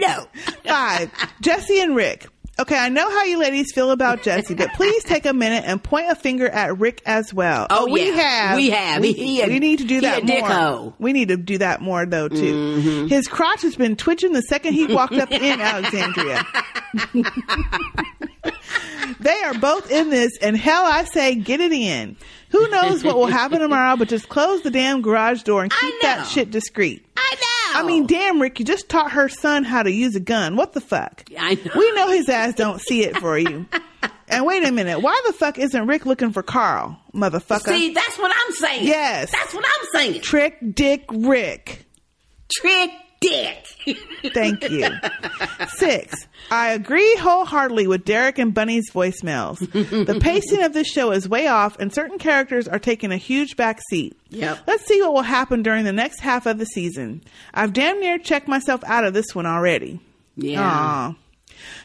know.
Five, Jesse and Rick. Okay, I know how you ladies feel about Jesse, but please take a minute and point a finger at Rick as well.
Oh,
we
yeah.
have,
We have.
we,
He a-
we need to do
he
that
a Mm-hmm.
more.
dickhole.
We need to do that more though too. His crotch has been twitching the second he walked up in Alexandria.
Oh,
they are both in this, and hell, I say get it in. Who knows what will happen tomorrow? But just close the damn garage door and keep that shit discreet.
I
know. I mean, damn, Rick, you just taught her son how to use a gun. What the fuck?
I know.
We know his ass don't see it for you. And wait a minute, why the fuck isn't Rick looking for Carl, motherfucker?
See, that's what I'm saying.
Yes.
That's what I'm saying.
Trick Dick Rick.
Trick dick.
Thank you. Six, I agree wholeheartedly with Derek and Bunny's voicemails. The pacing of this show is way off, and certain characters are taking a huge back seat.
Yep.
Let's see what will happen during the next half of the season. I've damn near checked myself out of this one already.
Yeah.
Aw.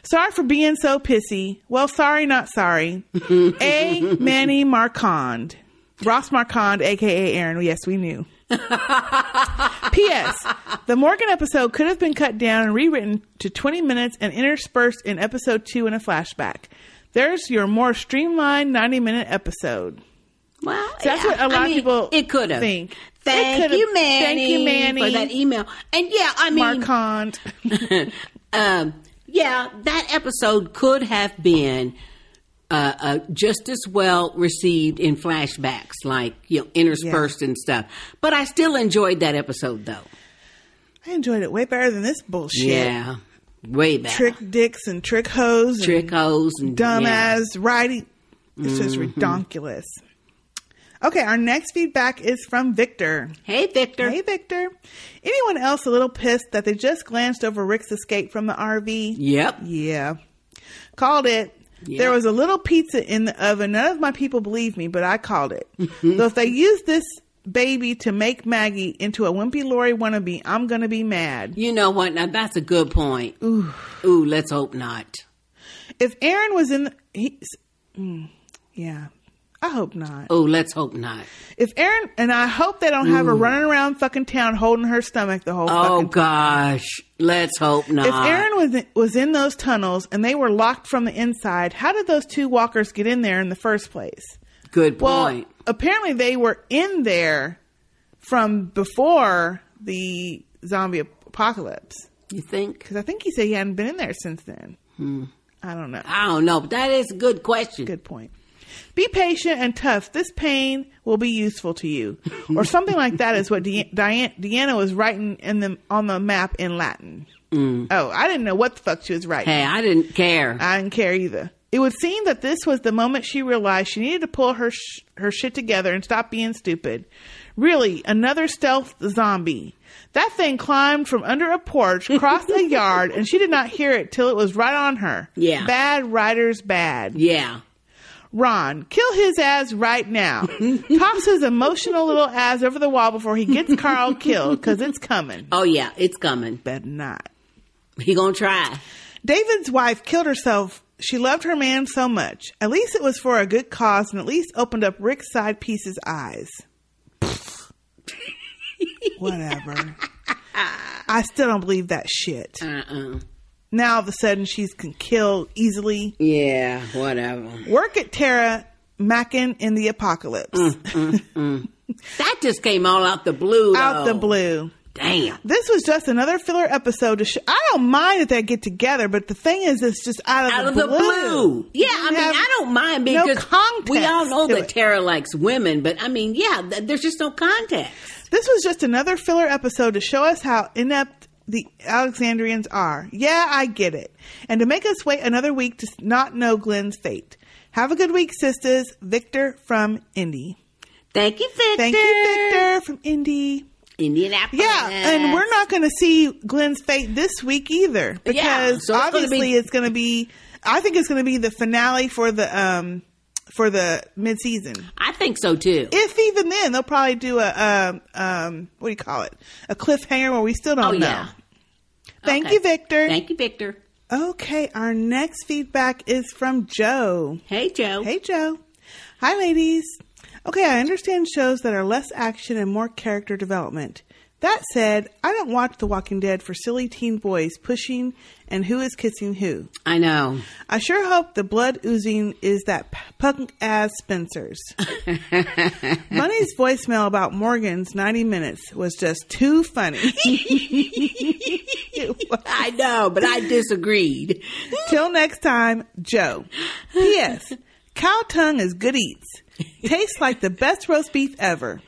Sorry for being so pissy. Well, sorry, not sorry. A. Manny Marcond. Ross Marcond, aka Aaron. Yes, we knew. P.S. The Morgan episode could have been cut down and rewritten to 20 minutes and interspersed in episode 2 in a flashback. There's your more streamlined 90 minute episode.
Well,
So that's
yeah.
what a lot
I
of
mean,
people
it could have.
think. It
Thank
could've-
you, Manny.
Thank you, Manny.
for that email. And yeah, I mean,
Marcond.
um, yeah, that episode could have been uh, uh, just as well received in flashbacks, like you know, interspersed and stuff. But I still enjoyed that episode, though.
I enjoyed it way better than this bullshit.
Yeah, way better.
Trick dicks and trick hoes. and
Trick hoes and yeah.
dumbass riding. It's just
Mhm.
ridiculous. Okay, our next feedback is from Victor.
Hey, Victor.
Hey, Victor. Anyone else a little pissed that they just glanced over Rick's escape from the RV?
Yep.
Yeah. Called it.
Yep.
There was a little pizza in the oven. None of my people believe me, but I called it. so if they use this baby to make Maggie into a wimpy Lori wannabe, I'm going to be mad.
You know what? Now that's a good point. Ooh, ooh. Let's hope not.
If Aaron was in the. He, mm, yeah. I hope not.
Oh, let's hope not.
If Aaron and I hope they don't have her
Mm.
running around fucking town holding her stomach the whole
Oh
fucking
gosh, let's hope not.
If Aaron was was in those tunnels and they were locked from the inside, how did those two walkers get in there in the first place?
Good
Well, apparently they were in there from before the zombie apocalypse.
You think?
Because I think he said he hadn't been in there since then.
Hmm.
I don't know.
I don't know, but that is a good question.
Good point. Be patient and tough. This pain will be useful to you, or something like that. Is what De- Diane Deanna was writing in the on the map in Latin.
Mm-hmm.
Mm.
Oh, I didn't know what the fuck she was writing.
Hey, I didn't care.
I didn't care either. It would seem that this was the moment she realized she needed to pull her sh- her shit together and stop being stupid. Really, another stealth zombie. That thing climbed from under a porch, crossed a yard, and she did not hear it till it was right on her.
Yeah.
Bad riders bad.
Yeah.
Ron, kill his ass right now. Tops his emotional little ass over the wall before he gets Carl killed, because it's coming.
Oh yeah, it's coming.
Better not.
He gonna try.
David's wife killed herself. She loved her man so much. At least it was for a good cause, and at least opened up Rick's side piece's eyes. Pfft. Whatever. I still don't believe that shit.
Uh-uh.
Now all of a sudden she's can kill easily.
Yeah, whatever.
Work at Tara Mackin in the apocalypse.
Mm, That just came all out the blue.
Out
though.
the blue.
Damn.
This was just another filler episode. To sh- I don't mind that they get together, but the thing is, it's just out of,
Out
the,
of
blue.
the blue. Yeah, I mean,
have
I don't mind
no
because we all know
to
that
it.
Tara likes women, but I mean, yeah, th- there's just no context.
This was just another filler episode to show us how inept the Alexandrians are. Yeah, I get it. And to make us wait another week to s- not know Glenn's fate. Have a good week, sisters. Victor from Indy.
Thank you, Victor.
Thank you, Victor from Indy.
Indianapolis.
Yeah, and we're not going to see Glenn's fate this week either because
so it's gonna
obviously
be-
it's going to be. I think it's going to be the finale for the um for the mid season.
I think so too.
If even then they'll probably do a um um what do you call it a cliffhanger where we still don't
Oh,
know.
yeah.
Thank
Okay.
you, Victor.
Thank you, Victor.
Okay, our next feedback is from Joe.
Hey, Joe.
Hey, Joe. Hi, ladies. Okay, I understand shows that are less action and more character development. That said, I don't watch The Walking Dead for silly teen boys pushing and who is kissing who.
I know.
I sure hope the blood oozing is that p- punk ass Spencer's. Money's voicemail about Morgan's 90 minutes was just too funny.
I know, but I disagreed.
Till next time, Joe. P.S. Cow tongue is good eats. Tastes like the best roast beef ever.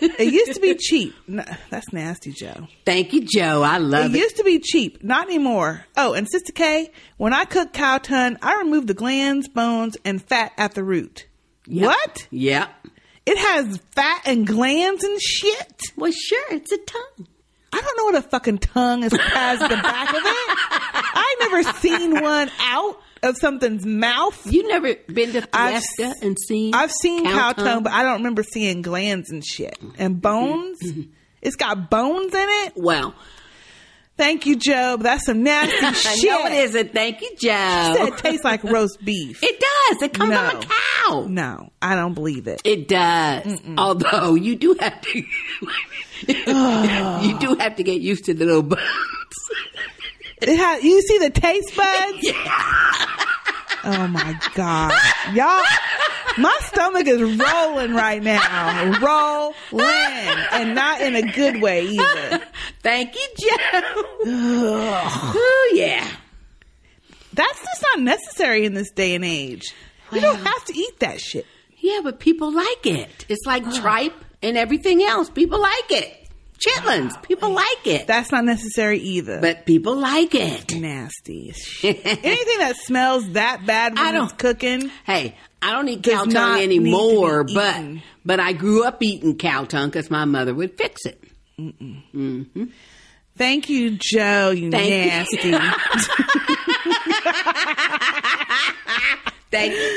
It used to be cheap. No, that's nasty, Joe.
Thank you, Joe. I love
it,
it.
used to be cheap, not anymore. Oh, and Sister K, when I cook cow tongue, I remove the glands, bones, and fat at the root. What?
Yep.
It has fat and glands and shit.
Well, sure, it's a tongue.
I don't know what a fucking tongue is has the back of it. I never seen one out of something's mouth.
You never been to Fiesta and seen?
I've seen cow,
cow
tongue,
tongue?
but I don't remember seeing glands and shit
Mm-hmm.
and bones. it's got bones in it.
Wow.
Thank you, Joe. but That's some nasty shit.
No, it isn't. Thank you, Joe.
She said it tastes like roast beef.
It does. It comes from a cow.
No, I don't believe it.
It does. Although you do have to, you do have to get used to the little bones.
Mm-hmm.
It has, you see the taste buds? Oh my god, y'all! My stomach is rolling right now, rolling, and not in a good way either.
Thank you, Joe.
Oh
yeah,
that's just not necessary in this day and age. You don't have to eat that shit.
Yeah, but people like it. It's like tripe and everything else. People like it. Chitlins. People like it.
That's not necessary either.
But people like it.
Nasty. Anything that smells that bad when
I don't-
it's cooking.
Hey, I don't eat
does
cow
not
tongue
need to be
anymore, but
eaten.
but I grew up eating cow tongue because my mother would fix it. Mm-hmm.
Thank you, Joe. You
Thank you.
nasty.
Thank you.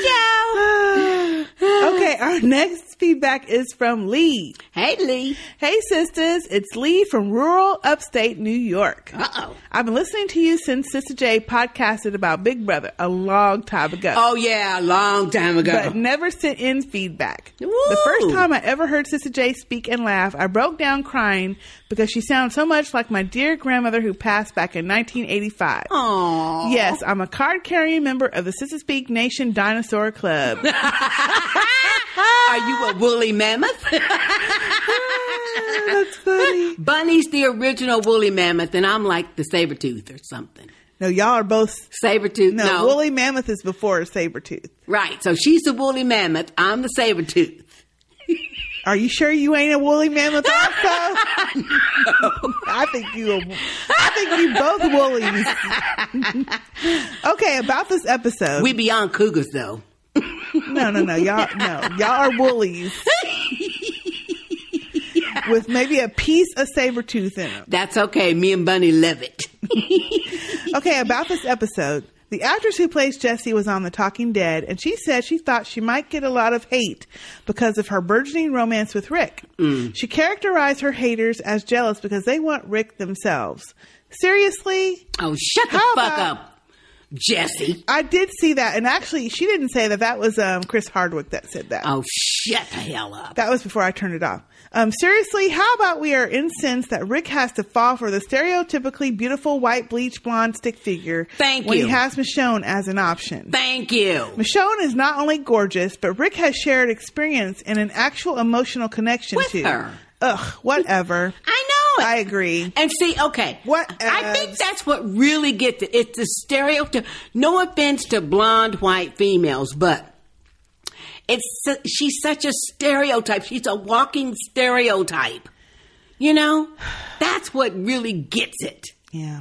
okay, our next feedback is from Lee.
Hey, Lee.
Hey, sisters. It's Lee from rural upstate New York.
Uh oh.
I've been listening to you since Sister J podcasted about Big Brother a long time ago.
Oh, yeah, a long time ago.
But never sent in feedback. The first time I ever heard Sister J speak and laugh, I broke down crying because she sounds so much like my dear grandmother who passed back in 1985.
Aww.
Yes, I'm a card carrying member of the Sister Speak Nation Dinosaur Club.
Are you a woolly mammoth?
Ah, That's funny.
Bunny's the original woolly mammoth, and I'm like the saber tooth or something.
No, y'all are both
saber tooth.
No,
no.
woolly mammoth is before Sabretooth.
Right. So she's the woolly mammoth. I'm the saber tooth.
Are you sure you ain't a woolly mammoth also? I think you a- I think you both woolies. okay, about this episode.
We beyond cougars though.
no, no, no. Y'all no. Y'all are woolies. With maybe a piece of saber tooth in them.
That's okay. Me and Bunny love it.
okay, about this episode. The actress who plays Jessie was on The Talking Dead, and she said she thought she might get a lot of hate because of her burgeoning romance with Rick.
Mm.
She characterized her haters as jealous because they want Rick themselves. Seriously?
Oh, shut the
How
fuck
about-
up, Jesse.
I did see that, and actually, she didn't say that. That was um, Chris Hardwick that said that.
Oh, shut the hell up.
That was before I turned it off. Um, seriously, how about we are incensed that Rick has to fall for the stereotypically beautiful white bleach blonde stick figure
Thank
when
you.
he has Michonne as an option?
Thank you.
Michonne is not only gorgeous, but Rick has shared experience and an actual emotional connection
With
to
her.
Ugh, whatever.
I know it.
I agree.
And see, okay, what I think that's what really gets it. It's the stereotype. No offense to blonde white females, but it's su- she's such a stereotype. She's a walking stereotype. You know, that's what really gets it.
Yeah.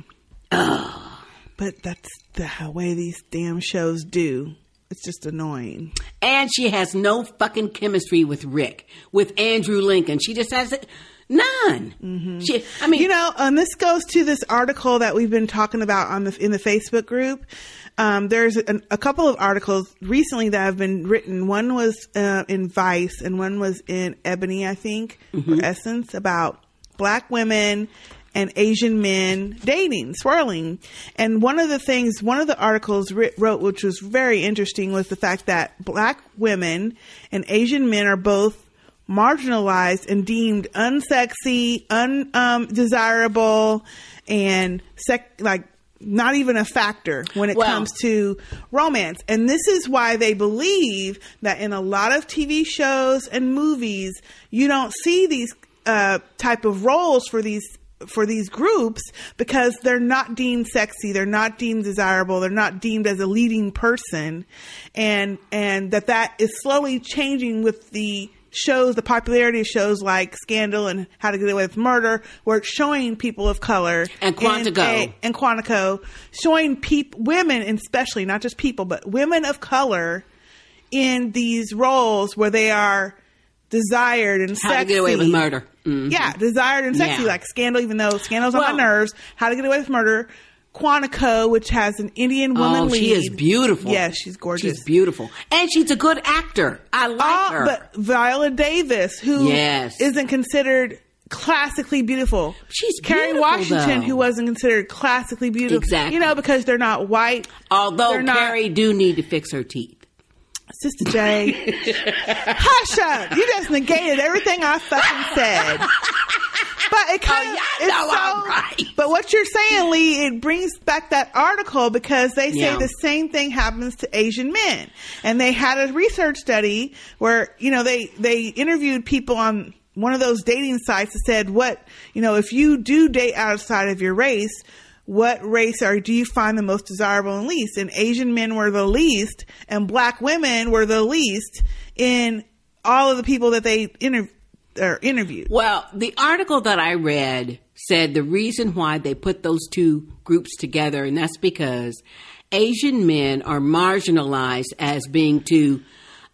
But that's the way these damn shows do. It's just annoying.
And she has no fucking chemistry with Rick, with Andrew Lincoln. She just has it. None. She, I mean,
Mm-hmm. you know, um, this goes to this article that we've been talking about on the in the Facebook group. Um, there's an, a couple of articles recently that have been written. One was uh, in Vice, and one was in Ebony, I think,
Mm-hmm.
or Essence, about black women and Asian men dating, swirling. And one of the things, one of the articles Rit wrote, which was very interesting, was the fact that black women and Asian men are both marginalized and deemed unsexy, undesirable, and sec- like not even a factor when it
Well-
comes to romance. And this is why they believe that in a lot of TV shows and movies, you don't see these uh, type of roles for these for these groups because they're not deemed sexy, they're not deemed desirable, they're not deemed as a leading person, and and that that is slowly changing with the shows, the popularity of shows like Scandal and How to Get Away with Murder, where it's showing people of color
And Quantico.
in a- and Quantico, showing peop- women, and especially not just people, but women of color in these roles where they are desired and
how
sexy.
to get away with murder. Mhm.
Yeah, desired and sexy,
Yeah.
like Scandal, even though Scandal's on
Well-
my nerves. How to Get Away with Murder, Quantico, which has an Indian woman
Oh,
lead.
she is beautiful.
Yeah, she's gorgeous.
She's beautiful, and she's a good actor. I like
Uh,
her.
But Viola Davis, who
Yes.
not considered classically beautiful.
She's
Carrie
beautiful,
Washington,
though.
who wasn't considered classically beautiful.
Exactly.
You know, because they're not white.
Although
they're not-
Carrie do need to fix her teeth.
Sister J. Hush up. You just negated everything I fucking said. But it kind of, it's
Oh, know
so,
I'm right.
but what you're saying, Lee, it brings back that article because they say
Yeah.
the same thing happens to Asian men. And they had a research study where, you know, they, they interviewed people on one of those dating sites that said, what, you know, if you do date outside of your race, what race are do you find the most desirable and least? And Asian men were the least, and black women were the least in all of the people that they inter- or interviewed.
Well, the article that I read said the reason why they put those two groups together, and that's because Asian men are marginalized as being too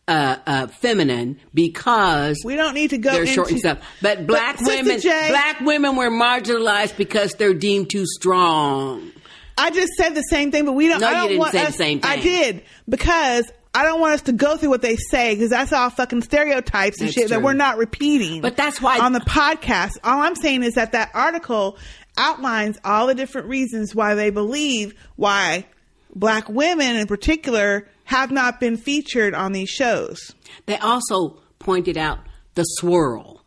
uh, uh, feminine because
We don't need to go
they're
into
short and stuff. But black
Sister
women,
J-
black women were marginalized because they're deemed too strong.
I just said the same thing, but we don't.
No,
I
you
don't
didn't
want
say the
us-
same
I
thing.
did because I don't want us to go through what they say because that's all fucking stereotypes and
That's
shit that
true.
we're not repeating. But
that's why
on the podcast, all I'm saying is that that article outlines all the different reasons why they believe why black women in particular have not been featured on these shows.
They also pointed out the swirl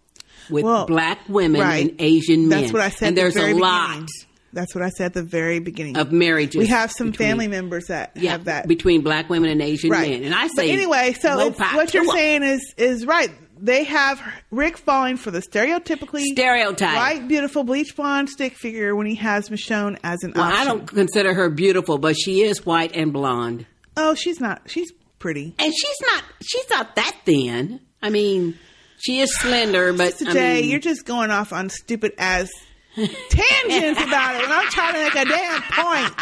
with black women
right.
and Asian men.
That's what I said.
And
at the
there's
very
a lot
beginning. That's what I said at the very beginning
of marriages.
We have some
between-
family members that
yeah,
have that
between black women and Asian men. And I
but
say,
anyway, so
low
it's, what you're
power.
saying is is right. They have Rick falling for the stereotypically
Stereotype.
white, beautiful, bleach blonde stick figure when he has Michonne as an
Well,
option.
I don't consider her beautiful, but she is white and blonde.
Oh, she's not. She's pretty,
and she's not. She's not that thin. I mean, she is slender, but
Sister
I
Jay,
mean-
you're just going off on stupid ass tangents about it, and I'm trying to make a damn point.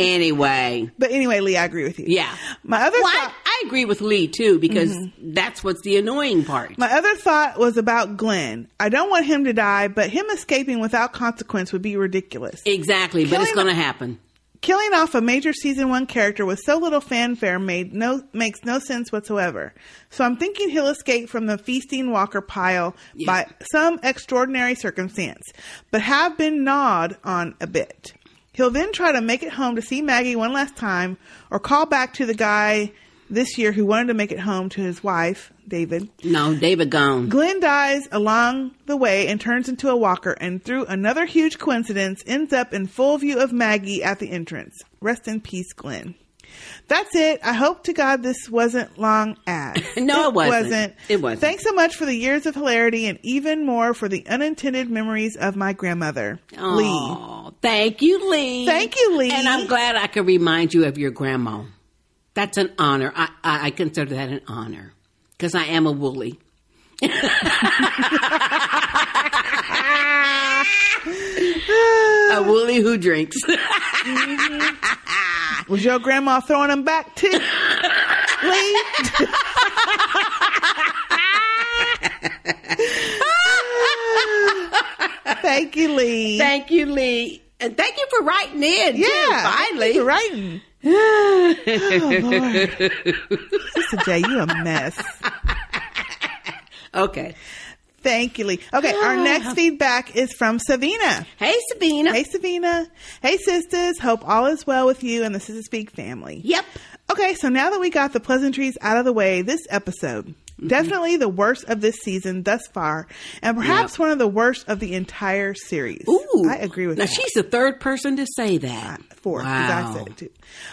Anyway,
but anyway, Lee, I agree with you.
Yeah,
my other Mm-hmm.
Well, I-
thought-
I, agree with Lee too because that's what's the annoying part.
My other thought was about Glenn. I don't want him to die, but him escaping without consequence would be ridiculous.
Exactly, but it's
Killing-
going to happen.
Killing off a major season one character with so little fanfare made no makes no sense whatsoever. So I'm thinking he'll escape from the feasting walker pile by some extraordinary circumstance, but have been gnawed on a bit. He'll then try to make it home to see Maggie one last time, or call back to the guy this year who wanted to make it home to his wife, David.
No, David gone.
Glenn dies along the way and turns into a walker, and through another huge coincidence, ends up in full view of Maggie at the entrance. Rest in peace, Glenn. That's it. I hope to God this wasn't long as.
No, it wasn't. It wasn't.
Thanks so much for the years of hilarity and even more for the unintended memories of my grandmother,
Aw, Thank you, Lee.
Thank you, Lee.
And I'm glad I could remind you of your grandma. That's an honor. I, I, I consider that an honor because I am a woolly. a woolly who drinks.
Lee. Was your grandma throwing them back too? Lee? Thank you, Lee.
Thank you, Lee. And thank you for writing in.
Yeah,
too,
thank
finally.
you for writing.
oh,
Lord. Sister Jay, you a mess.
Okay. Ah.
Thank you, Lee. Okay, our next feedback is from Savina.
Hey, Savina.
Hey, Savina. Hey, sisters. Hope all is well with you and the Sister Speak family.
Yep.
Okay, so now that we got the pleasantries out of the way, this episode.
Mm-hmm.
Definitely the worst of this season thus far, and perhaps one of the worst of the entire series. Ooh, I agree with
Now
that.
she's the third person to say that.
Fourth, 'cause I
wow.
said it too.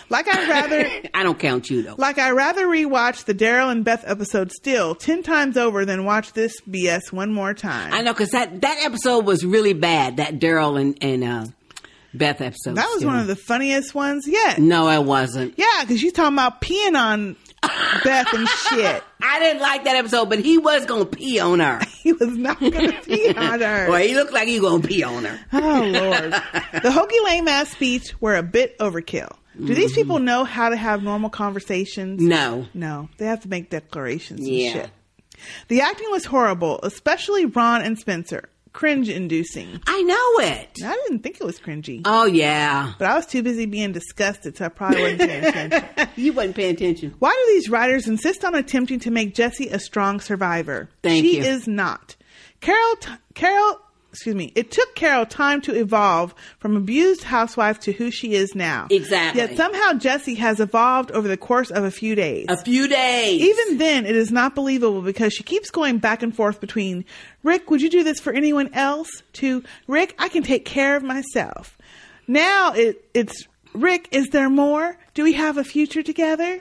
Like I'd rather
I don't count you though.
Like I rather rewatch the Daryl and Beth episode still ten times over than watch this BS one more time.
I know because that that episode was really bad. That Daryl and and uh, Beth episode.
That was
still.
one of the funniest ones yet.
No, it wasn't.
Yeah, because she's talking about peeing on Beth and shit.
I didn't like that episode, but he was gonna pee on her.
he was not gonna pee on her.
well, he looked like he gonna pee on her.
Oh Lord, the hokey lame ass speech were a bit overkill. Do these people know how to have normal conversations?
Mm-hmm. No.
no, they have to make declarations and
Yeah.
shit. The acting was horrible, especially Ron and Spencer. Cringe inducing.
I know it.
I didn't think it was cringy.
Oh yeah.
But I was too busy being disgusted, so I probably wasn't paying attention.
you wasn't paying attention.
Why do these writers insist on attempting to make Jessie a strong survivor?
Thank
she
you.
is not. Carol, t- Carol, excuse me. It took Carol time to evolve from abused housewife to who she is now.
Exactly.
Yet somehow Jessie has evolved over the course of a few days. A
few days.
Even then, it is not believable because she keeps going back and forth between Rick, would you do this for anyone else? To Rick, I can take care of myself. Now it, it's Rick, is there more? Do we have a future together?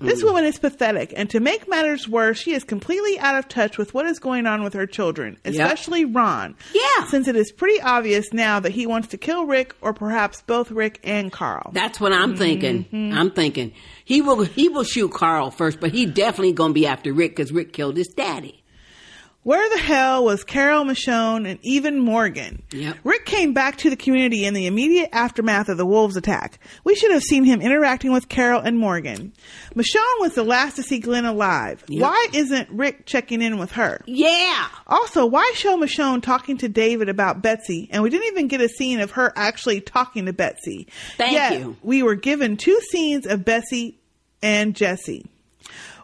Mm.
This woman is pathetic, and to make matters worse, she is completely out of touch with what is going on with her children, especially Ron.
Yeah.
Since it is pretty obvious now that he wants to kill Rick or perhaps both Rick and Carl.
That's what I'm thinking.
Mhm.
I'm thinking he will he will shoot Carl first, but he definitely gonna be after Rick because Rick killed his daddy.
Where the hell was Carol Michonne and even Morgan? Rick came back to the community in the immediate aftermath of the Wolves attack. We should have seen him interacting with Carol and Morgan. Michonne was the last to see Glenn alive. Why isn't Rick checking in with her?
Yeah.
Also, why show Michonne talking to David about Betsy? And we didn't even get a scene of her actually talking to Betsy.
Thank
Yet,
you.
We were given two scenes of Betsy and Jesse.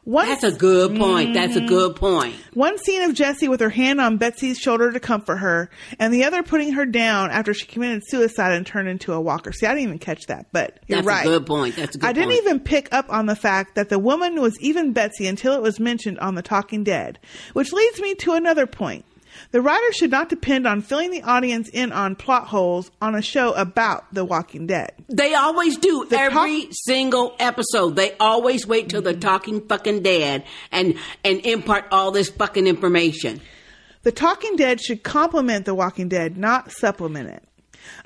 One
That's a good point. That's a good point.
One scene of Jessie with her hand on Betsy's shoulder to comfort her, and the other putting her down after she committed suicide and turned into a walker. See, I didn't even catch that, but you're
That's
right.
a good point. That's a good
I didn't
point.
even pick up on the fact that the woman was even Betsy until it was mentioned on The Talking Dead, which leads me to another point. The writer should not depend on filling the audience in on plot holes on a show about The Walking Dead.
They always do every single episode. They always wait till
Mm-hmm.
they're talking fucking dead and and impart all this fucking information.
The Talking Dead should complement The Walking Dead, not supplement it.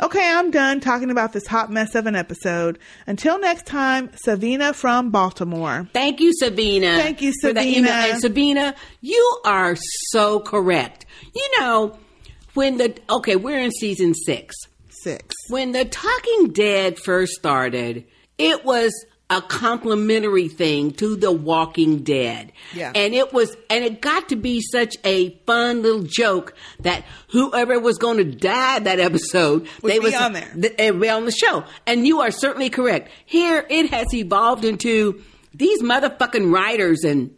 Okay, I'm done talking about this hot mess of an episode. Until next time, Savina from Baltimore.
Thank you, Sabina.
Thank you,
for that email.
Sabina.
And Sabina, you are so correct. You know, when the okay, we're in season six.
Six.
When the Talking Dead first started, it was a complimentary thing to The Walking Dead.
Yeah.
And it was and it got to be such a fun little joke that whoever was going to die that episode
Would
they
be
was
on there.
th- it would be on the show. And you are certainly correct. Here it has evolved into these motherfucking writers and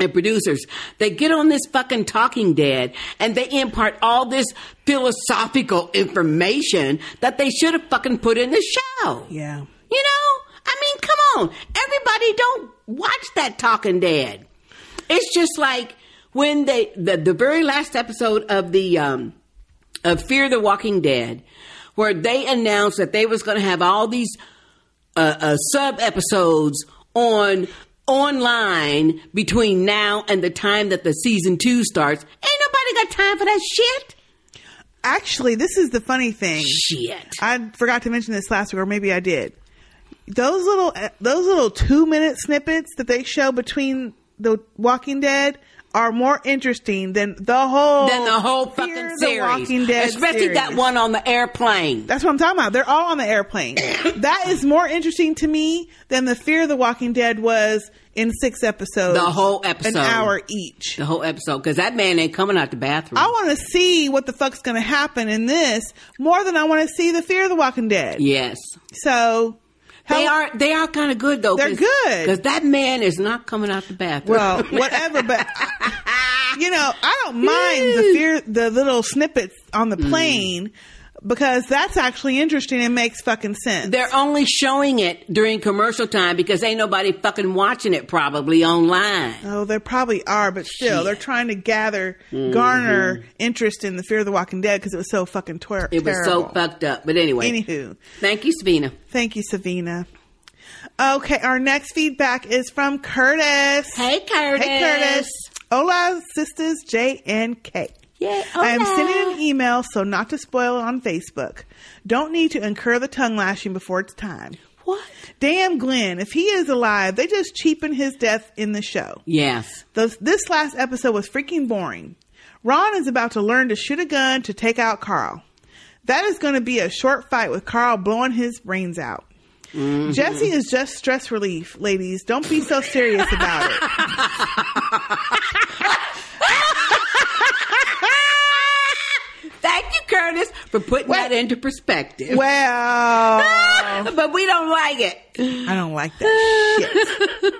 and producers, they get on this fucking talking dead and they impart all this philosophical information that they should have fucking put in the show.
Yeah.
You know? I mean, come on. Everybody don't watch that Talking Dead. It's just like when they the, the very last episode of the um of Fear the Walking Dead where they announced that they was going to have all these uh, uh sub episodes on online between now and the time that the season 2 starts. Ain't nobody got time for that shit.
Actually, this is the funny thing.
Shit.
I forgot to mention this last week, or maybe I did. Those little eh, those little two minute snippets that they show between The Walking Dead are more interesting than the whole
Than the whole
Oh, Fear
fucking
the
series.
Walking Dead
Especially that
series.
one on the airplane.
That's what I'm talking about. They're all on the airplane. that is more interesting to me than the Fear of the Walking Dead was in six episodes.
The whole episode.
an hour each. Oh.
The whole episode, because that man ain't coming out the bathroom.
I want to see what the fuck's going to happen in this more than I want to see the Fear of the Walking Dead.
Yes,
So
they are. They are kind of good though.
They're good.
because that man is not coming out the bathroom.
Well, whatever, but you know, I don't mind the fear, the little snippets on the
Mm.
plane because that's actually interesting and makes fucking sense.
They're only showing it during commercial time because ain't nobody fucking watching it probably online.
Oh, they probably are, but still, they're trying to gather,
Mm-hmm.
garner interest in the Fear of the Walking Dead because it was so fucking twer-
It was
terrible.
so fucked up. But anyway,
Anywho,
thank you, Sabina.
Thank you, Savina. Okay, our next feedback is from Curtis.
Hey, Curtis.
Hey, Curtis. Hola, sisters J and K.
Yeah,
I am
hola.
sending an email, so not to spoil it on Facebook. Don't need to incur the tongue lashing before it's time.
What?
Damn, Glenn. If he is alive, they just cheapen his death in the show.
Yes,
Those, this last episode was freaking boring. Ron is about to learn to shoot a gun to take out Carl. That is going to be a short fight with Carl blowing his brains out. Jesse is just stress relief, ladies. Don't be so serious about it.
thank you, Curtis, for putting that into perspective.
Well,
but we don't like it.
I don't like that shit.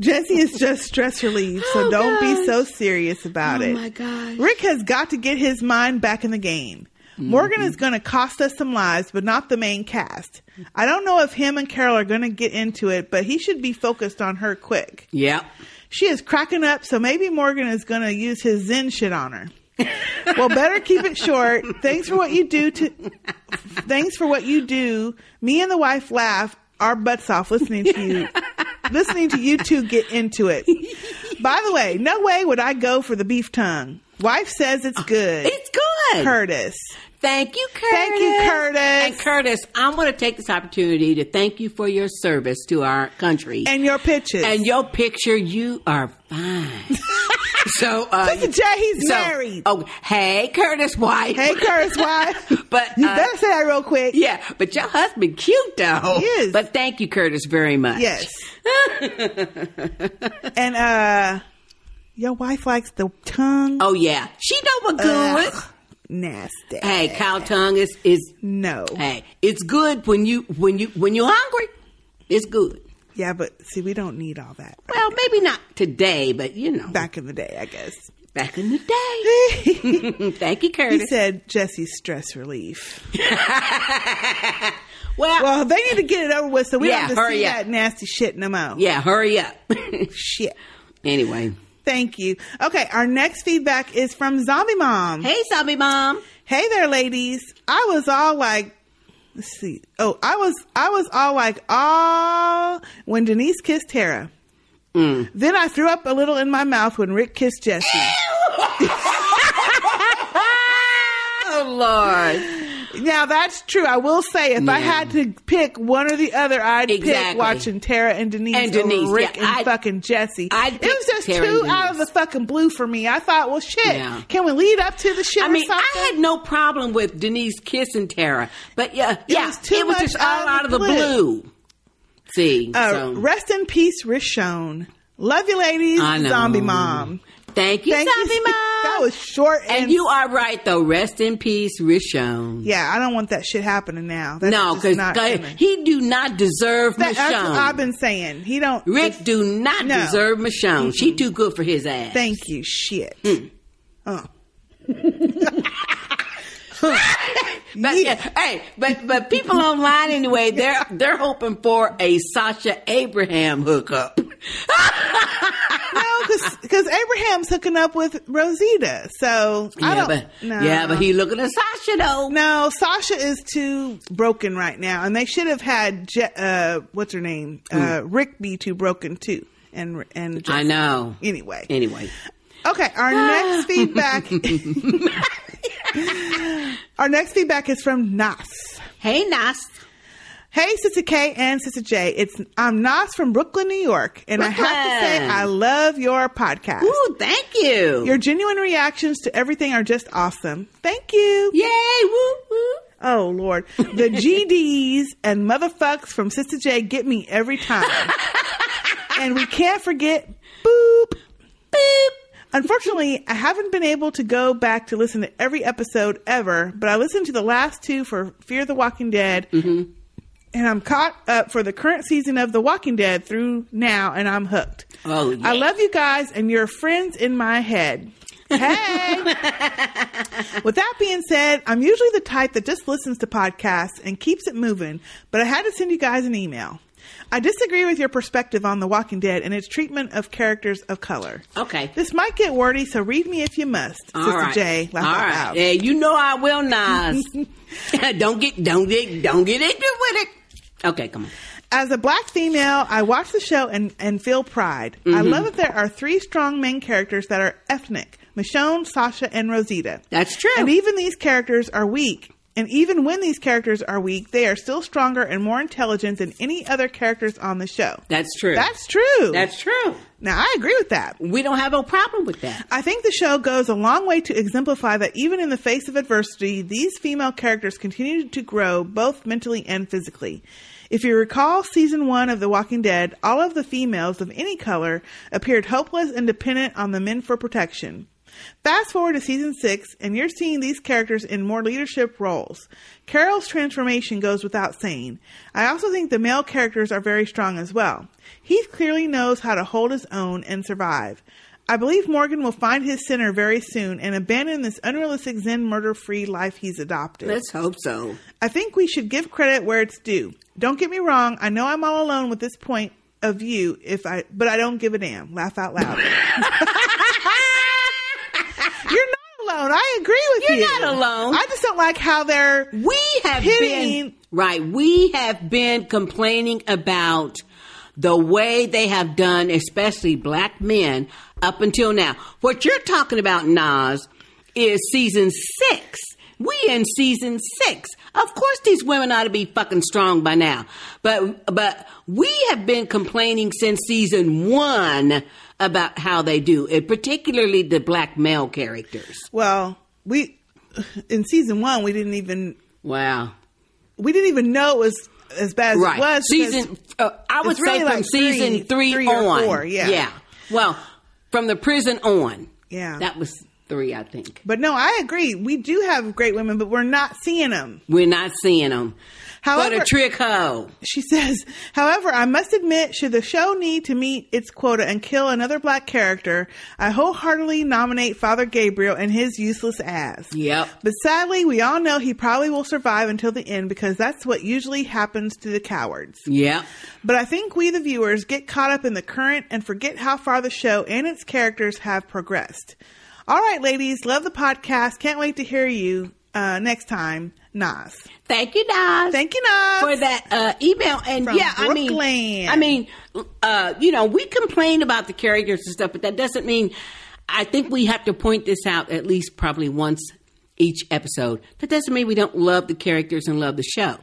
Jesse is just stress relief, so
Oh,
don't
gosh.
be so serious about
Oh,
it.
my gosh.
Rick has got to get his mind back in the game. Morgan is going to cost us some lives, but not the main cast. I don't know if him and Carol are going to get into it, but he should be focused on her quick.
Yep.
She is cracking up, so maybe Morgan is going to use his Zen shit on her. well, better keep it short. Thanks for what you do to Thanks for what you do. Me and the wife laugh our butts off listening to you. listening to you two get into it. By the way, no way would I go for the beef tongue. Wife says it's good.
It's good.
Curtis.
Thank you, Curtis.
Thank you, Curtis.
And Curtis, I'm going to take this opportunity to thank you for your service to our country
And your pitches.
and your picture. You are fine. so, uh,
Sister J, he's
so-
married.
Oh, hey, Curtis White.
Hey, Curtis, why?
But
you
uh,
better say that real quick.
yeah, but your husband cute though.
He is.
But thank you, Curtis, very much.
Yes. and uh your wife likes the tongue.
Oh yeah, she know what good.
Ugh, nasty.
hey, cow tongue is is
No.
hey, it's good when you when you when you're hungry. It's good.
Yeah, but see, we don't need all that.
Well, maybe not today, but you know.
Back in the day, I guess.
Back in the day. Mm, Thank you, Curtis.
He said Jesse's stress relief. well, well, they need to get it over with so we
Yeah,
don't have to
hurry
see
up.
that nasty shit no more.
Yeah, hurry up.
Shit.
Anyway.
Thank you. Okay, our next feedback is from Zombie Mom.
Hey, Zombie Mom.
Hey there, ladies. I was all like, let's see. Oh, I was I was all like, all when Denise kissed Tara.
Mm.
Then I threw up a little in my mouth when Rick kissed Jesse.
oh Lord.
Now that's true. I will say, if I
Yeah.
had to pick one or the other, I'd pick
Exactly.
watching Tara and Denise,
And
over
Denise,
Rick
yeah,
and
I'd-
fucking Jesse.
I'd
it
pick
was just
Tara and
two out of the fucking blue for me. I thought, well, shit, can we lead up to the shit?
I
or
mean,
something?
I had no problem with Denise kissing Tara, but yeah, yeah, it was,
too much
just all out of the blue. See,
Uh,
so-
Rest in peace, Rishon. Love you, ladies.
I know.
Zombie mom.
Thank you, zombie mom.
That was short. And,
and you are right though. Rest in peace, Rishon.
Yeah, I don't want that shit happening now. That's
No,
just
because
not human.
he do not deserve
That- that's what I've
Michonne.
been saying. He don't.
Rick do not
No.
deserve Michonne. She too good for his ass. Mm.
Thank you. Shit. Uh.
But yeah, hey, but but people online anyway, they're they're hoping for a Sasha Abraham hookup.
no, because Abraham's hooking up with Rosita. So I
Yeah,
don't.
but-
no.
yeah, but he looking at Sasha though.
No, Sasha is too broken right now, and they should have had Je- uh, what's her name, uh, Rick be too broken too, and and
I Ah.
Jesse.
know.
Anyway,
Anyway,
okay. Our next feedback. our next feedback is from Nas.
Hey Nas.
Hey, Sister K and Sister J. It's I'm Nas from Brooklyn, New York, and I have to say
Brooklyn.
I love your podcast.
Ooh, thank you.
Your genuine reactions to everything are just awesome. Thank you.
Yay! Woo woo.
Oh Lord, the GDs and motherfucks from Sister J get me every time. and we can't forget boop boop. Unfortunately, I haven't been able to go back to listen to every episode ever, but I listened to the last two for Fear the Walking Dead.
Mm-hmm.
And I'm caught up for the current season of The Walking Dead through now, and I'm hooked.
Oh, yeah.
I love you guys and your friends in my head. Hey! With that being said, I'm usually the type that just listens to podcasts and keeps it moving, but I had to send you guys an email. I disagree with your perspective on The Walking Dead and its treatment of characters of color.
Okay.
This might get wordy, so read me if you must,
All
Sister
right.
J. Laugh
All
out
right.
loud.
Yeah, you know I will, Nas. don't get don't get don't get into it with it. Okay, come on.
As a black female, I watch the show and, and feel pride. I
Mhm.
love that there are three strong main characters that are ethnic Michonne, Sasha, and Rosita.
That's true.
And even these characters are weak. And even when these characters are weak, they are still stronger and more intelligent than any other characters on the show.
That's true.
That's true.
That's true.
Now, I agree with that.
We don't have no problem with that.
I think the show goes a long way to exemplify that even in the face of adversity, these female characters continue to grow both mentally and physically. If you recall season one of The Walking Dead, all of the females of any color appeared hopeless and dependent on the men for protection. Fast forward to season six, and you're seeing these characters in more leadership roles. Carol's transformation goes without saying. I also think the male characters are very strong as well. Heath clearly knows how to hold his own and survive. I believe Morgan will find his center very soon and abandon this unrealistic Zen murder free life he's adopted.
Let's hope so.
I think we should give credit where it's due. Don't get me wrong, I know I'm all alone with this point of view if I but I don't give a damn. Laugh out loud. You're not alone. I agree with
You're
you.
not alone.
I just don't like how they're
We have
pitying
been right. We have been complaining about the way they have done, especially black men, up until now. What you're talking about, Nas, is season six. We in season six. Of course, these women ought to be fucking strong by now. But but we have been complaining since season one about how they do, and particularly the black male characters.
Well, we in season one we didn't even
Wow.
we didn't even know it was as bad as
right.
it was. because
season. Uh, I would
it's
say
really
from
like
season
three,
three,
three
on.
Or four, yeah.
Yeah. Well, from the prison on.
Yeah.
That was three, I think.
But no, I agree. We do have great women, but we're not seeing them.
We're not seeing them.
However,
what a trick hoe.
She says, however, I must admit, should the show need to meet its quota and kill another black character, I wholeheartedly nominate Father Gabriel and his useless ass.
Yep.
But sadly, we all know he probably will survive until the end because that's what usually happens to the cowards.
Yep.
But I think we, the viewers, get caught up in the current and forget how far the show and its characters have progressed. All right, ladies, love the podcast. Can't wait to hear you uh, next time. Nas.
Thank you, Nas.
Thank you, Nas.
For that uh, email. And
From
yeah, I mean,
Brooklyn.
I mean, uh, you know, we complain about the characters and stuff, but that doesn't mean, I think we have to point this out at least probably once each episode. That doesn't mean we don't love the characters and love the show.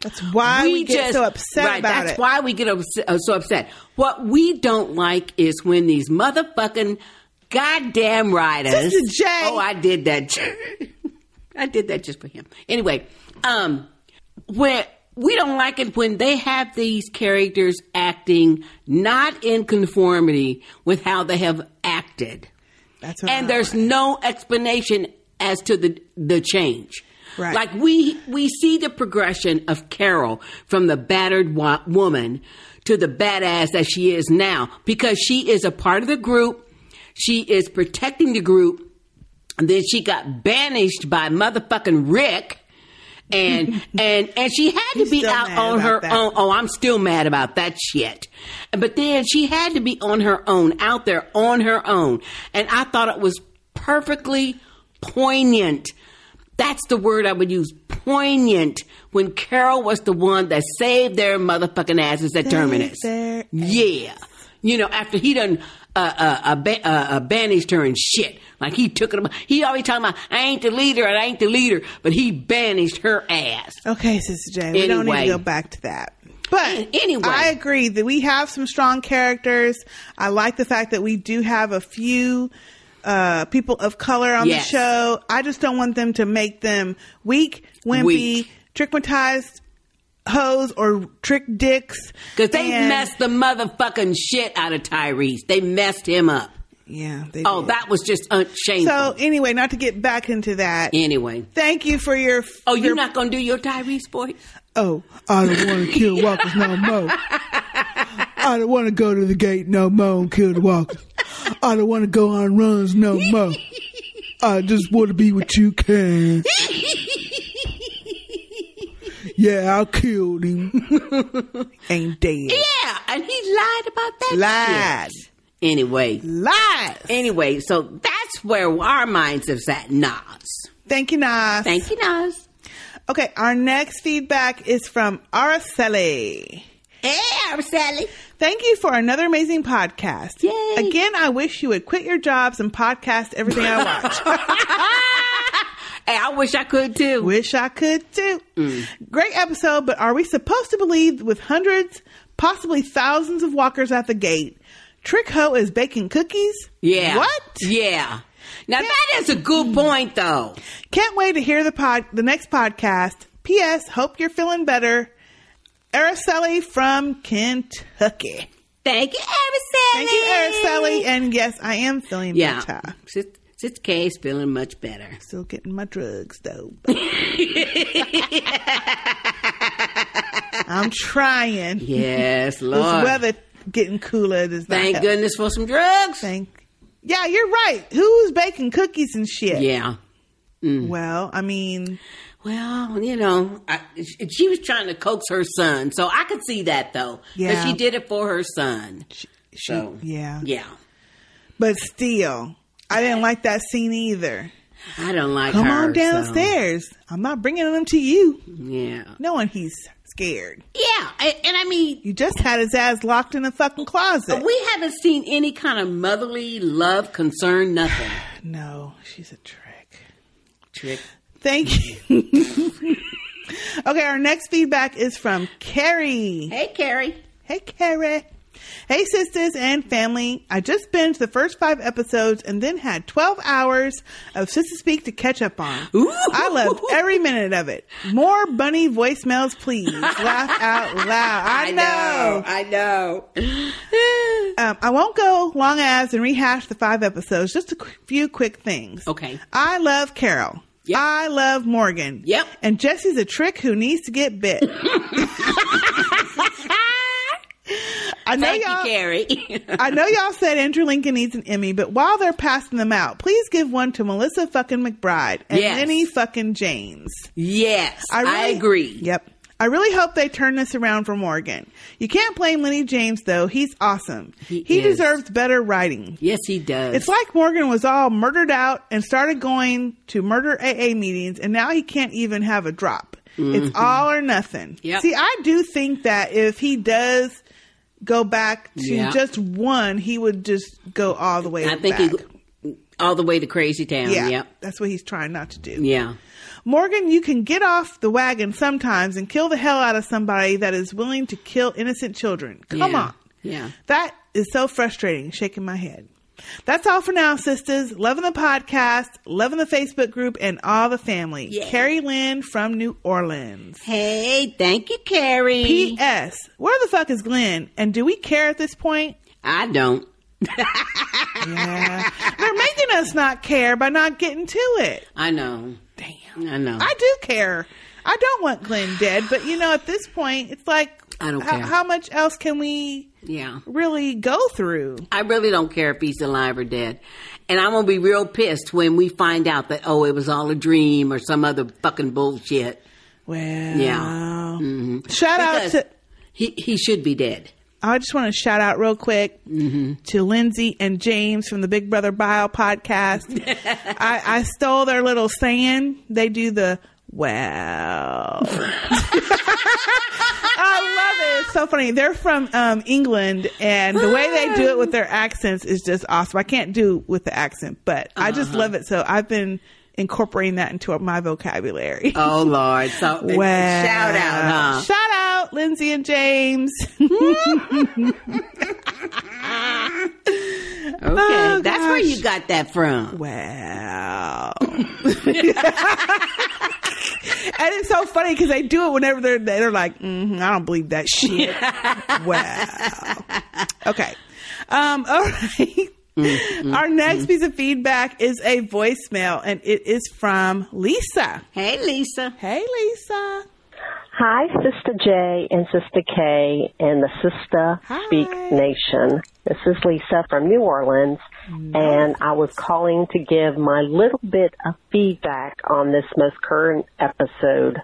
That's why we, get so upset
right,
about
that's
it.
why we get ups- uh, so upset. What we don't like is when these motherfucking goddamn writers.
Sister J.
Oh, I did that. I did that just for him. Anyway, um, where we don't like it when they have these characters acting not in conformity with how they have acted.
That's
and there's no explanation as to the the change.
Right.
Like we we see the progression of Carol from the battered wa- woman to the badass that she is now because she is a part of the group. She is protecting the group. And then she got banished by motherfucking Rick. And and and she had to be
still
out
mad
on
about
her
that.
own. Oh, I'm still mad about that shit. But then she had to be on her own, out there on her own. And I thought it was perfectly poignant. That's the word I would use, poignant, when Carol was the one that saved their motherfucking asses at Terminus. Yeah. You know, after he done uh, uh, uh, ba- uh, uh, banished her and shit. Like he took it. He always talking about, I ain't the leader and I ain't the leader, but he banished her ass.
Okay, Sister J, we don't need to
Anyway.
go back to that. But
Mm, anyway.
I agree that we have some strong characters. I like the fact that we do have a few uh, people of color on
Yes.
the show. I just don't want them to make them weak, wimpy,
Weak.
trickmatized hoes or trick dicks.
Because they
And-
messed the motherfucking shit out of Tyrese. They messed him up.
Yeah. They
oh,
did.
that was just un- shameful.
So anyway, not to get back into that.
anyway.
Thank you for your.
Oh, you're
your-
not going to do your Tyrese voice?
Oh, I don't want to kill walkers no more. I don't want to go to the gate no more and kill the walkers. I don't want to go on runs no more. I just want to be with you, Ken. Yeah, I killed him. Ain't dead.
Yeah, and he lied about that
Lied.
shit. Anyway.
Lies.
Anyway, so that's where our minds is at, Nas.
Thank you, Nas.
Thank you, Nas.
Okay, our next feedback is from Araceli.
Hey, Araceli.
Thank you for another amazing podcast.
Yay.
Again, I wish you would quit your jobs and podcast everything I watch.
Hey, I wish I could too.
Wish I could too.
Mm.
Great episode, but are we supposed to believe with hundreds, possibly thousands of walkers at the gate, Trick Ho is baking cookies?
Yeah.
What?
Yeah. Now, that is a good point, though.
Can't wait to hear the pod the next podcast. P.S. Hope you're feeling better. Araceli from Kentucky.
Thank you, Araceli.
Thank you, Araceli. And yes, I am feeling
Yeah.
better.
Sis- Sis K is feeling much better.
Still getting my drugs though. but- I'm trying.
Yes,
This
Lord.
weather getting cooler does not
Thank
help.
goodness for some drugs.
Thank. Yeah, you're right. Who's baking cookies and shit?
yeah. Mm.
Well, I mean,
Well, you know, I, she- she was trying to coax her son, so I could see that though.
Yeah.
Yeah, she did it for her son.
she,
so
yeah.
yeah,
But still, I didn't like that scene either.
I don't like
Come
her.
on
so-
downstairs. I'm not bringing them to you,
Yeah,
knowing he's scared.
yeah, a- and I mean,
You just had his ass locked in a fucking closet.
we haven't seen any kind of motherly love, concern, nothing.
no, she's a trick.
Trick.
Thank you. okay, our next feedback is from Carrie.
Hey, Carrie.
Hey, Carrie. Hey, sisters and family. I just binged the first five episodes and then had 12 hours of Sister Speak to catch up on. I loved every minute of it. More bunny voicemails, please. Laugh out loud. I,
I
know.
know, I know.
um, I won't go long as and rehash the five episodes. Just a qu- few quick things.
Okay.
I love Carol. I love Morgan. Yep. And Jesse's a trick who needs to get bit. I know
Thank you,
y'all,
Carrie.
I know y'all said Andrew Lincoln needs an Emmy, but while they're passing them out, please give one to Melissa fucking McBride and
Yes.
Lenny fucking James.
Yes, I agree.
Yep. I really hope they turn this around for Morgan. You can't blame Lenny James though; he's awesome. He,
is.
deserves better writing.
Yes, he does.
It's like Morgan was all murdered out and started going to murder AA meetings, and now he can't even have a drop.
Mhm.
It's all or nothing.
Yep.
See, I do think that if he does go back to
Yeah.
just one, he would just go all the way.
I think
back.
he all the way to Crazy Town.
yeah,
Yep.
that's what he's trying not to do.
Yeah.
Morgan, you can get off the wagon sometimes and kill the hell out of somebody that is willing to kill innocent children. Come
Yeah.
on.
Yeah.
That is so frustrating. Shaking my head. That's all for now, sisters. Loving the podcast, loving the Facebook group, and all the family. Carrie Lynn from New Orleans.
Hey, thank you, Carrie.
P.S. Where the fuck is Glenn? And do we care at this point?
I don't.
yeah. They're making us not care by not getting to it.
I know. Damn. I know.
I do care. I don't want Glenn dead, but you know, at this point, it's like,
I don't
how,
care.
how much else can we
yeah.
really go through?
I really don't care if he's alive or dead. And I'm going to be real pissed when we find out that, oh, it was all a dream or some other fucking bullshit.
Well,
yeah. hmm
Shout out to-
He, he should be dead. Mm-hmm.
I just want to shout out real quick to Lindsay and James from the Big Brother Bio podcast. I, I stole their little saying. They do the wow. I love it. It's so funny. They're from um, England, and the way they do it with their accents is just awesome. I can't do with the accent, but I just
Uh-huh.
love it. So I've been incorporating that into my vocabulary.
Oh, Lord. So,
Wow.
shout out, huh?
Shout out, Lindsay and James.
okay. That's where you got that from.
Wow. and it's so funny because they do it whenever they're they're like, mm I don't believe that shit. wow. Okay. Um. All right.
Mm-hmm.
Our next piece of feedback is a voicemail, and it is from Lisa.
Hey, Lisa.
Hey, Lisa.
Hi, Sister J and Sister K and the Sister Speak Nation. This is Lisa from New Orleans, and I was calling to give my little bit of feedback on this most current episode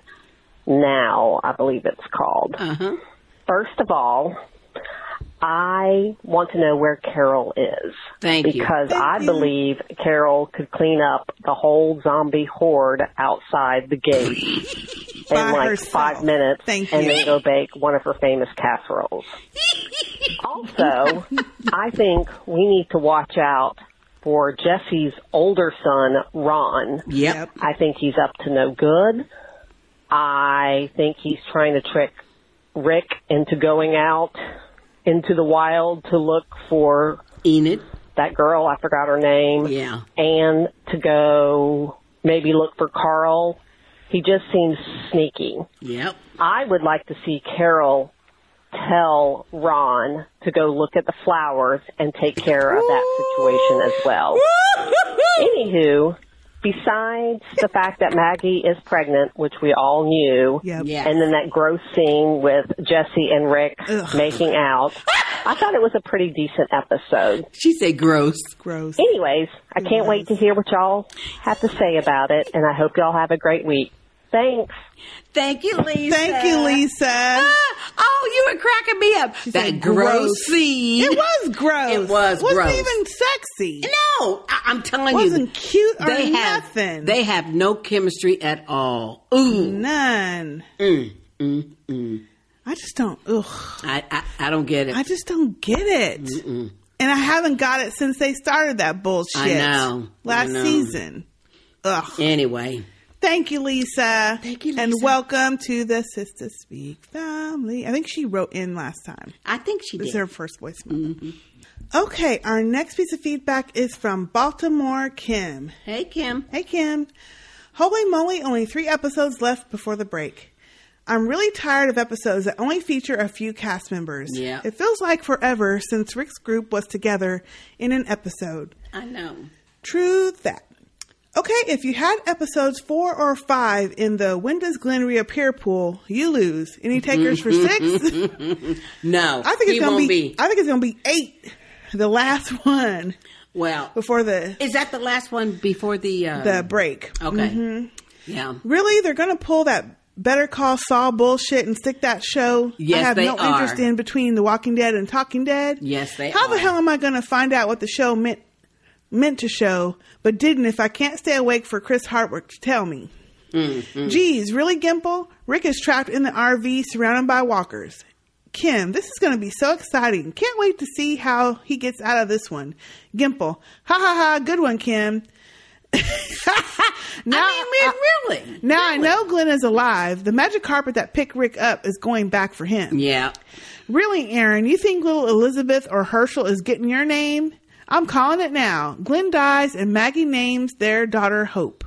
now, I believe it's called.
Uh-huh.
First of all, I want to know where Carol is.
Thank
because
you.
I believe Carol could clean up the whole zombie horde outside the gate in
By
like five minutes and
you.
then go bake one of her famous casseroles. also, I think we need to watch out for Jesse's older son, Ron.
Yep.
I think he's up to no good. I think he's trying to trick Rick into going out into the wild to look for
Enid.
That girl, I forgot her name.
Yeah.
And to go maybe look for Carl. He just seems sneaky.
Yep.
I would like to see Carol tell Ron to go look at the flowers and take care of that situation as well. Anywho, besides the fact that Maggie is pregnant, which we all knew,
Yes.
and then that gross scene with Jesse and Rick
Ugh.
making out, I thought it was a pretty decent episode.
She said gross.
Gross.
Anyways, I can't wait to hear what y'all have to say about it, and I hope y'all have a great week. Thanks.
Thank you, Lisa.
Thank you, Lisa.
Ah, oh, you were cracking me up. that
said
gross.
gross.
scene.
It was gross.
It was
Wasn't
gross.
even sexy.
No, I- I'm telling you,
Wasn't cute or
they have
nothing.
they have no chemistry at all. Ooh,
none.
Mm, mm, mm.
I just don't. Oh, Ugh.
I, I I don't get it. Mm,
I just don't get it.
Mm-mm.
And I haven't got it since they started that bullshit.
I know. I
Last
know.
season. Ugh.
Anyway,
Thank you, Lisa.
Thank you,
And
Lisa.
welcome to the Sister Speak family. I think she wrote in last time.
I think she
this is
did. Mm-hmm.
her first voicemail. Okay, our next piece of feedback is from Baltimore Kim.
Hey, Kim.
Hey, Kim. Holy moly, only three episodes left before the break. I'm really tired of episodes that only feature a few cast members.
Yeah.
It feels like forever since Rick's group was together in an episode.
I know.
True that. Okay, if you had episodes four or five in the When Does Glenn Reappear pool, you lose. Any takers for six?
no,
I think
he
it's gonna
won't
be, I think it's gonna be eight. The last one.
Well,
before the
Is that the last one before the uh,
Oh, the break.
Okay.
Mhm.
Yeah.
Really, they're gonna pull that Better Call Saul bullshit and stick that show. I
Yes,
have
they
no
are.
interest in between The Walking Dead and Talking Dead.
Yes, they
How
are.
the hell am I going to find out what the show meant meant to show, but didn't if I can't stay awake for Chris Hartwick to tell me? Geez, really, Gimple? Rick is trapped in the RV surrounded by walkers. Kim, this is going to be so exciting. Can't wait to see how he gets out of this one. Gimple, ha ha ha, good one, Kim. now, I
mean, really?
Now I know Glenn is alive. The magic carpet that picked Rick up is going back for him.
Yeah.
Really, Aaron, you think little Elizabeth or Herschel is getting your name? I'm calling it now. Glenn dies and Maggie names their daughter Hope.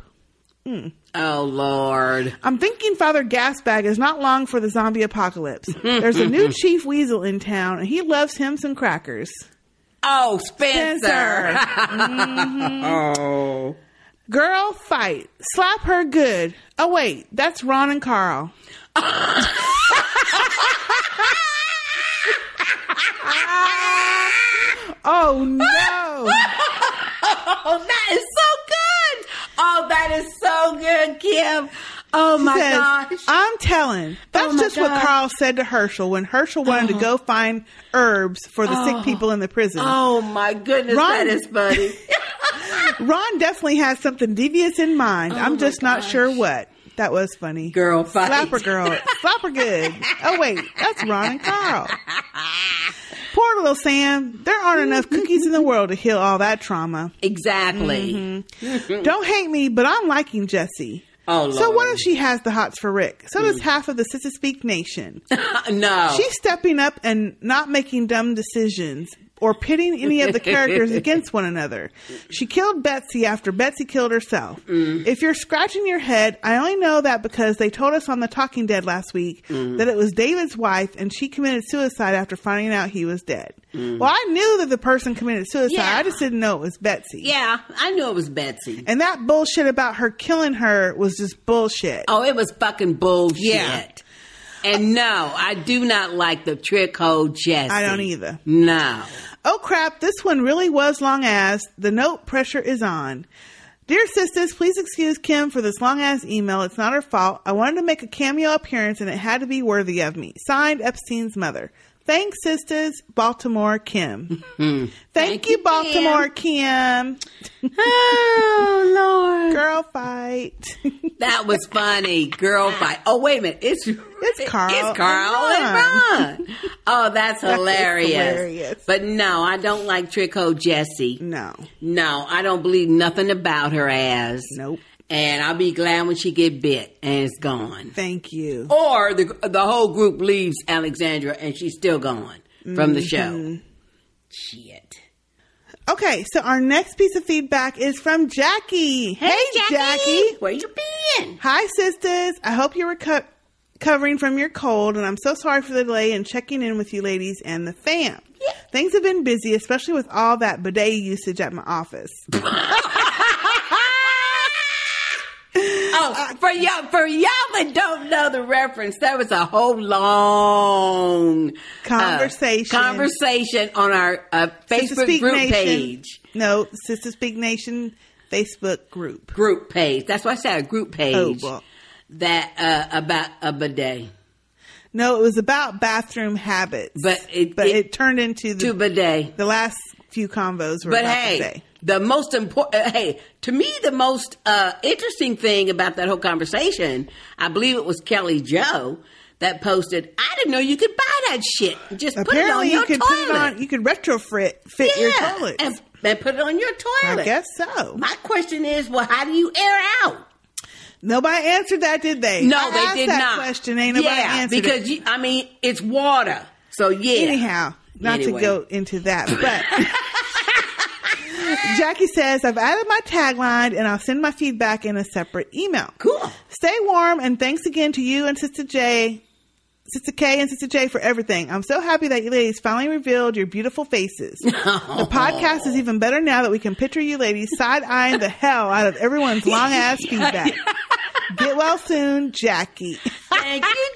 Hmm.
Oh Lord.
I'm thinking Father Gasbag is not long for the zombie apocalypse. There's a new Chief Weasel in town, and he loves him some crackers.
Oh, Spencer.
Spencer.
Oh.
Girl, fight. Slap her good. Oh, wait, that's Ron and Carl. oh, no.
Oh, that is so good. Oh, that is so good, Kim. Oh my
says,
gosh. Oh,
I'm telling. That's
my
just what
gosh. Uh-huh.
Carl said to Herschel when Herschel wanted to go find herbs for the
Oh.
sick people in the prison.
Oh my goodness,
Ron-
that is funny.
Ron definitely has something devious in mind. I'm just not sure what. That was funny.
Oh Girl, fight.
Slapper girl. Slapper good. Oh, wait. That's Ron and Carl. Poor little Sam. There aren't enough cookies in the world to heal all that trauma.
Exactly.
Mhm. Don't hate me, but I'm liking Jesse.
Oh,
So
Lord. Mm.
what if she has the hots for Rick? So does half of the Sister Speak Nation.
no.
She's stepping up and not making dumb decisions or pitting any of the characters against one another. She killed Betsy after Betsy killed herself.
Mm.
If you're scratching your head, I only know that because they told us on The Talking Dead last week
Mm.
that it was David's wife and she committed suicide after finding out he was dead.
Mm.
Well, I knew that the person committed suicide.
Yeah.
I just didn't know it was Betsy.
yeah, I knew it was Betsy.
And that bullshit about her killing her was just bullshit.
Oh, it was fucking bullshit.
Yeah.
And no, I do not like the trick hole Jesse.
I don't either.
No.
Oh crap, this one really was long ass. The note pressure is on. Dear sisters, please excuse Kim for this long ass email. It's not her fault. I wanted to make a cameo appearance and it had to be worthy of me. Signed Epstein's mother. Thanks, sisters. Baltimore Kim.
Mm.
Thank, you, Baltimore Kim. oh Lord. Girl fight.
That was funny. Girl fight. Oh, wait a minute. It's it's
Carl
It's Carl and Ron. Oh, that's
That is
hilarious.
hilarious.
But no, I don't like trick hole Jesse.
No.
No, I don't believe nothing about her ass.
Nope.
And I'll be glad when she get bit and it's gone.
Thank you.
Or the the whole group leaves Alexandra and she's still gone from the show.
Mhm.
Shit.
Okay, so our next piece of feedback is from Jackie. Hey, Jackie.
Where you been?
Hi, sisters. I hope you're reco- recovering from your cold, and I'm so sorry for the delay in checking in with you ladies and the fam. Things have been busy, especially with all that bidet usage at my office.
Oh, for y'all, for y'all that don't know the reference, that was a whole long uh,
Conversation.
conversation on our uh,
Sister
Facebook
Speak
group
Nation-
page.
No, Sister Speak Nation Facebook group.
Group page. That's why I said a group page.
Oh, well.
That uh, about a bidet,
No, it was about bathroom habits,
but it,
but it, turned into the
to bidet.
The last few convos were
But
about
hey,
bidet.
the most important. Hey, to me, the most uh, interesting thing about that whole conversation, I believe it was Kelly Joe that posted. I didn't know you could buy that shit. Just put it on
Apparently,
your
you could
toilet.
put it on. You could retrofit fit your
Yeah,
toilet.
and, and put it on your toilet.
I guess so.
My question is, well, how do you air out?
Nobody answered that, did they?
No,
I
they
asked
did
that
not.
Question ain't nobody
yeah,
answered
because
it.
You, I mean it's water, so yeah.
Anyhow, not
Anyway.
to go into that, but Jackie says I've added my tagline and I'll send my feedback in a separate email.
Cool.
Stay warm and thanks again to you and Sister J, Sister K and Sister J for everything. I'm so happy that you ladies finally revealed your beautiful faces. The podcast is even better now that we can picture you ladies side eyeing the hell out of everyone's long ass feedback. Get well soon, Jackie.
Thank you,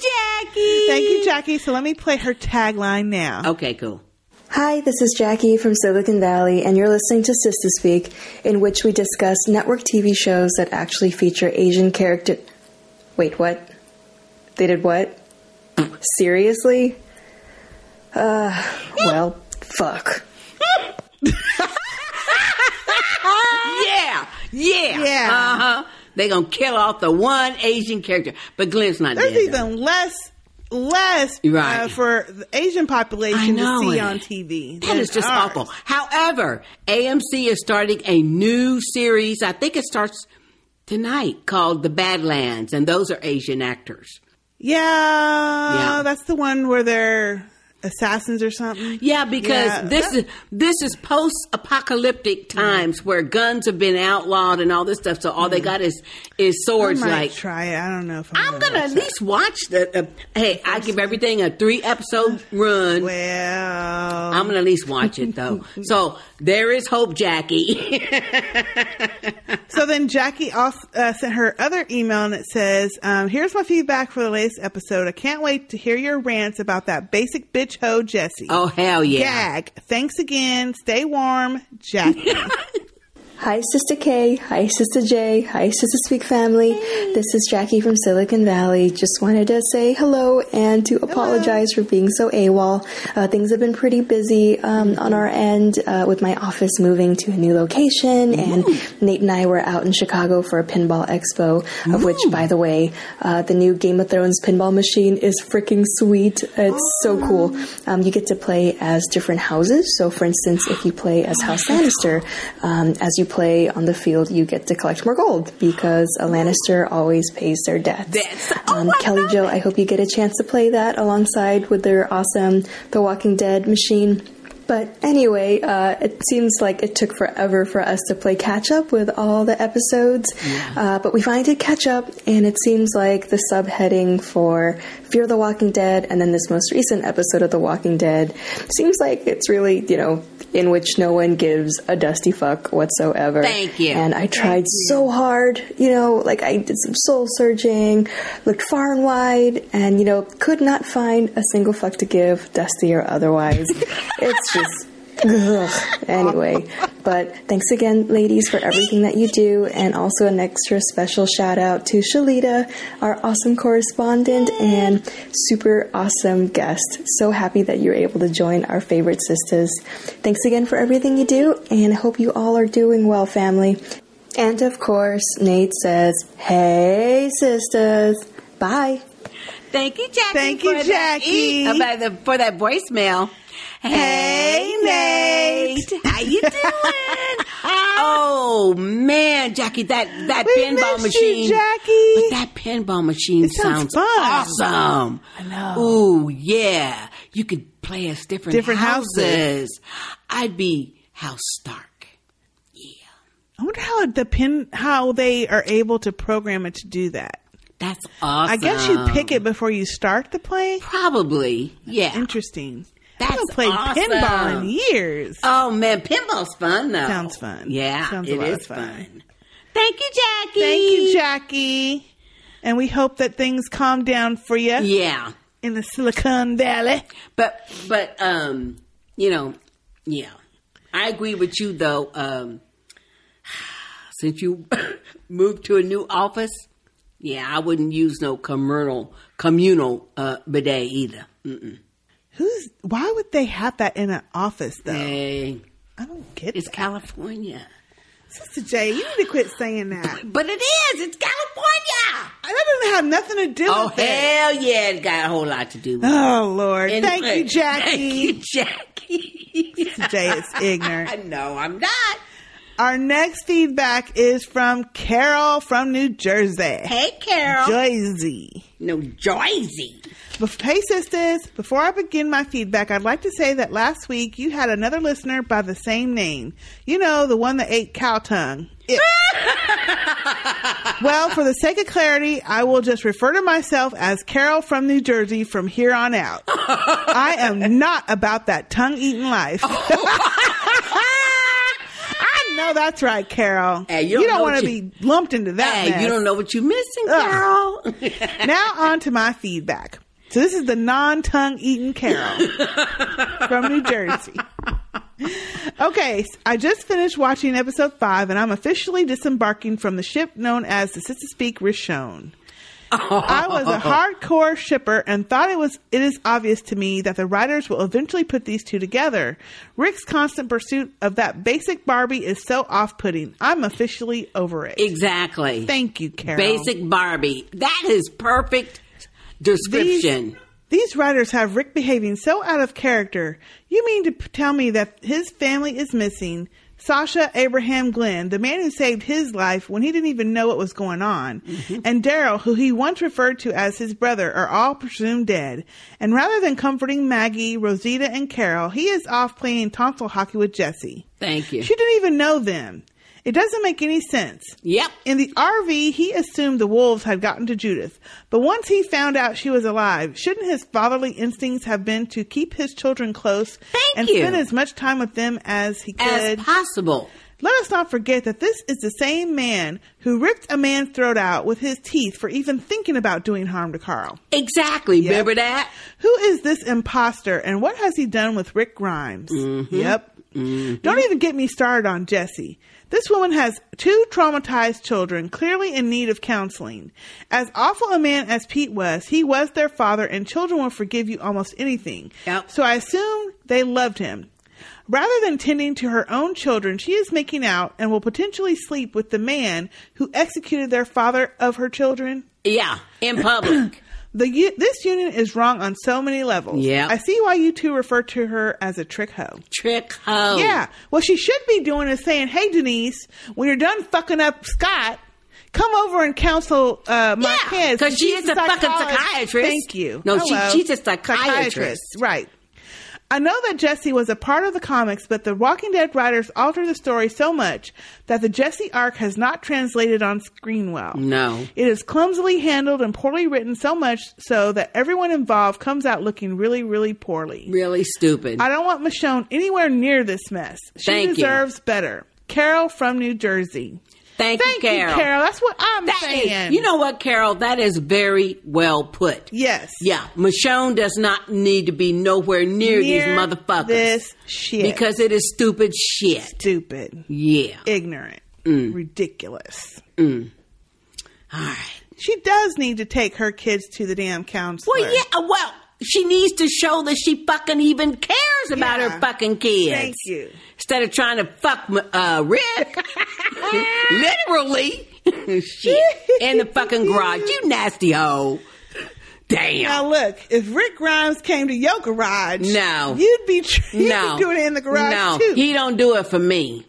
Jackie.
Thank you, Jackie. So let me play her tagline now.
Okay, cool.
Hi, this is Jackie from Silicon Valley, and you're listening to Sister Speak, in which we discuss network TV shows that actually feature Asian character. Wait, what? They did what? Seriously? Uh, well, fuck.
yeah, yeah,
Yeah.
Uh
Uh-huh.
huh. They gonna kill off the one Asian character, but Glenn's not
There's
dead.
even less less
Right.
uh, for the Asian population to
know
see
it.
on TV.
That is
than
just
ours.
awful. However, AMC is starting a new series. I think it starts tonight called The Badlands, and those are Asian actors.
Yeah,
Yeah.
that's the one where they're assassins or something.
Yeah, because
Yeah, Mm-hmm.
this
that-
is this is post-apocalyptic times where guns have been outlawed and all this stuff. So all they got is is swords.
Mm-hmm. I might
like
try it. I don't know if I'm,
I'm gonna at least watch the. Uh, hey, I give everything a three episode run.
Well,
I'm gonna at least watch it though. so there is hope, Jackie.
So then Jackie also, uh, sent her other email and it says, um, Here's my feedback for the latest episode. I can't wait to hear your rants about that basic bitch hoe Jesse.
oh hell yeah!
Gag. Thanks again. Stay warm, Jackie.
Hi, Sister K. Hi, Sister J. Hi, Sister Speak family. This is Jackie from Silicon Valley. Just wanted to say hello and to apologize for being so AWOL. Uh, things have been pretty busy um, on our end uh, with my office moving to a new location, and Nate and I were out in Chicago for a pinball expo, of which, by the way, uh, the new Game of Thrones pinball machine is freaking sweet. It's so cool. Um, you get to play as different houses. So, for instance, if you play as House Lannister, um, as you play on the field, you get to collect more gold because a Lannister always pays their debts. um, Kelly Joe, I hope you get a chance to play that alongside with their awesome The Walking Dead machine. But anyway, uh, it seems like it took forever for us to play catch up with all the episodes. Uh, but we finally did catch up, and it seems like the subheading for Fear the Walking Dead and then this most recent episode of The Walking Dead seems like it's really, you know, in which no one gives a dusty fuck whatsoever.
Thank you.
And I tried so hard, you know, like I did some soul searching, looked far and wide, and, you know, could not find a single fuck to give, dusty or otherwise. it's just. Ugh. Anyway, but thanks again, ladies, for everything that you do, and also an extra special shout out to Shalita, our awesome correspondent and super awesome guest. So happy that you're able to join our favorite sisters. Thanks again for everything you do, and hope you all are doing well, family. And of course, Nate says, "Hey, sisters, bye."
Thank you, Jackie.
Thank you,
for that
Jackie.
e- about the, for that voicemail. Hey, Nate. How you doing? oh man, Jackie, that that
We
pinball
miss you,
machine,
Jackie.
But that pinball machine
It sounds
sounds,
fun.
awesome. I know. Ooh, yeah. You could play as different
Different houses.
houses. I'd be House Stark.
I wonder how the pin how they are able to program it to do that.
That's awesome.
I guess you pick it before you start the play.
Probably, yeah.
Interesting. I
That's
haven't played
awesome.
pinball in years.
Oh man, pinball's fun though.
Sounds fun.
Yeah,
Sounds a
it
lot of
is
fun.
fun. Thank you, Jackie.
Thank you, Jackie. And we hope that things calm down for you.
Yeah.
In the Silicon Valley.
But but um, you know, yeah, I agree with you though. Um, since you moved to a new office, yeah, I wouldn't use no communal communal uh, bidet either. Mm-mm.
Who's why would they have that in an office though?
Hey,
I don't get
it's
that.
California,
Sister Jay, you need to quit saying that.
but it is. It's California.
That doesn't have nothing to do
Oh
with it.
hell yeah, it got a whole lot to do. with it.
Oh Lord.
Anyway,
thank you, Jackie.
Thank you, Jackie.
Jay is ignorant.
no, I'm not.
Our next feedback is from Carol from New Jersey.
Hey, Carol.
Jersey.
No, Jersey.
Bef- Hey, sisters. Before I begin my feedback, I'd like to say that last week you had another listener by the same name. You know, the one that ate cow tongue. It. well, for the sake of clarity, I will just refer to myself as Carol from New Jersey from here on out. I am not about that tongue eating
Oh,
life. I know that's right, Carol.
you don't know
want
what
to
you-
be lumped into that.
Hey, you don't know what you're missing, Carol.
now on to my feedback. So this is the non-tongue eating Carol from New Jersey. Okay, s- I just finished watching episode five, and I'm officially disembarking from the ship known as the Sister Speak Rishon. I was a hardcore shipper and thought it was it is obvious to me that the writers will eventually put these two together. Rick's constant pursuit of that basic Barbie is so off-putting. I'm officially over it.
Exactly.
Thank you, Carol.
Basic Barbie. That is perfect description.
These writers have Rick behaving so out of character. You mean to p- tell me that his family is missing Sasha Abraham Glenn, the man who saved his life when he didn't even know what was going on, and Daryl, who he once referred to as his brother, are all presumed dead. And rather than comforting Maggie, Rosita, and Carol, he is off playing tonsil hockey with Jesse.
Thank you.
She didn't even know them. It doesn't make any sense.
Yep.
In the RV, he assumed the wolves had gotten to Judith. But once he found out she was alive, shouldn't his fatherly instincts have been to keep his children close and
you.
spend as much time with them as he
As
could?
possible.
Let us not forget that this is the same man who ripped a man's throat out with his teeth for even thinking about doing harm to Carl.
Exactly. Remember that?
Who is this imposter and what has he done with Rick Grimes?
Mm-hmm.
Yep. Don't even get me started on Jesse. This woman has two traumatized children, clearly in need of counseling. As awful a man as Pete was, he was their father, and children will forgive you almost anything. So I assume they loved him. Rather than tending to her own children, she is making out and will potentially sleep with the man who executed their father of her children.
Yeah. In public.
The u- this union is wrong on so many levels.
Yeah.
I see why you two refer to her as a trick hoe.
Trick hoe.
Yeah. What she should be doing is saying, "Hey Denise, when you're done fucking up Scott, come over and counsel uh, my kids
Because she
She's
is a fucking
psychologist.
psychiatrist.
Thank you.
No, she,
Hello.
she's a psychiatrist.
Right. I know that Jesse was a part of the comics, but the Walking Dead writers altered the story so much that the Jesse arc has not translated on screen well.
No.
It is clumsily handled and poorly written so much so that everyone involved comes out looking really, really poorly.
Really stupid.
I don't want Michonne anywhere near this mess. She
Thank you.
deserves better. Carol from New Jersey.
Thank,
Thank you,
you, Carol.
Carol. That's what I'm
That is-
saying.
you know what, Carol? That is very well put.
Yes.
Yeah. Michonne does not need to be nowhere near, these
Near
motherfuckers.
this shit.
Because it is stupid shit.
Stupid.
Yeah.
Ignorant. Ridiculous.
Mm.
She does need to take her kids to the damn counselor.
Well, yeah. uh, Well, she needs to show that she fucking even cares about her fucking kids.
Thank you.
Instead of trying to fuck uh, Rick, literally, shit, in the fucking garage. You nasty hoe. Damn.
Now look, if Rick Grimes came to your garage,
No.
you'd be tr- you'd
no.
be doing it in the garage
No,
too.
he don't do it for me.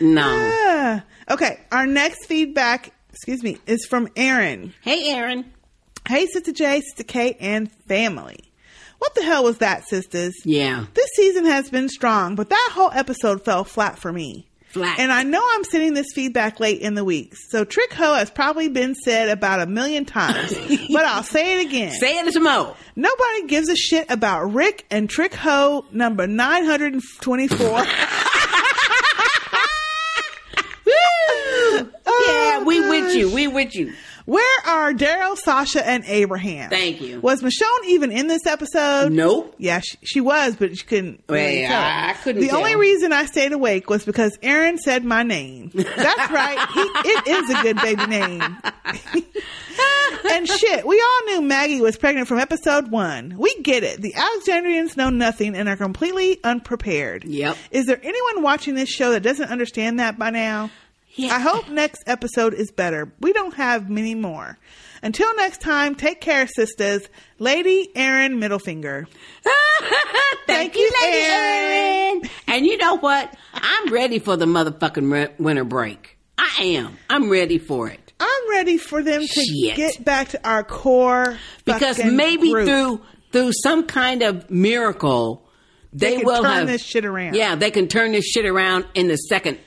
No.
Ah. Okay, our next feedback, excuse me, is from Aaron.
Hey, Aaron.
Hey, Sister J, Sister K, and family. What the hell was that, sisters?
Yeah.
This season has been strong, but that whole episode fell flat for me.
Flat.
And I know I'm sending this feedback late in the week, so trick ho has probably been said about a million times, but I'll say it again.
Say it some more.
Nobody gives a shit about Rick and trick ho number 924. yeah,
we with you. We with you.
Where are Daryl, Sasha, and Abraham?
Thank you.
Was Michonne even in this episode?
Nope.
Yeah, she, she was, but she couldn't. really
Well,
tell.
I couldn't
The
tell.
only reason I stayed awake was because Aaron said my name. That's right. He, it is a good baby name. and shit, we all knew Maggie was pregnant from episode one. We get it. The Alexandrians know nothing and are completely unprepared. Yep. Is there anyone watching this show that doesn't understand that by now? I hope next episode is better. We don't have many more. Until next time, take care, sisters. Lady Erin Middlefinger.
Thank you, Lady Erin. And you know what? I'm ready for the motherfucking re- winter break. I am. I'm ready for it.
I'm ready for them to
Shit.
get back to our core
Because
fucking
maybe
group.
through through some kind of miracle,
They
they,
can
will
turn
have
this shit around.
Yeah, they can turn this shit around in the second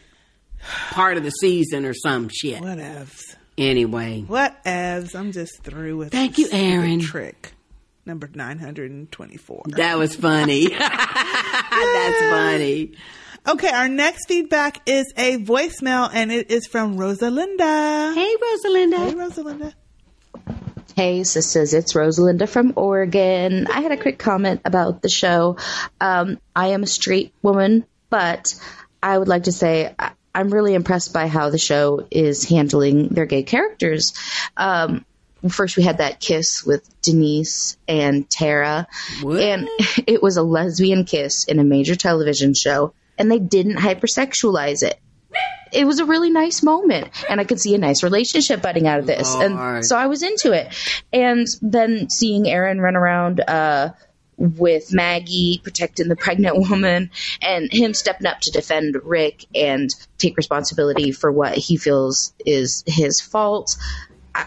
part of the season or some shit.
Whatevs.
Anyway,
What evs? I'm just through with.
Thank
this
you, Erin.
stupid Trick number nine hundred and twenty-four.
that was funny. That's funny.
Okay, our next feedback is a voicemail, and it is from Rosalinda.
Hey, Rosalinda.
Hey, Rosalinda.
Hey, sisters, it's Rosalinda from Oregon. I had a quick comment about the show. Um, I am a straight woman, but I would like to say I- I'm really impressed by how the show is handling their gay characters. Um, first, we had that kiss with Denise and Tara, and it was a lesbian kiss in a major television show, and they didn't hypersexualize it it was a really nice moment and i could see a nice relationship budding out of this and
Lord.
so i was into it and then seeing aaron run around uh, with maggie protecting the pregnant woman and him stepping up to defend rick and take responsibility for what he feels is his fault I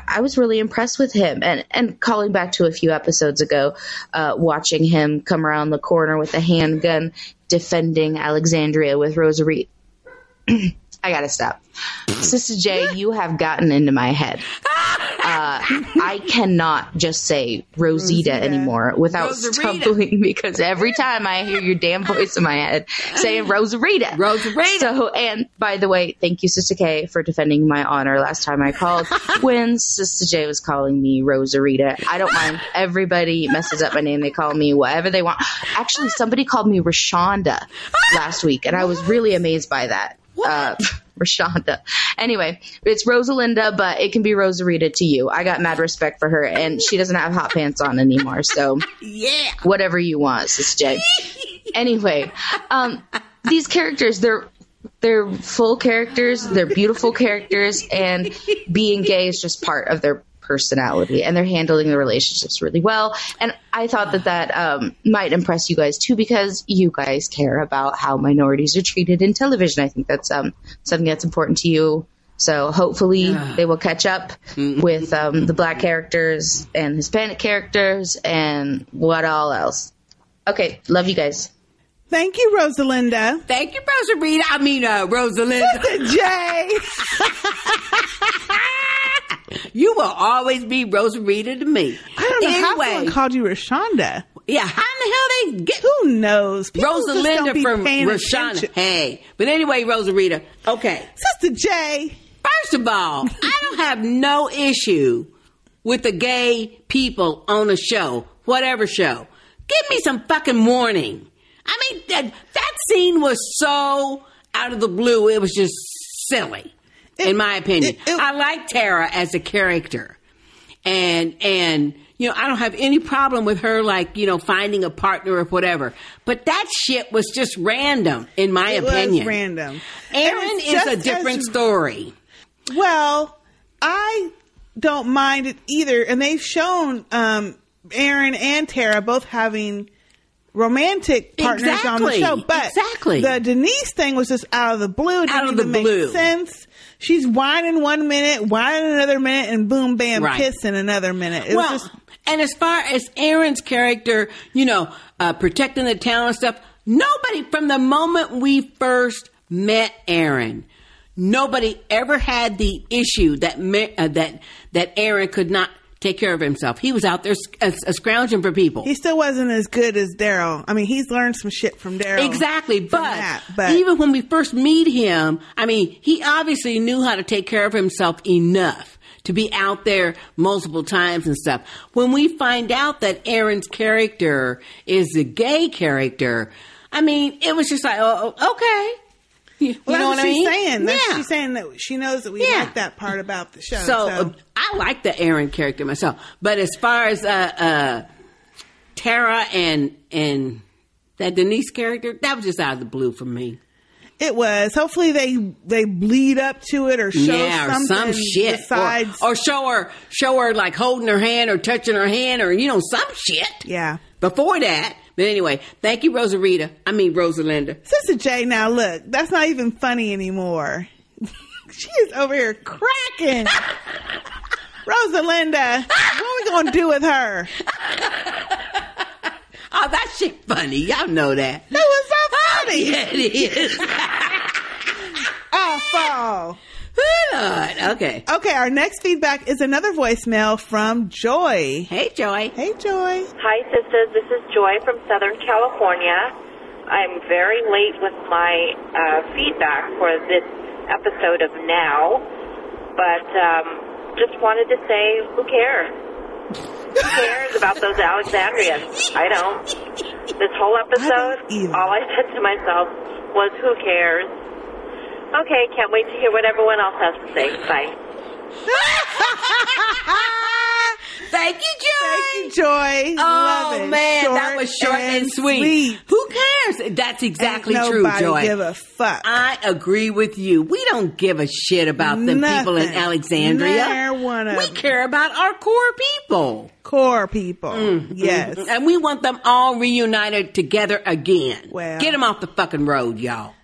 I was really impressed with him, and and calling back to a few episodes ago, uh, watching him come around the corner with a handgun, defending Alexandria with Rosary I gotta stop. Sister J, you have gotten into my head. Uh, I cannot just say Rosita, anymore without stumbling because every time I hear your damn voice in my head saying Rosarita. Rosarita. So, and by the way, thank you, Sister K, for defending my honor last time I called when Sister J was calling me Rosarita. I don't mind. Everybody messes up my name. They call me whatever they want. Actually, somebody called me Rashonda last week, and I was really amazed by that. Uh, Rashonda. Anyway, it's Rosalinda, but it can be Rosarita to you. I got mad respect for her, and she doesn't have hot pants on anymore. So,
yeah,
whatever you want, Sis J. anyway, um, these characters, they're they're full characters, they're beautiful characters, and being gay is just part of their personality, and they're handling the relationships really well. And I thought that that um, might impress you guys too, because you guys care about how minorities are treated in television. I think that's um, something that's important to you. So hopefully they will catch up with um, the black characters and Hispanic characters and what all else. Okay, love you guys.
Thank you, Rosalinda.
Thank you, Rosarita. I mean, uh, Rosalinda. Jay. you will always be Rosarita to me.
I don't know how someone called you Rashonda.
Yeah, how in the hell they get?
Who knows? People just don't
Rosalinda
be
from
paying
Roshana.
attention.
Hey, but anyway, Rosarita. Okay,
Sister J.
First of all, I don't have no issue with the gay people on a show, whatever show. Give me some fucking warning. I mean, that, that scene was so out of the blue. It was just silly, in my opinion. I like Tara as a character and and you know I don't have any problem with her like you know finding a partner or whatever. But that shit was just random in my
It was
opinion.
random.
Aaron
And it's
is a
just
different
as-
story.
Well, I don't mind it either, and they've shown um, Aaron and Tara both having romantic partners on the
Exactly.
show. But
Exactly.
the Denise thing was just out of the blue. It didn't
Out of the
even make
blue.
sense. She's whining one minute, whining another minute, and boom, bam,
Right.
kissing another minute. It
well,
was just
and as far as Aaron's character, you know, uh, protecting the town and stuff, nobody from the moment we first met Aaron, nobody ever had the issue that ma- uh, that that Aaron could not take care of himself. He was out there sc- uh, uh, scrounging for people.
he still wasn't as good as Daryl. I mean, he's learned some shit from Daryl.
Exactly, but,
but-
even when we first meet him, I mean, he obviously knew how to take care of himself enough to be out there multiple times and stuff. When we find out that Aaron's character is the gay character, I mean, it was just like, oh, oh, okay, you,
Well,
you
that's
know what I
she's
mean?
saying. That's
yeah.
She's saying that she knows that we like that part about the show.
So, uh, I like the Aaron character myself, but as far as uh, uh, Tara and and that Denise character, that was just out of the blue for me.
It was. Hopefully they they bleed up to it or show
yeah, or
something
some shit,
besides
or, or show her, show her like holding her hand or touching her hand or you know some shit.
Yeah.
Before that, but anyway, thank you, Rosarita. I mean Rosalinda.
Sister J, now look, that's not even funny anymore. she is over here cracking. Rosalinda, what are we gonna do with her?
Oh, that shit funny. Y'all know that.
That was so funny.
Yeah, it is.
Awful.
Lord, okay.
Okay, our next feedback is another voicemail from Joy.
Hey, Joy.
Hey, Joy.
Hi, sisters. This is Joy from Southern California. I'm very late with my uh, feedback for this episode of Now, but um, just wanted to say who cares? Who cares about those Alexandrians? I don't. This whole episode, all I said to myself was who cares? Okay, can't wait to hear what everyone else has to say. Bye.
Thank you, Joy.
Thank you, Joy.
Oh
Love it.
man, that
Short
was short and,
and
sweet.
sweet.
Who cares? That's exactly
Ain't
true,
nobody
Joy.
give a fuck.
I agree with you. We don't give a shit about the people in
Nothing.
Alexandria.
Never one of
we care about our core people.
Core people. Yes.
Mhm. And we want them all reunited together again.
Well.
Get them off the fucking road, y'all.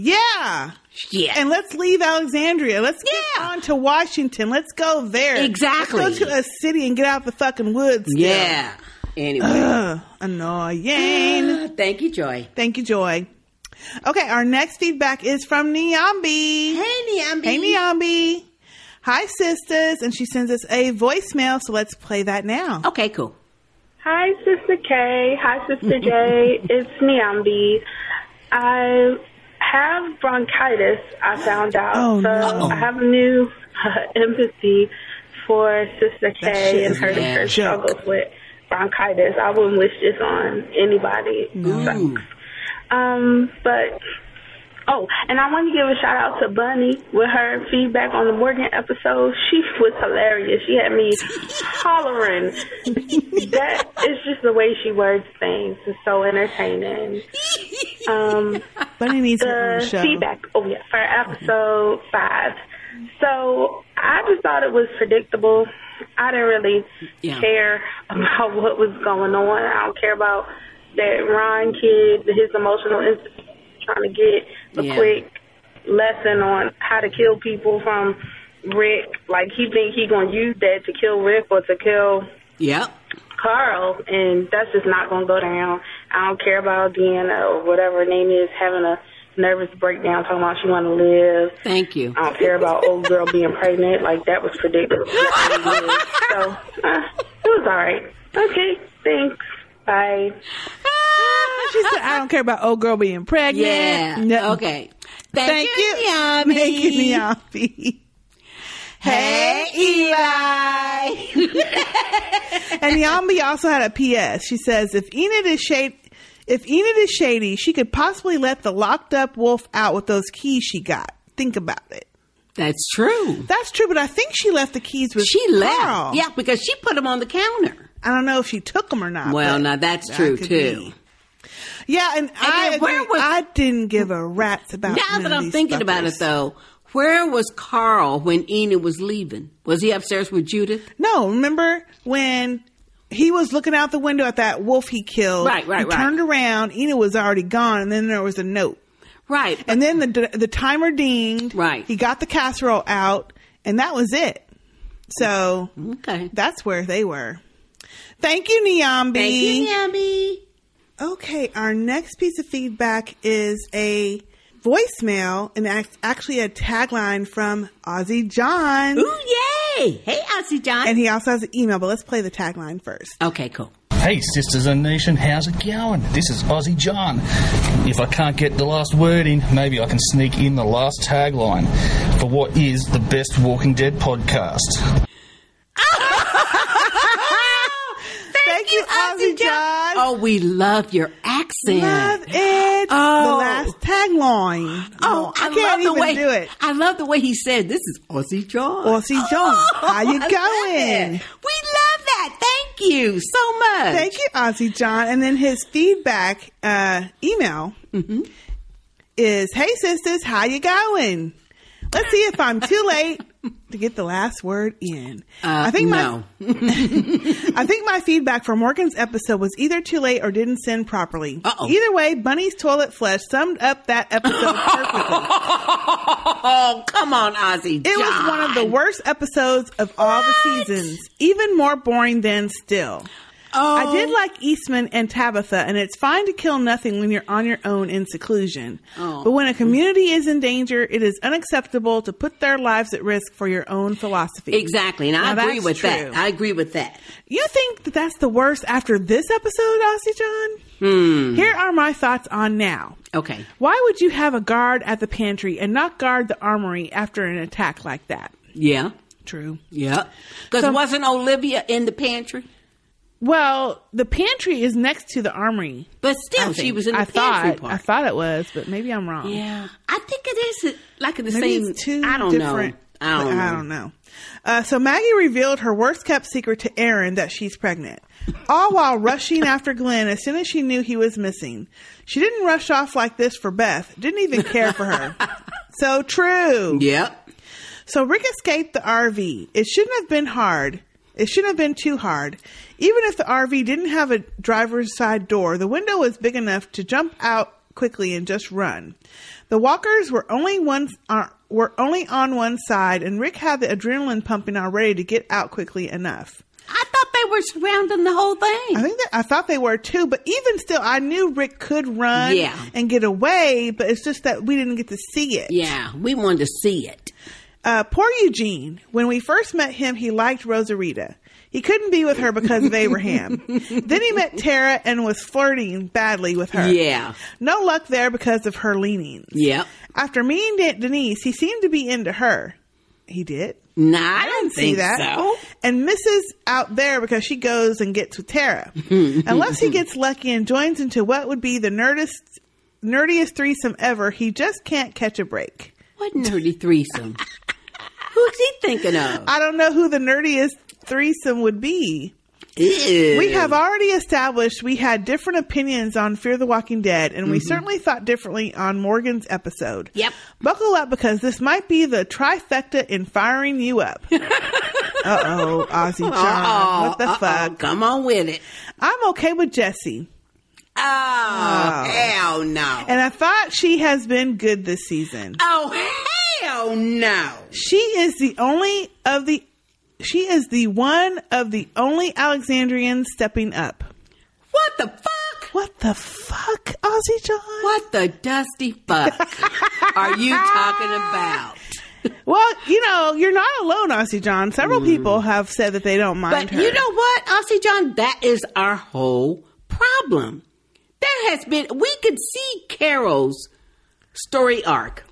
Yeah.
Shit.
And let's leave Alexandria. Let's get on to Washington. Let's go there.
Exactly.
Let's go to a city and get out the fucking woods. still.
Yeah. Anyway. Ah,
Ugh, annoying.
Thank you, Joy.
Thank you, Joy. Okay, our next feedback is from Niambi.
Hey, Niambi.
Hey, Niambi. Hi, sisters. And she sends us a voicemail, so let's play that now.
Okay, cool.
Hi, Sister K. Hi, Sister J. it's Niambi. I have bronchitis, I found out. Oh, so no. I have a new uh, empathy for Sister K shit and is her a different joke. struggles with bronchitis. I wouldn't wish this on anybody.
Ooh.
Um, but oh, and I want to give a shout out to Bunny with her feedback on the Morgan episode. She was hilarious. She had me hollering. that is just the way she words things. It's so entertaining. Um,
Bunny needs
the
her own show.
feedback. Oh yeah, for episode five. So I just thought it was predictable. I didn't really
Yeah.
care about what was going on. I don't care about that Ron kid, his emotional instinct, trying to get a
Yeah.
quick lesson on how to kill people from Rick. Like he think he gonna use that to kill Rick or to kill
Yep.
Carl, and that's just not going to go down. I don't care about Deanna or whatever her name is having a nervous breakdown talking about she want to live.
Thank you.
I don't care about old girl being pregnant. Like, that was predictable. so, uh, it was all right. Okay, thanks. Bye.
She said, I don't care about old girl being pregnant.
Yeah.
No.
Okay.
Thank,
Thank
you,
you,
Thank you,
Niambi.
Niambi. Hey, Eli. and Niambi also had a P.S. She says, if Enid is shady, if Enid is shady, she could possibly let the locked up wolf out with those keys she got. Think about it.
That's true.
That's true, but I think she left the keys with
She left.
Carl.
Yeah, because she put them on the counter.
I don't know if she took them or not.
Well,
but
now that's
that
true
could
too.
be. Yeah, and, I
then where
agree. I didn't give a rat's about.
Now
none
that
of
I'm
these
thinking about
fuckers.
it though, where was Carl when Enid was leaving? Was he upstairs with Judith?
No, remember when he was looking out the window at that wolf he killed?
Right, right,
he
right.
Turned around, Ena was already gone, and then there was a note.
Right,
and then the the timer dinged. Right, he got the casserole out, and that was it. So
okay,
that's where they were. Thank you, Niambi.
Thank you, Niambi.
Okay, our next piece of feedback is a voicemail and act- actually a tagline from Ozzy John. Ooh,
yay! Hey, Ozzy John.
And he also has an email, but let's play the tagline first.
Okay, cool.
Hey, sisters and nation, how's it going? This is Aussie John. If I can't get the last word in, maybe I can sneak in the last tagline for what is the best Walking Dead podcast.
Thank, you, Ozzy John.
Oh, we love your accent.
Love it.
Oh.
The last tagline.
Oh, I,
can't
love the
even
way,
do it.
I love the way he said, "This is Aussie John."
Aussie John, how you
I love
going?
it. We love that. Thank you so much. Mm-hmm.
Thank you, Ozzy John. And then his feedback uh, email is Hey sisters, how you going? Let's see if I'm too late to get the last word in.
Uh,
I think my
no.
I think my feedback for Morgan's episode was either too late or didn't send properly. Either way, Bunny's toilet flush summed up that episode perfectly.
Oh, come on, Ozzy.
It was one of the worst episodes of all the seasons, even more boring than still.
Oh.
I did like Eastman and Tabitha, and it's fine to kill nothing when you're on your own in seclusion.
Oh.
But when a community is in danger, it is unacceptable to put their lives at risk for your own philosophy.
Exactly, and I
Now,
agree
that's
with that.
true.
I agree with that.
You think that that's the worst after this episode, Aussie John?
Hmm.
Here are my thoughts on now.
Okay.
Why would you have a guard at the pantry and not guard the armory after an attack like that?
Yeah.
True.
Yeah. Because
So-
wasn't Olivia in the pantry?
Well, the pantry is next to the armory.
But still, she was in the
I
pantry
thought,
part.
I thought it was, but maybe I'm wrong.
Yeah. I think it is like in the
Oh. Maybe
same.
it's two
I don't
different.
know. I don't know.
I don't know. Uh, so Maggie revealed her worst kept secret to Aaron that she's pregnant, all while rushing after Glenn as soon as she knew he was missing. She didn't rush off like this for Beth. Didn't even care for her. so true.
Yep.
So Rick escaped the RV. It shouldn't have been hard. It shouldn't have been too hard. Even if the RV didn't have a driver's side door, the window was big enough to jump out quickly and just run. The walkers were only one uh, were only on one side, and Rick had the adrenaline pumping already to get out quickly enough.
I thought they were surrounding the whole thing.
I think that I thought they were too, but even still, I knew Rick could run
Yeah.
and get away. But it's just that we didn't get to see it.
Yeah, we wanted to see it.
Uh, poor Eugene. When we first met him, he liked Rosarita. He couldn't be with her because of Abraham. then he met Tara and was flirting badly with her.
Yeah.
No luck there because of her leanings.
Yep.
After meeting De- Denise, he seemed to be into her. He did.
Nah, I, don't
See
think
that? Oh,
so.
And Mrs. out there because she goes and gets with Tara. Unless he gets lucky and joins into what would be the nerdest, nerdiest threesome ever, he just can't catch a break.
What nerdy threesome? Who's he thinking of?
I don't know who the nerdiest threesome would be.
Ew.
We have already established we had different opinions on Fear the Walking Dead, and we
Mhm.
certainly thought differently on Morgan's episode.
Yep.
Buckle up because this might be the trifecta in firing you up. uh oh, Ozzy John.
Uh-oh,
what the
uh-oh,
fuck?
Come on with it.
I'm okay with Jesse.
Oh,
Oh.
hell no.
And I thought she has been good this season.
Oh, hell no.
She is the only of the she is the one of the only Alexandrians stepping up.
What the fuck?
What the fuck, Ozzy John?
What the dusty fuck are you talking about?
Well, you know, you're not alone, Ozzy John. Several people have said that they don't mind
Mm. But
her.
you know what, Aussie John? That is our whole problem. There has been, we could see Carol's story arc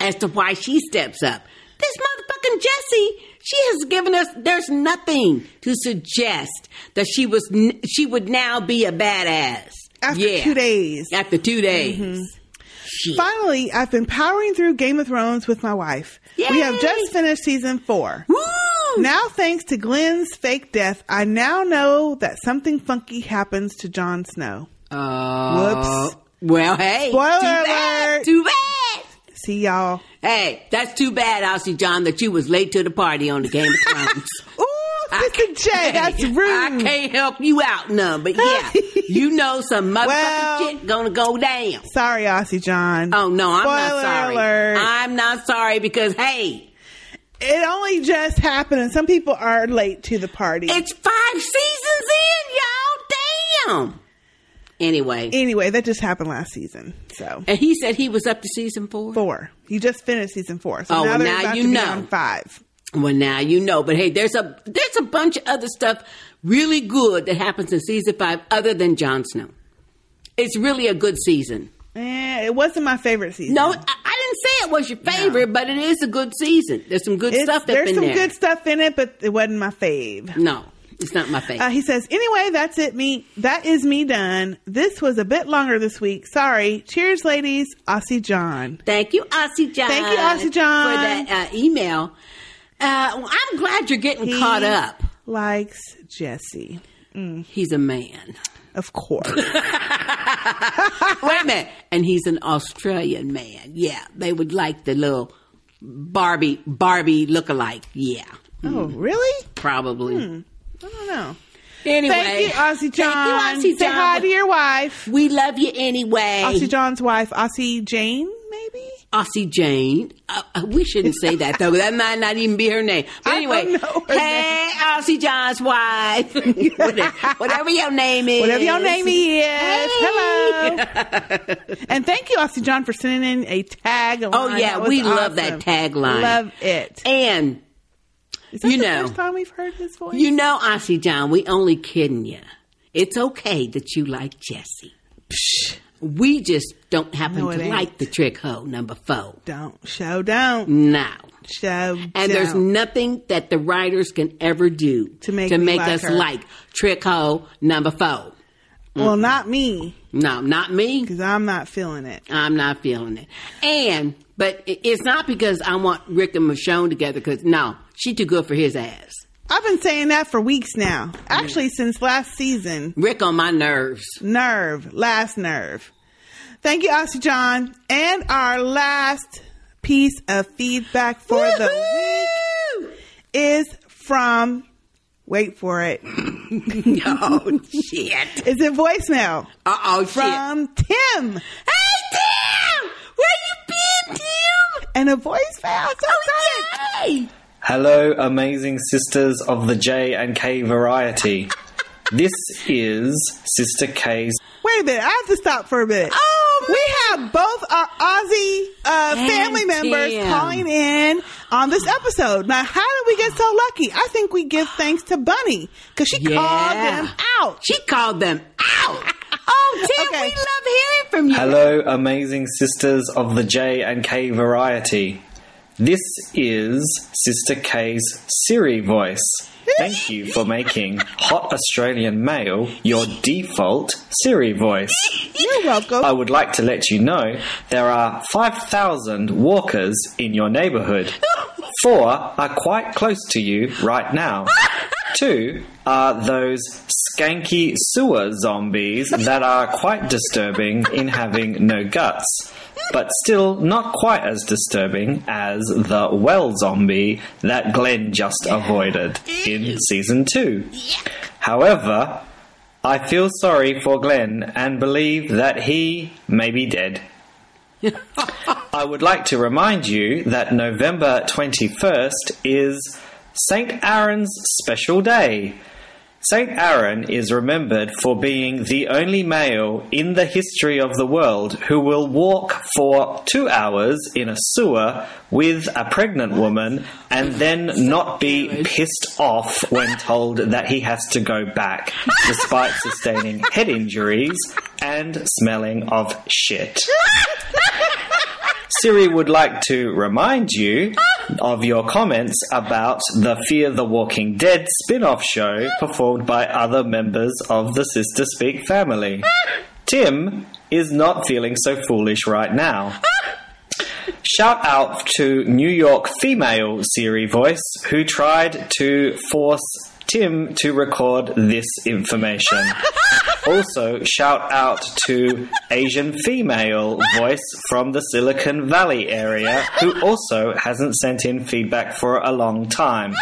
as to why she steps up. This motherfucking Jesse, she has given us, there's nothing to suggest that she was, n- she would now be a badass.
After two days. Mm-hmm.
After two days.
Finally, I've been powering through Game of Thrones with my wife. We have just finished season four. Now, thanks to Glenn's fake death, I now know that something funky happens to Jon Snow.
Uh,
Whoops.
Well, hey.
Spoiler
too bad,
alert.
Too bad.
See y'all.
Hey, that's too bad, Aussie John, that you was late to the party on the Game of Thrones.
Ooh, Sister J, that's rude.
I can't help you out none, but yeah, you know some motherfucking shit gonna go down.
Sorry, Aussie John.
Oh no, I'm
Spoiler
not sorry.
alert.
I'm not sorry because hey,
It only just happened, and some people are late to the party.
It's five seasons in, y'all. Damn. Anyway,
Anyway, that just happened last season. So,
and he said he was up to season four.
Four. He just finished season four. So now
oh, well,
they're
now
about
you
to be
know.
on five.
Well, now you know. But hey, there's a there's a bunch of other stuff really good that happens in season five, other than Jon Snow. It's really a good season.
Eh, it wasn't my favorite season.
No, I, I didn't say it was your favorite, but it is a good season. There's some good
It's-
stuff that's
there's
been
some
there.
good stuff in it, but it wasn't my fave.
No, it's not my favorite.
Uh, he says, anyway, that's it. Me, that is me done. This was a bit longer this week. Sorry. Cheers, ladies. Aussie John.
Thank you, Aussie John.
Thank you, Aussie John.
for that uh, email. Uh, well, I'm glad you're getting
He
caught up.
Likes Jesse. Mm.
He's a man.
Of course.
Wait a minute. And he's an Australian man. Yeah. They would like the little Barbie Barbie lookalike. Yeah. Mm.
Oh, really? Hmm.
Probably.
I don't know.
Anyway.
Thank you, Aussie John.
Thank you, Aussie
Say
John.
hi to your wife.
We love you anyway.
Aussie John's wife, Aussie Jane.
Aussie Jane. Uh, uh, we shouldn't say that though. That might not even be her name. But anyway, hey, Aussie John's wife. whatever, whatever your name is.
Whatever your name is. Hello. and thank you, Aussie John, for sending in a tag.
Oh yeah, we love that tagline.
Love it.
And
Is that
you
the
know,
first time we've heard his voice?
you know, Aussie John, we only kidding you. It's okay that you like Jesse. Psh, we just don't happen
No, it
to
ain't.
like the trick hoe number four.
Don't show don't.
No.
Show
And there's nothing that the writers can ever do to
make
to
me
make
like
us
her.
like trick hoe number four.
Well, not me.
No, not me.
Because I'm not feeling it.
I'm not feeling it. And but it- it's not because I want Rick and Michonne together. Because no, she too good for his ass.
I've been saying that for weeks now. Actually, since last season.
Rick on my nerves.
Nerve. Last nerve. Thank you, Aussie John. And our last piece of feedback for the week is from, wait for it.
oh, shit.
It's a voicemail.
Uh oh,
From Tim. Hey, Tim! Where you been, Tim? And a voicemail. So excited.
Hello, amazing sisters of the J and K variety. this is Sister K's.
Wait a minute. I have to stop for a minute. Oh, we have both our Aussie uh,
And
family members
Tim.
calling in on this episode. Now, how did we get so lucky? I think we give thanks to Bunny because she called
Yeah.
them out.
She called them out. Oh, Tim, we love hearing from you.
Hello, amazing sisters of the J and K variety. This is Sister K's Siri voice. Thank you for making hot Australian male your default Siri voice.
You're welcome.
I would like to let you know there are 5,000 walkers in your neighborhood. Four are quite close to you right now. Two are those skanky sewer zombies that are quite disturbing in having no guts, but still not quite as disturbing as the well zombie that Glenn just avoided in season two. However, I feel sorry for Glenn and believe that he may be dead. I would like to remind you that November 21st is St. Aaron's special day. St. Aaron is remembered for being the only male in the history of the world who will walk for two hours in a sewer with a pregnant woman and then not be pissed off when told that he has to go back, despite sustaining head injuries and smelling of shit. Siri would like to remind you of your comments about the Fear the Walking Dead spin off show performed by other members of the Sister Speak family. Tim is not feeling so foolish right now. Shout out to New York female Siri voice who tried to force Tim to record this information. also, shout out to Asian female voice from the Silicon Valley area who also hasn't sent in feedback for a long time.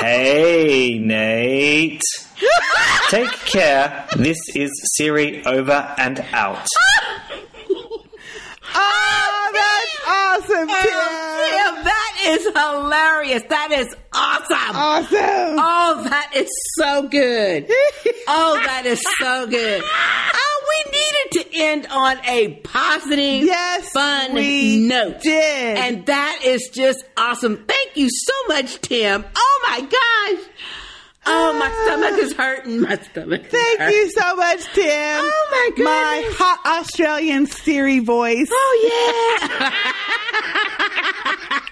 Hey, Nate. Take care. This is Siri over and out.
Oh, that's awesome, Tim.
Tim, that is hilarious. That is awesome.
Awesome.
Oh, that is so good. oh, that is so good. Oh, we needed to end on a positive, fun
we
note.
Did.
And that is just awesome. Thank you so much, Tim. Oh my gosh. Oh, my stomach is hurting. My stomach.
Thank you so much, Tim. Oh
my
goodness. My hot Australian Siri voice.
Oh yeah.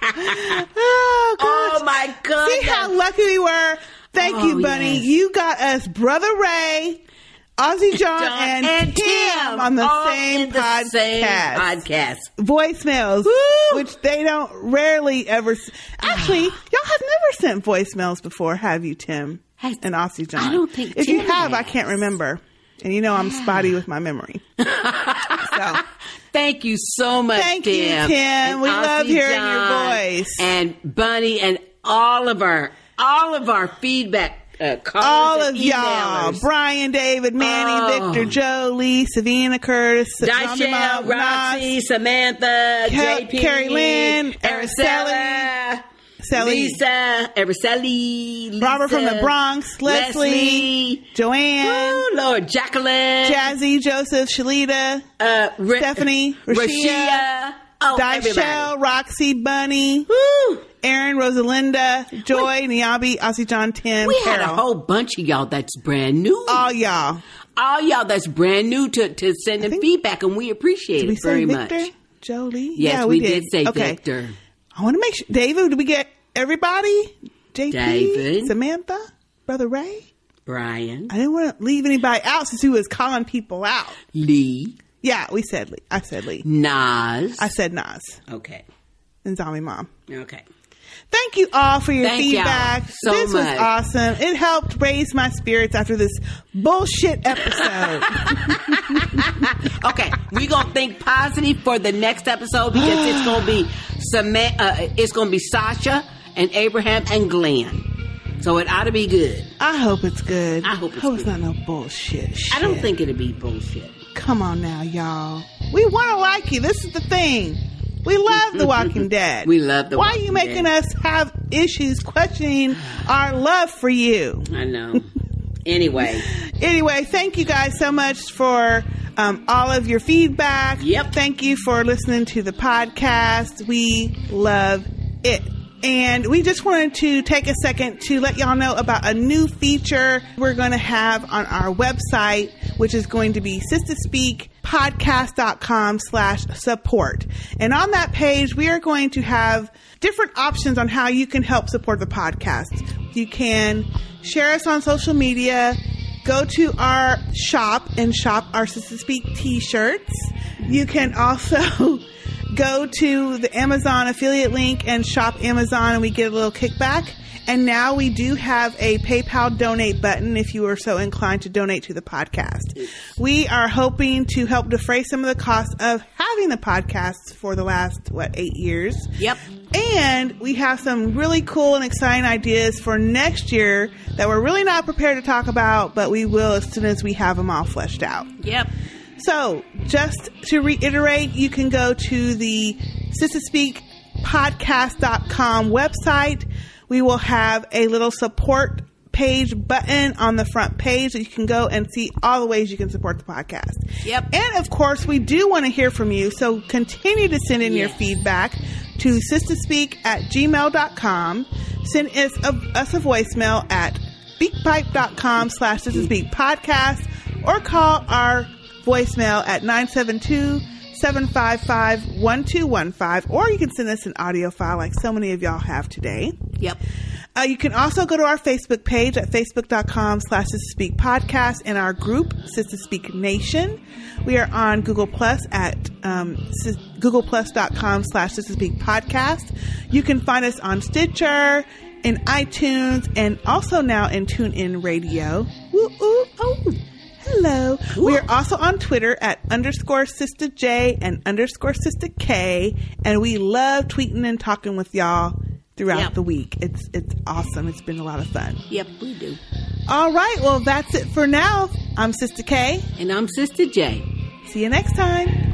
oh, gosh. Oh,
my god.
See how lucky we were. Thank you, Bunny. You got us Brother Ray, Aussie John,
John
and,
and
Tim,
Tim,
on the
all
same
in the
podcast.
same podcast.
Voicemails, which they don't rarely ever. s- Actually, y'all have never sent voicemails before, have you, Tim? And Aussie John.
don't think
If you
Tim
have, I can't remember. And you know I'm spotty with my memory.
Thank you so much,
Thank you,
Tim.
Tim.
And
We love
Aussie
hearing your
John
voice.
And Bunny and all of our all of our feedback uh, callers
All of
and
y'all.
emailers.
Brian, David, Manny,
Oh.
Victor, Joe, Lee, Savina, Curtis, Zombie
Dashelle,
Mom, Nas,
Roxy, Samantha,
Ca-
JP,
Carrie Lynn,
Araceli, Lisa, Araceli, Lisa,
Robert from the Bronx, Leslie, Joanne,
Lord, Jacqueline,
Jazzy, Joseph, Shalita,
uh,
Stephanie,
Rashia.
Rashia,
Oh, everybody.
Dyshell, Roxy, Bunny, Aaron, Rosalinda, Joy, Niabi, Aussie John, Tim,
We had
Carol.
a whole bunch of y'all that's brand new. All
y'all.
All y'all that's brand new to, to sending feedback, and we appreciate
Did we
it very
say
much.
Victor? Jolie?
Yes,
Yeah,
we, did. say
okay.
Victor.
I want to make sure. David, did we get everybody? JP,
David.
Samantha, Brother Ray?
Brian.
I didn't want to leave anybody out since he was calling people out.
Lee.
Yeah, we said Lee. I said Lee.
Nas.
I said Nas.
Okay.
And Zombie Mom.
Okay.
Thank you all for your
Thank y'all
feedback.
so
this was
much.
awesome. It helped raise my spirits after this bullshit episode.
okay, we gonna think positive for the next episode because it's gonna be Sama- uh, it's gonna be Sasha and Abraham and Glenn. So it ought to be good.
I hope it's good.
I hope it's
hope it's
good.
not no bullshit.
I don't
shit.
think it'll be bullshit.
Come on now, y'all. We want to like you. This is the thing. We love The Walking Dead.
We love The
Why
Walking
are you making
Dead.
us have issues questioning our love for you?
I know. anyway,
Anyway, thank you guys so much for um, all of your feedback. Yep. Thank you for listening to the podcast. We love it. And we just wanted to take a second to let y'all know about a new feature we're going to have on our website, which is going to be Sister Speak podcast.com slash support. And on that page, we are going to have different options on how you can help support the podcast. You can share us on social media, go to our shop and shop our Sister Speak t shirts. You can also go to the Amazon affiliate link and shop Amazon, and we get a little kickback. And now we do have a PayPal donate button if you are so inclined to donate to the podcast. We are hoping to help defray some of the costs of having the podcast for the last, what, eight years?
Yep.
And we have some really cool and exciting ideas for next year that we're really not prepared to talk about, but we will as soon as we have them all fleshed out.
Yep.
So, just to reiterate, you can go to the Sister Speak podcast.com website. We will have a little support page button on the front page that you can go and see all the ways you can support the podcast.
Yep.
And of course, we do want to hear from you, so continue to send in your feedback to sisterspeak at gmail.com. Send us a, us a voicemail at beakpipe.com slash sisterspeak podcast or call our voicemail at 972 755 1215 or you can send us an audio file like so many of y'all have today.
Yep.
Uh, you can also go to our Facebook page at facebook.com slash Sister Speak Podcast and our group, Sister Speak Nation. We are on Google Plus at um, sis- googleplus.com slash Sister Speak Podcast. You can find us on Stitcher, in iTunes, and also now in TuneIn Radio. Woo, ooh, oh. Hello. We are also on Twitter at underscore Sister J and underscore Sister K, and we love tweeting and talking with y'all throughout
Yep.
the week. It's it's awesome. It's been a lot of fun.
Yep, we do.
All right. Well, that's it for now. I'm Sister K,
and I'm Sister J.
See you next time.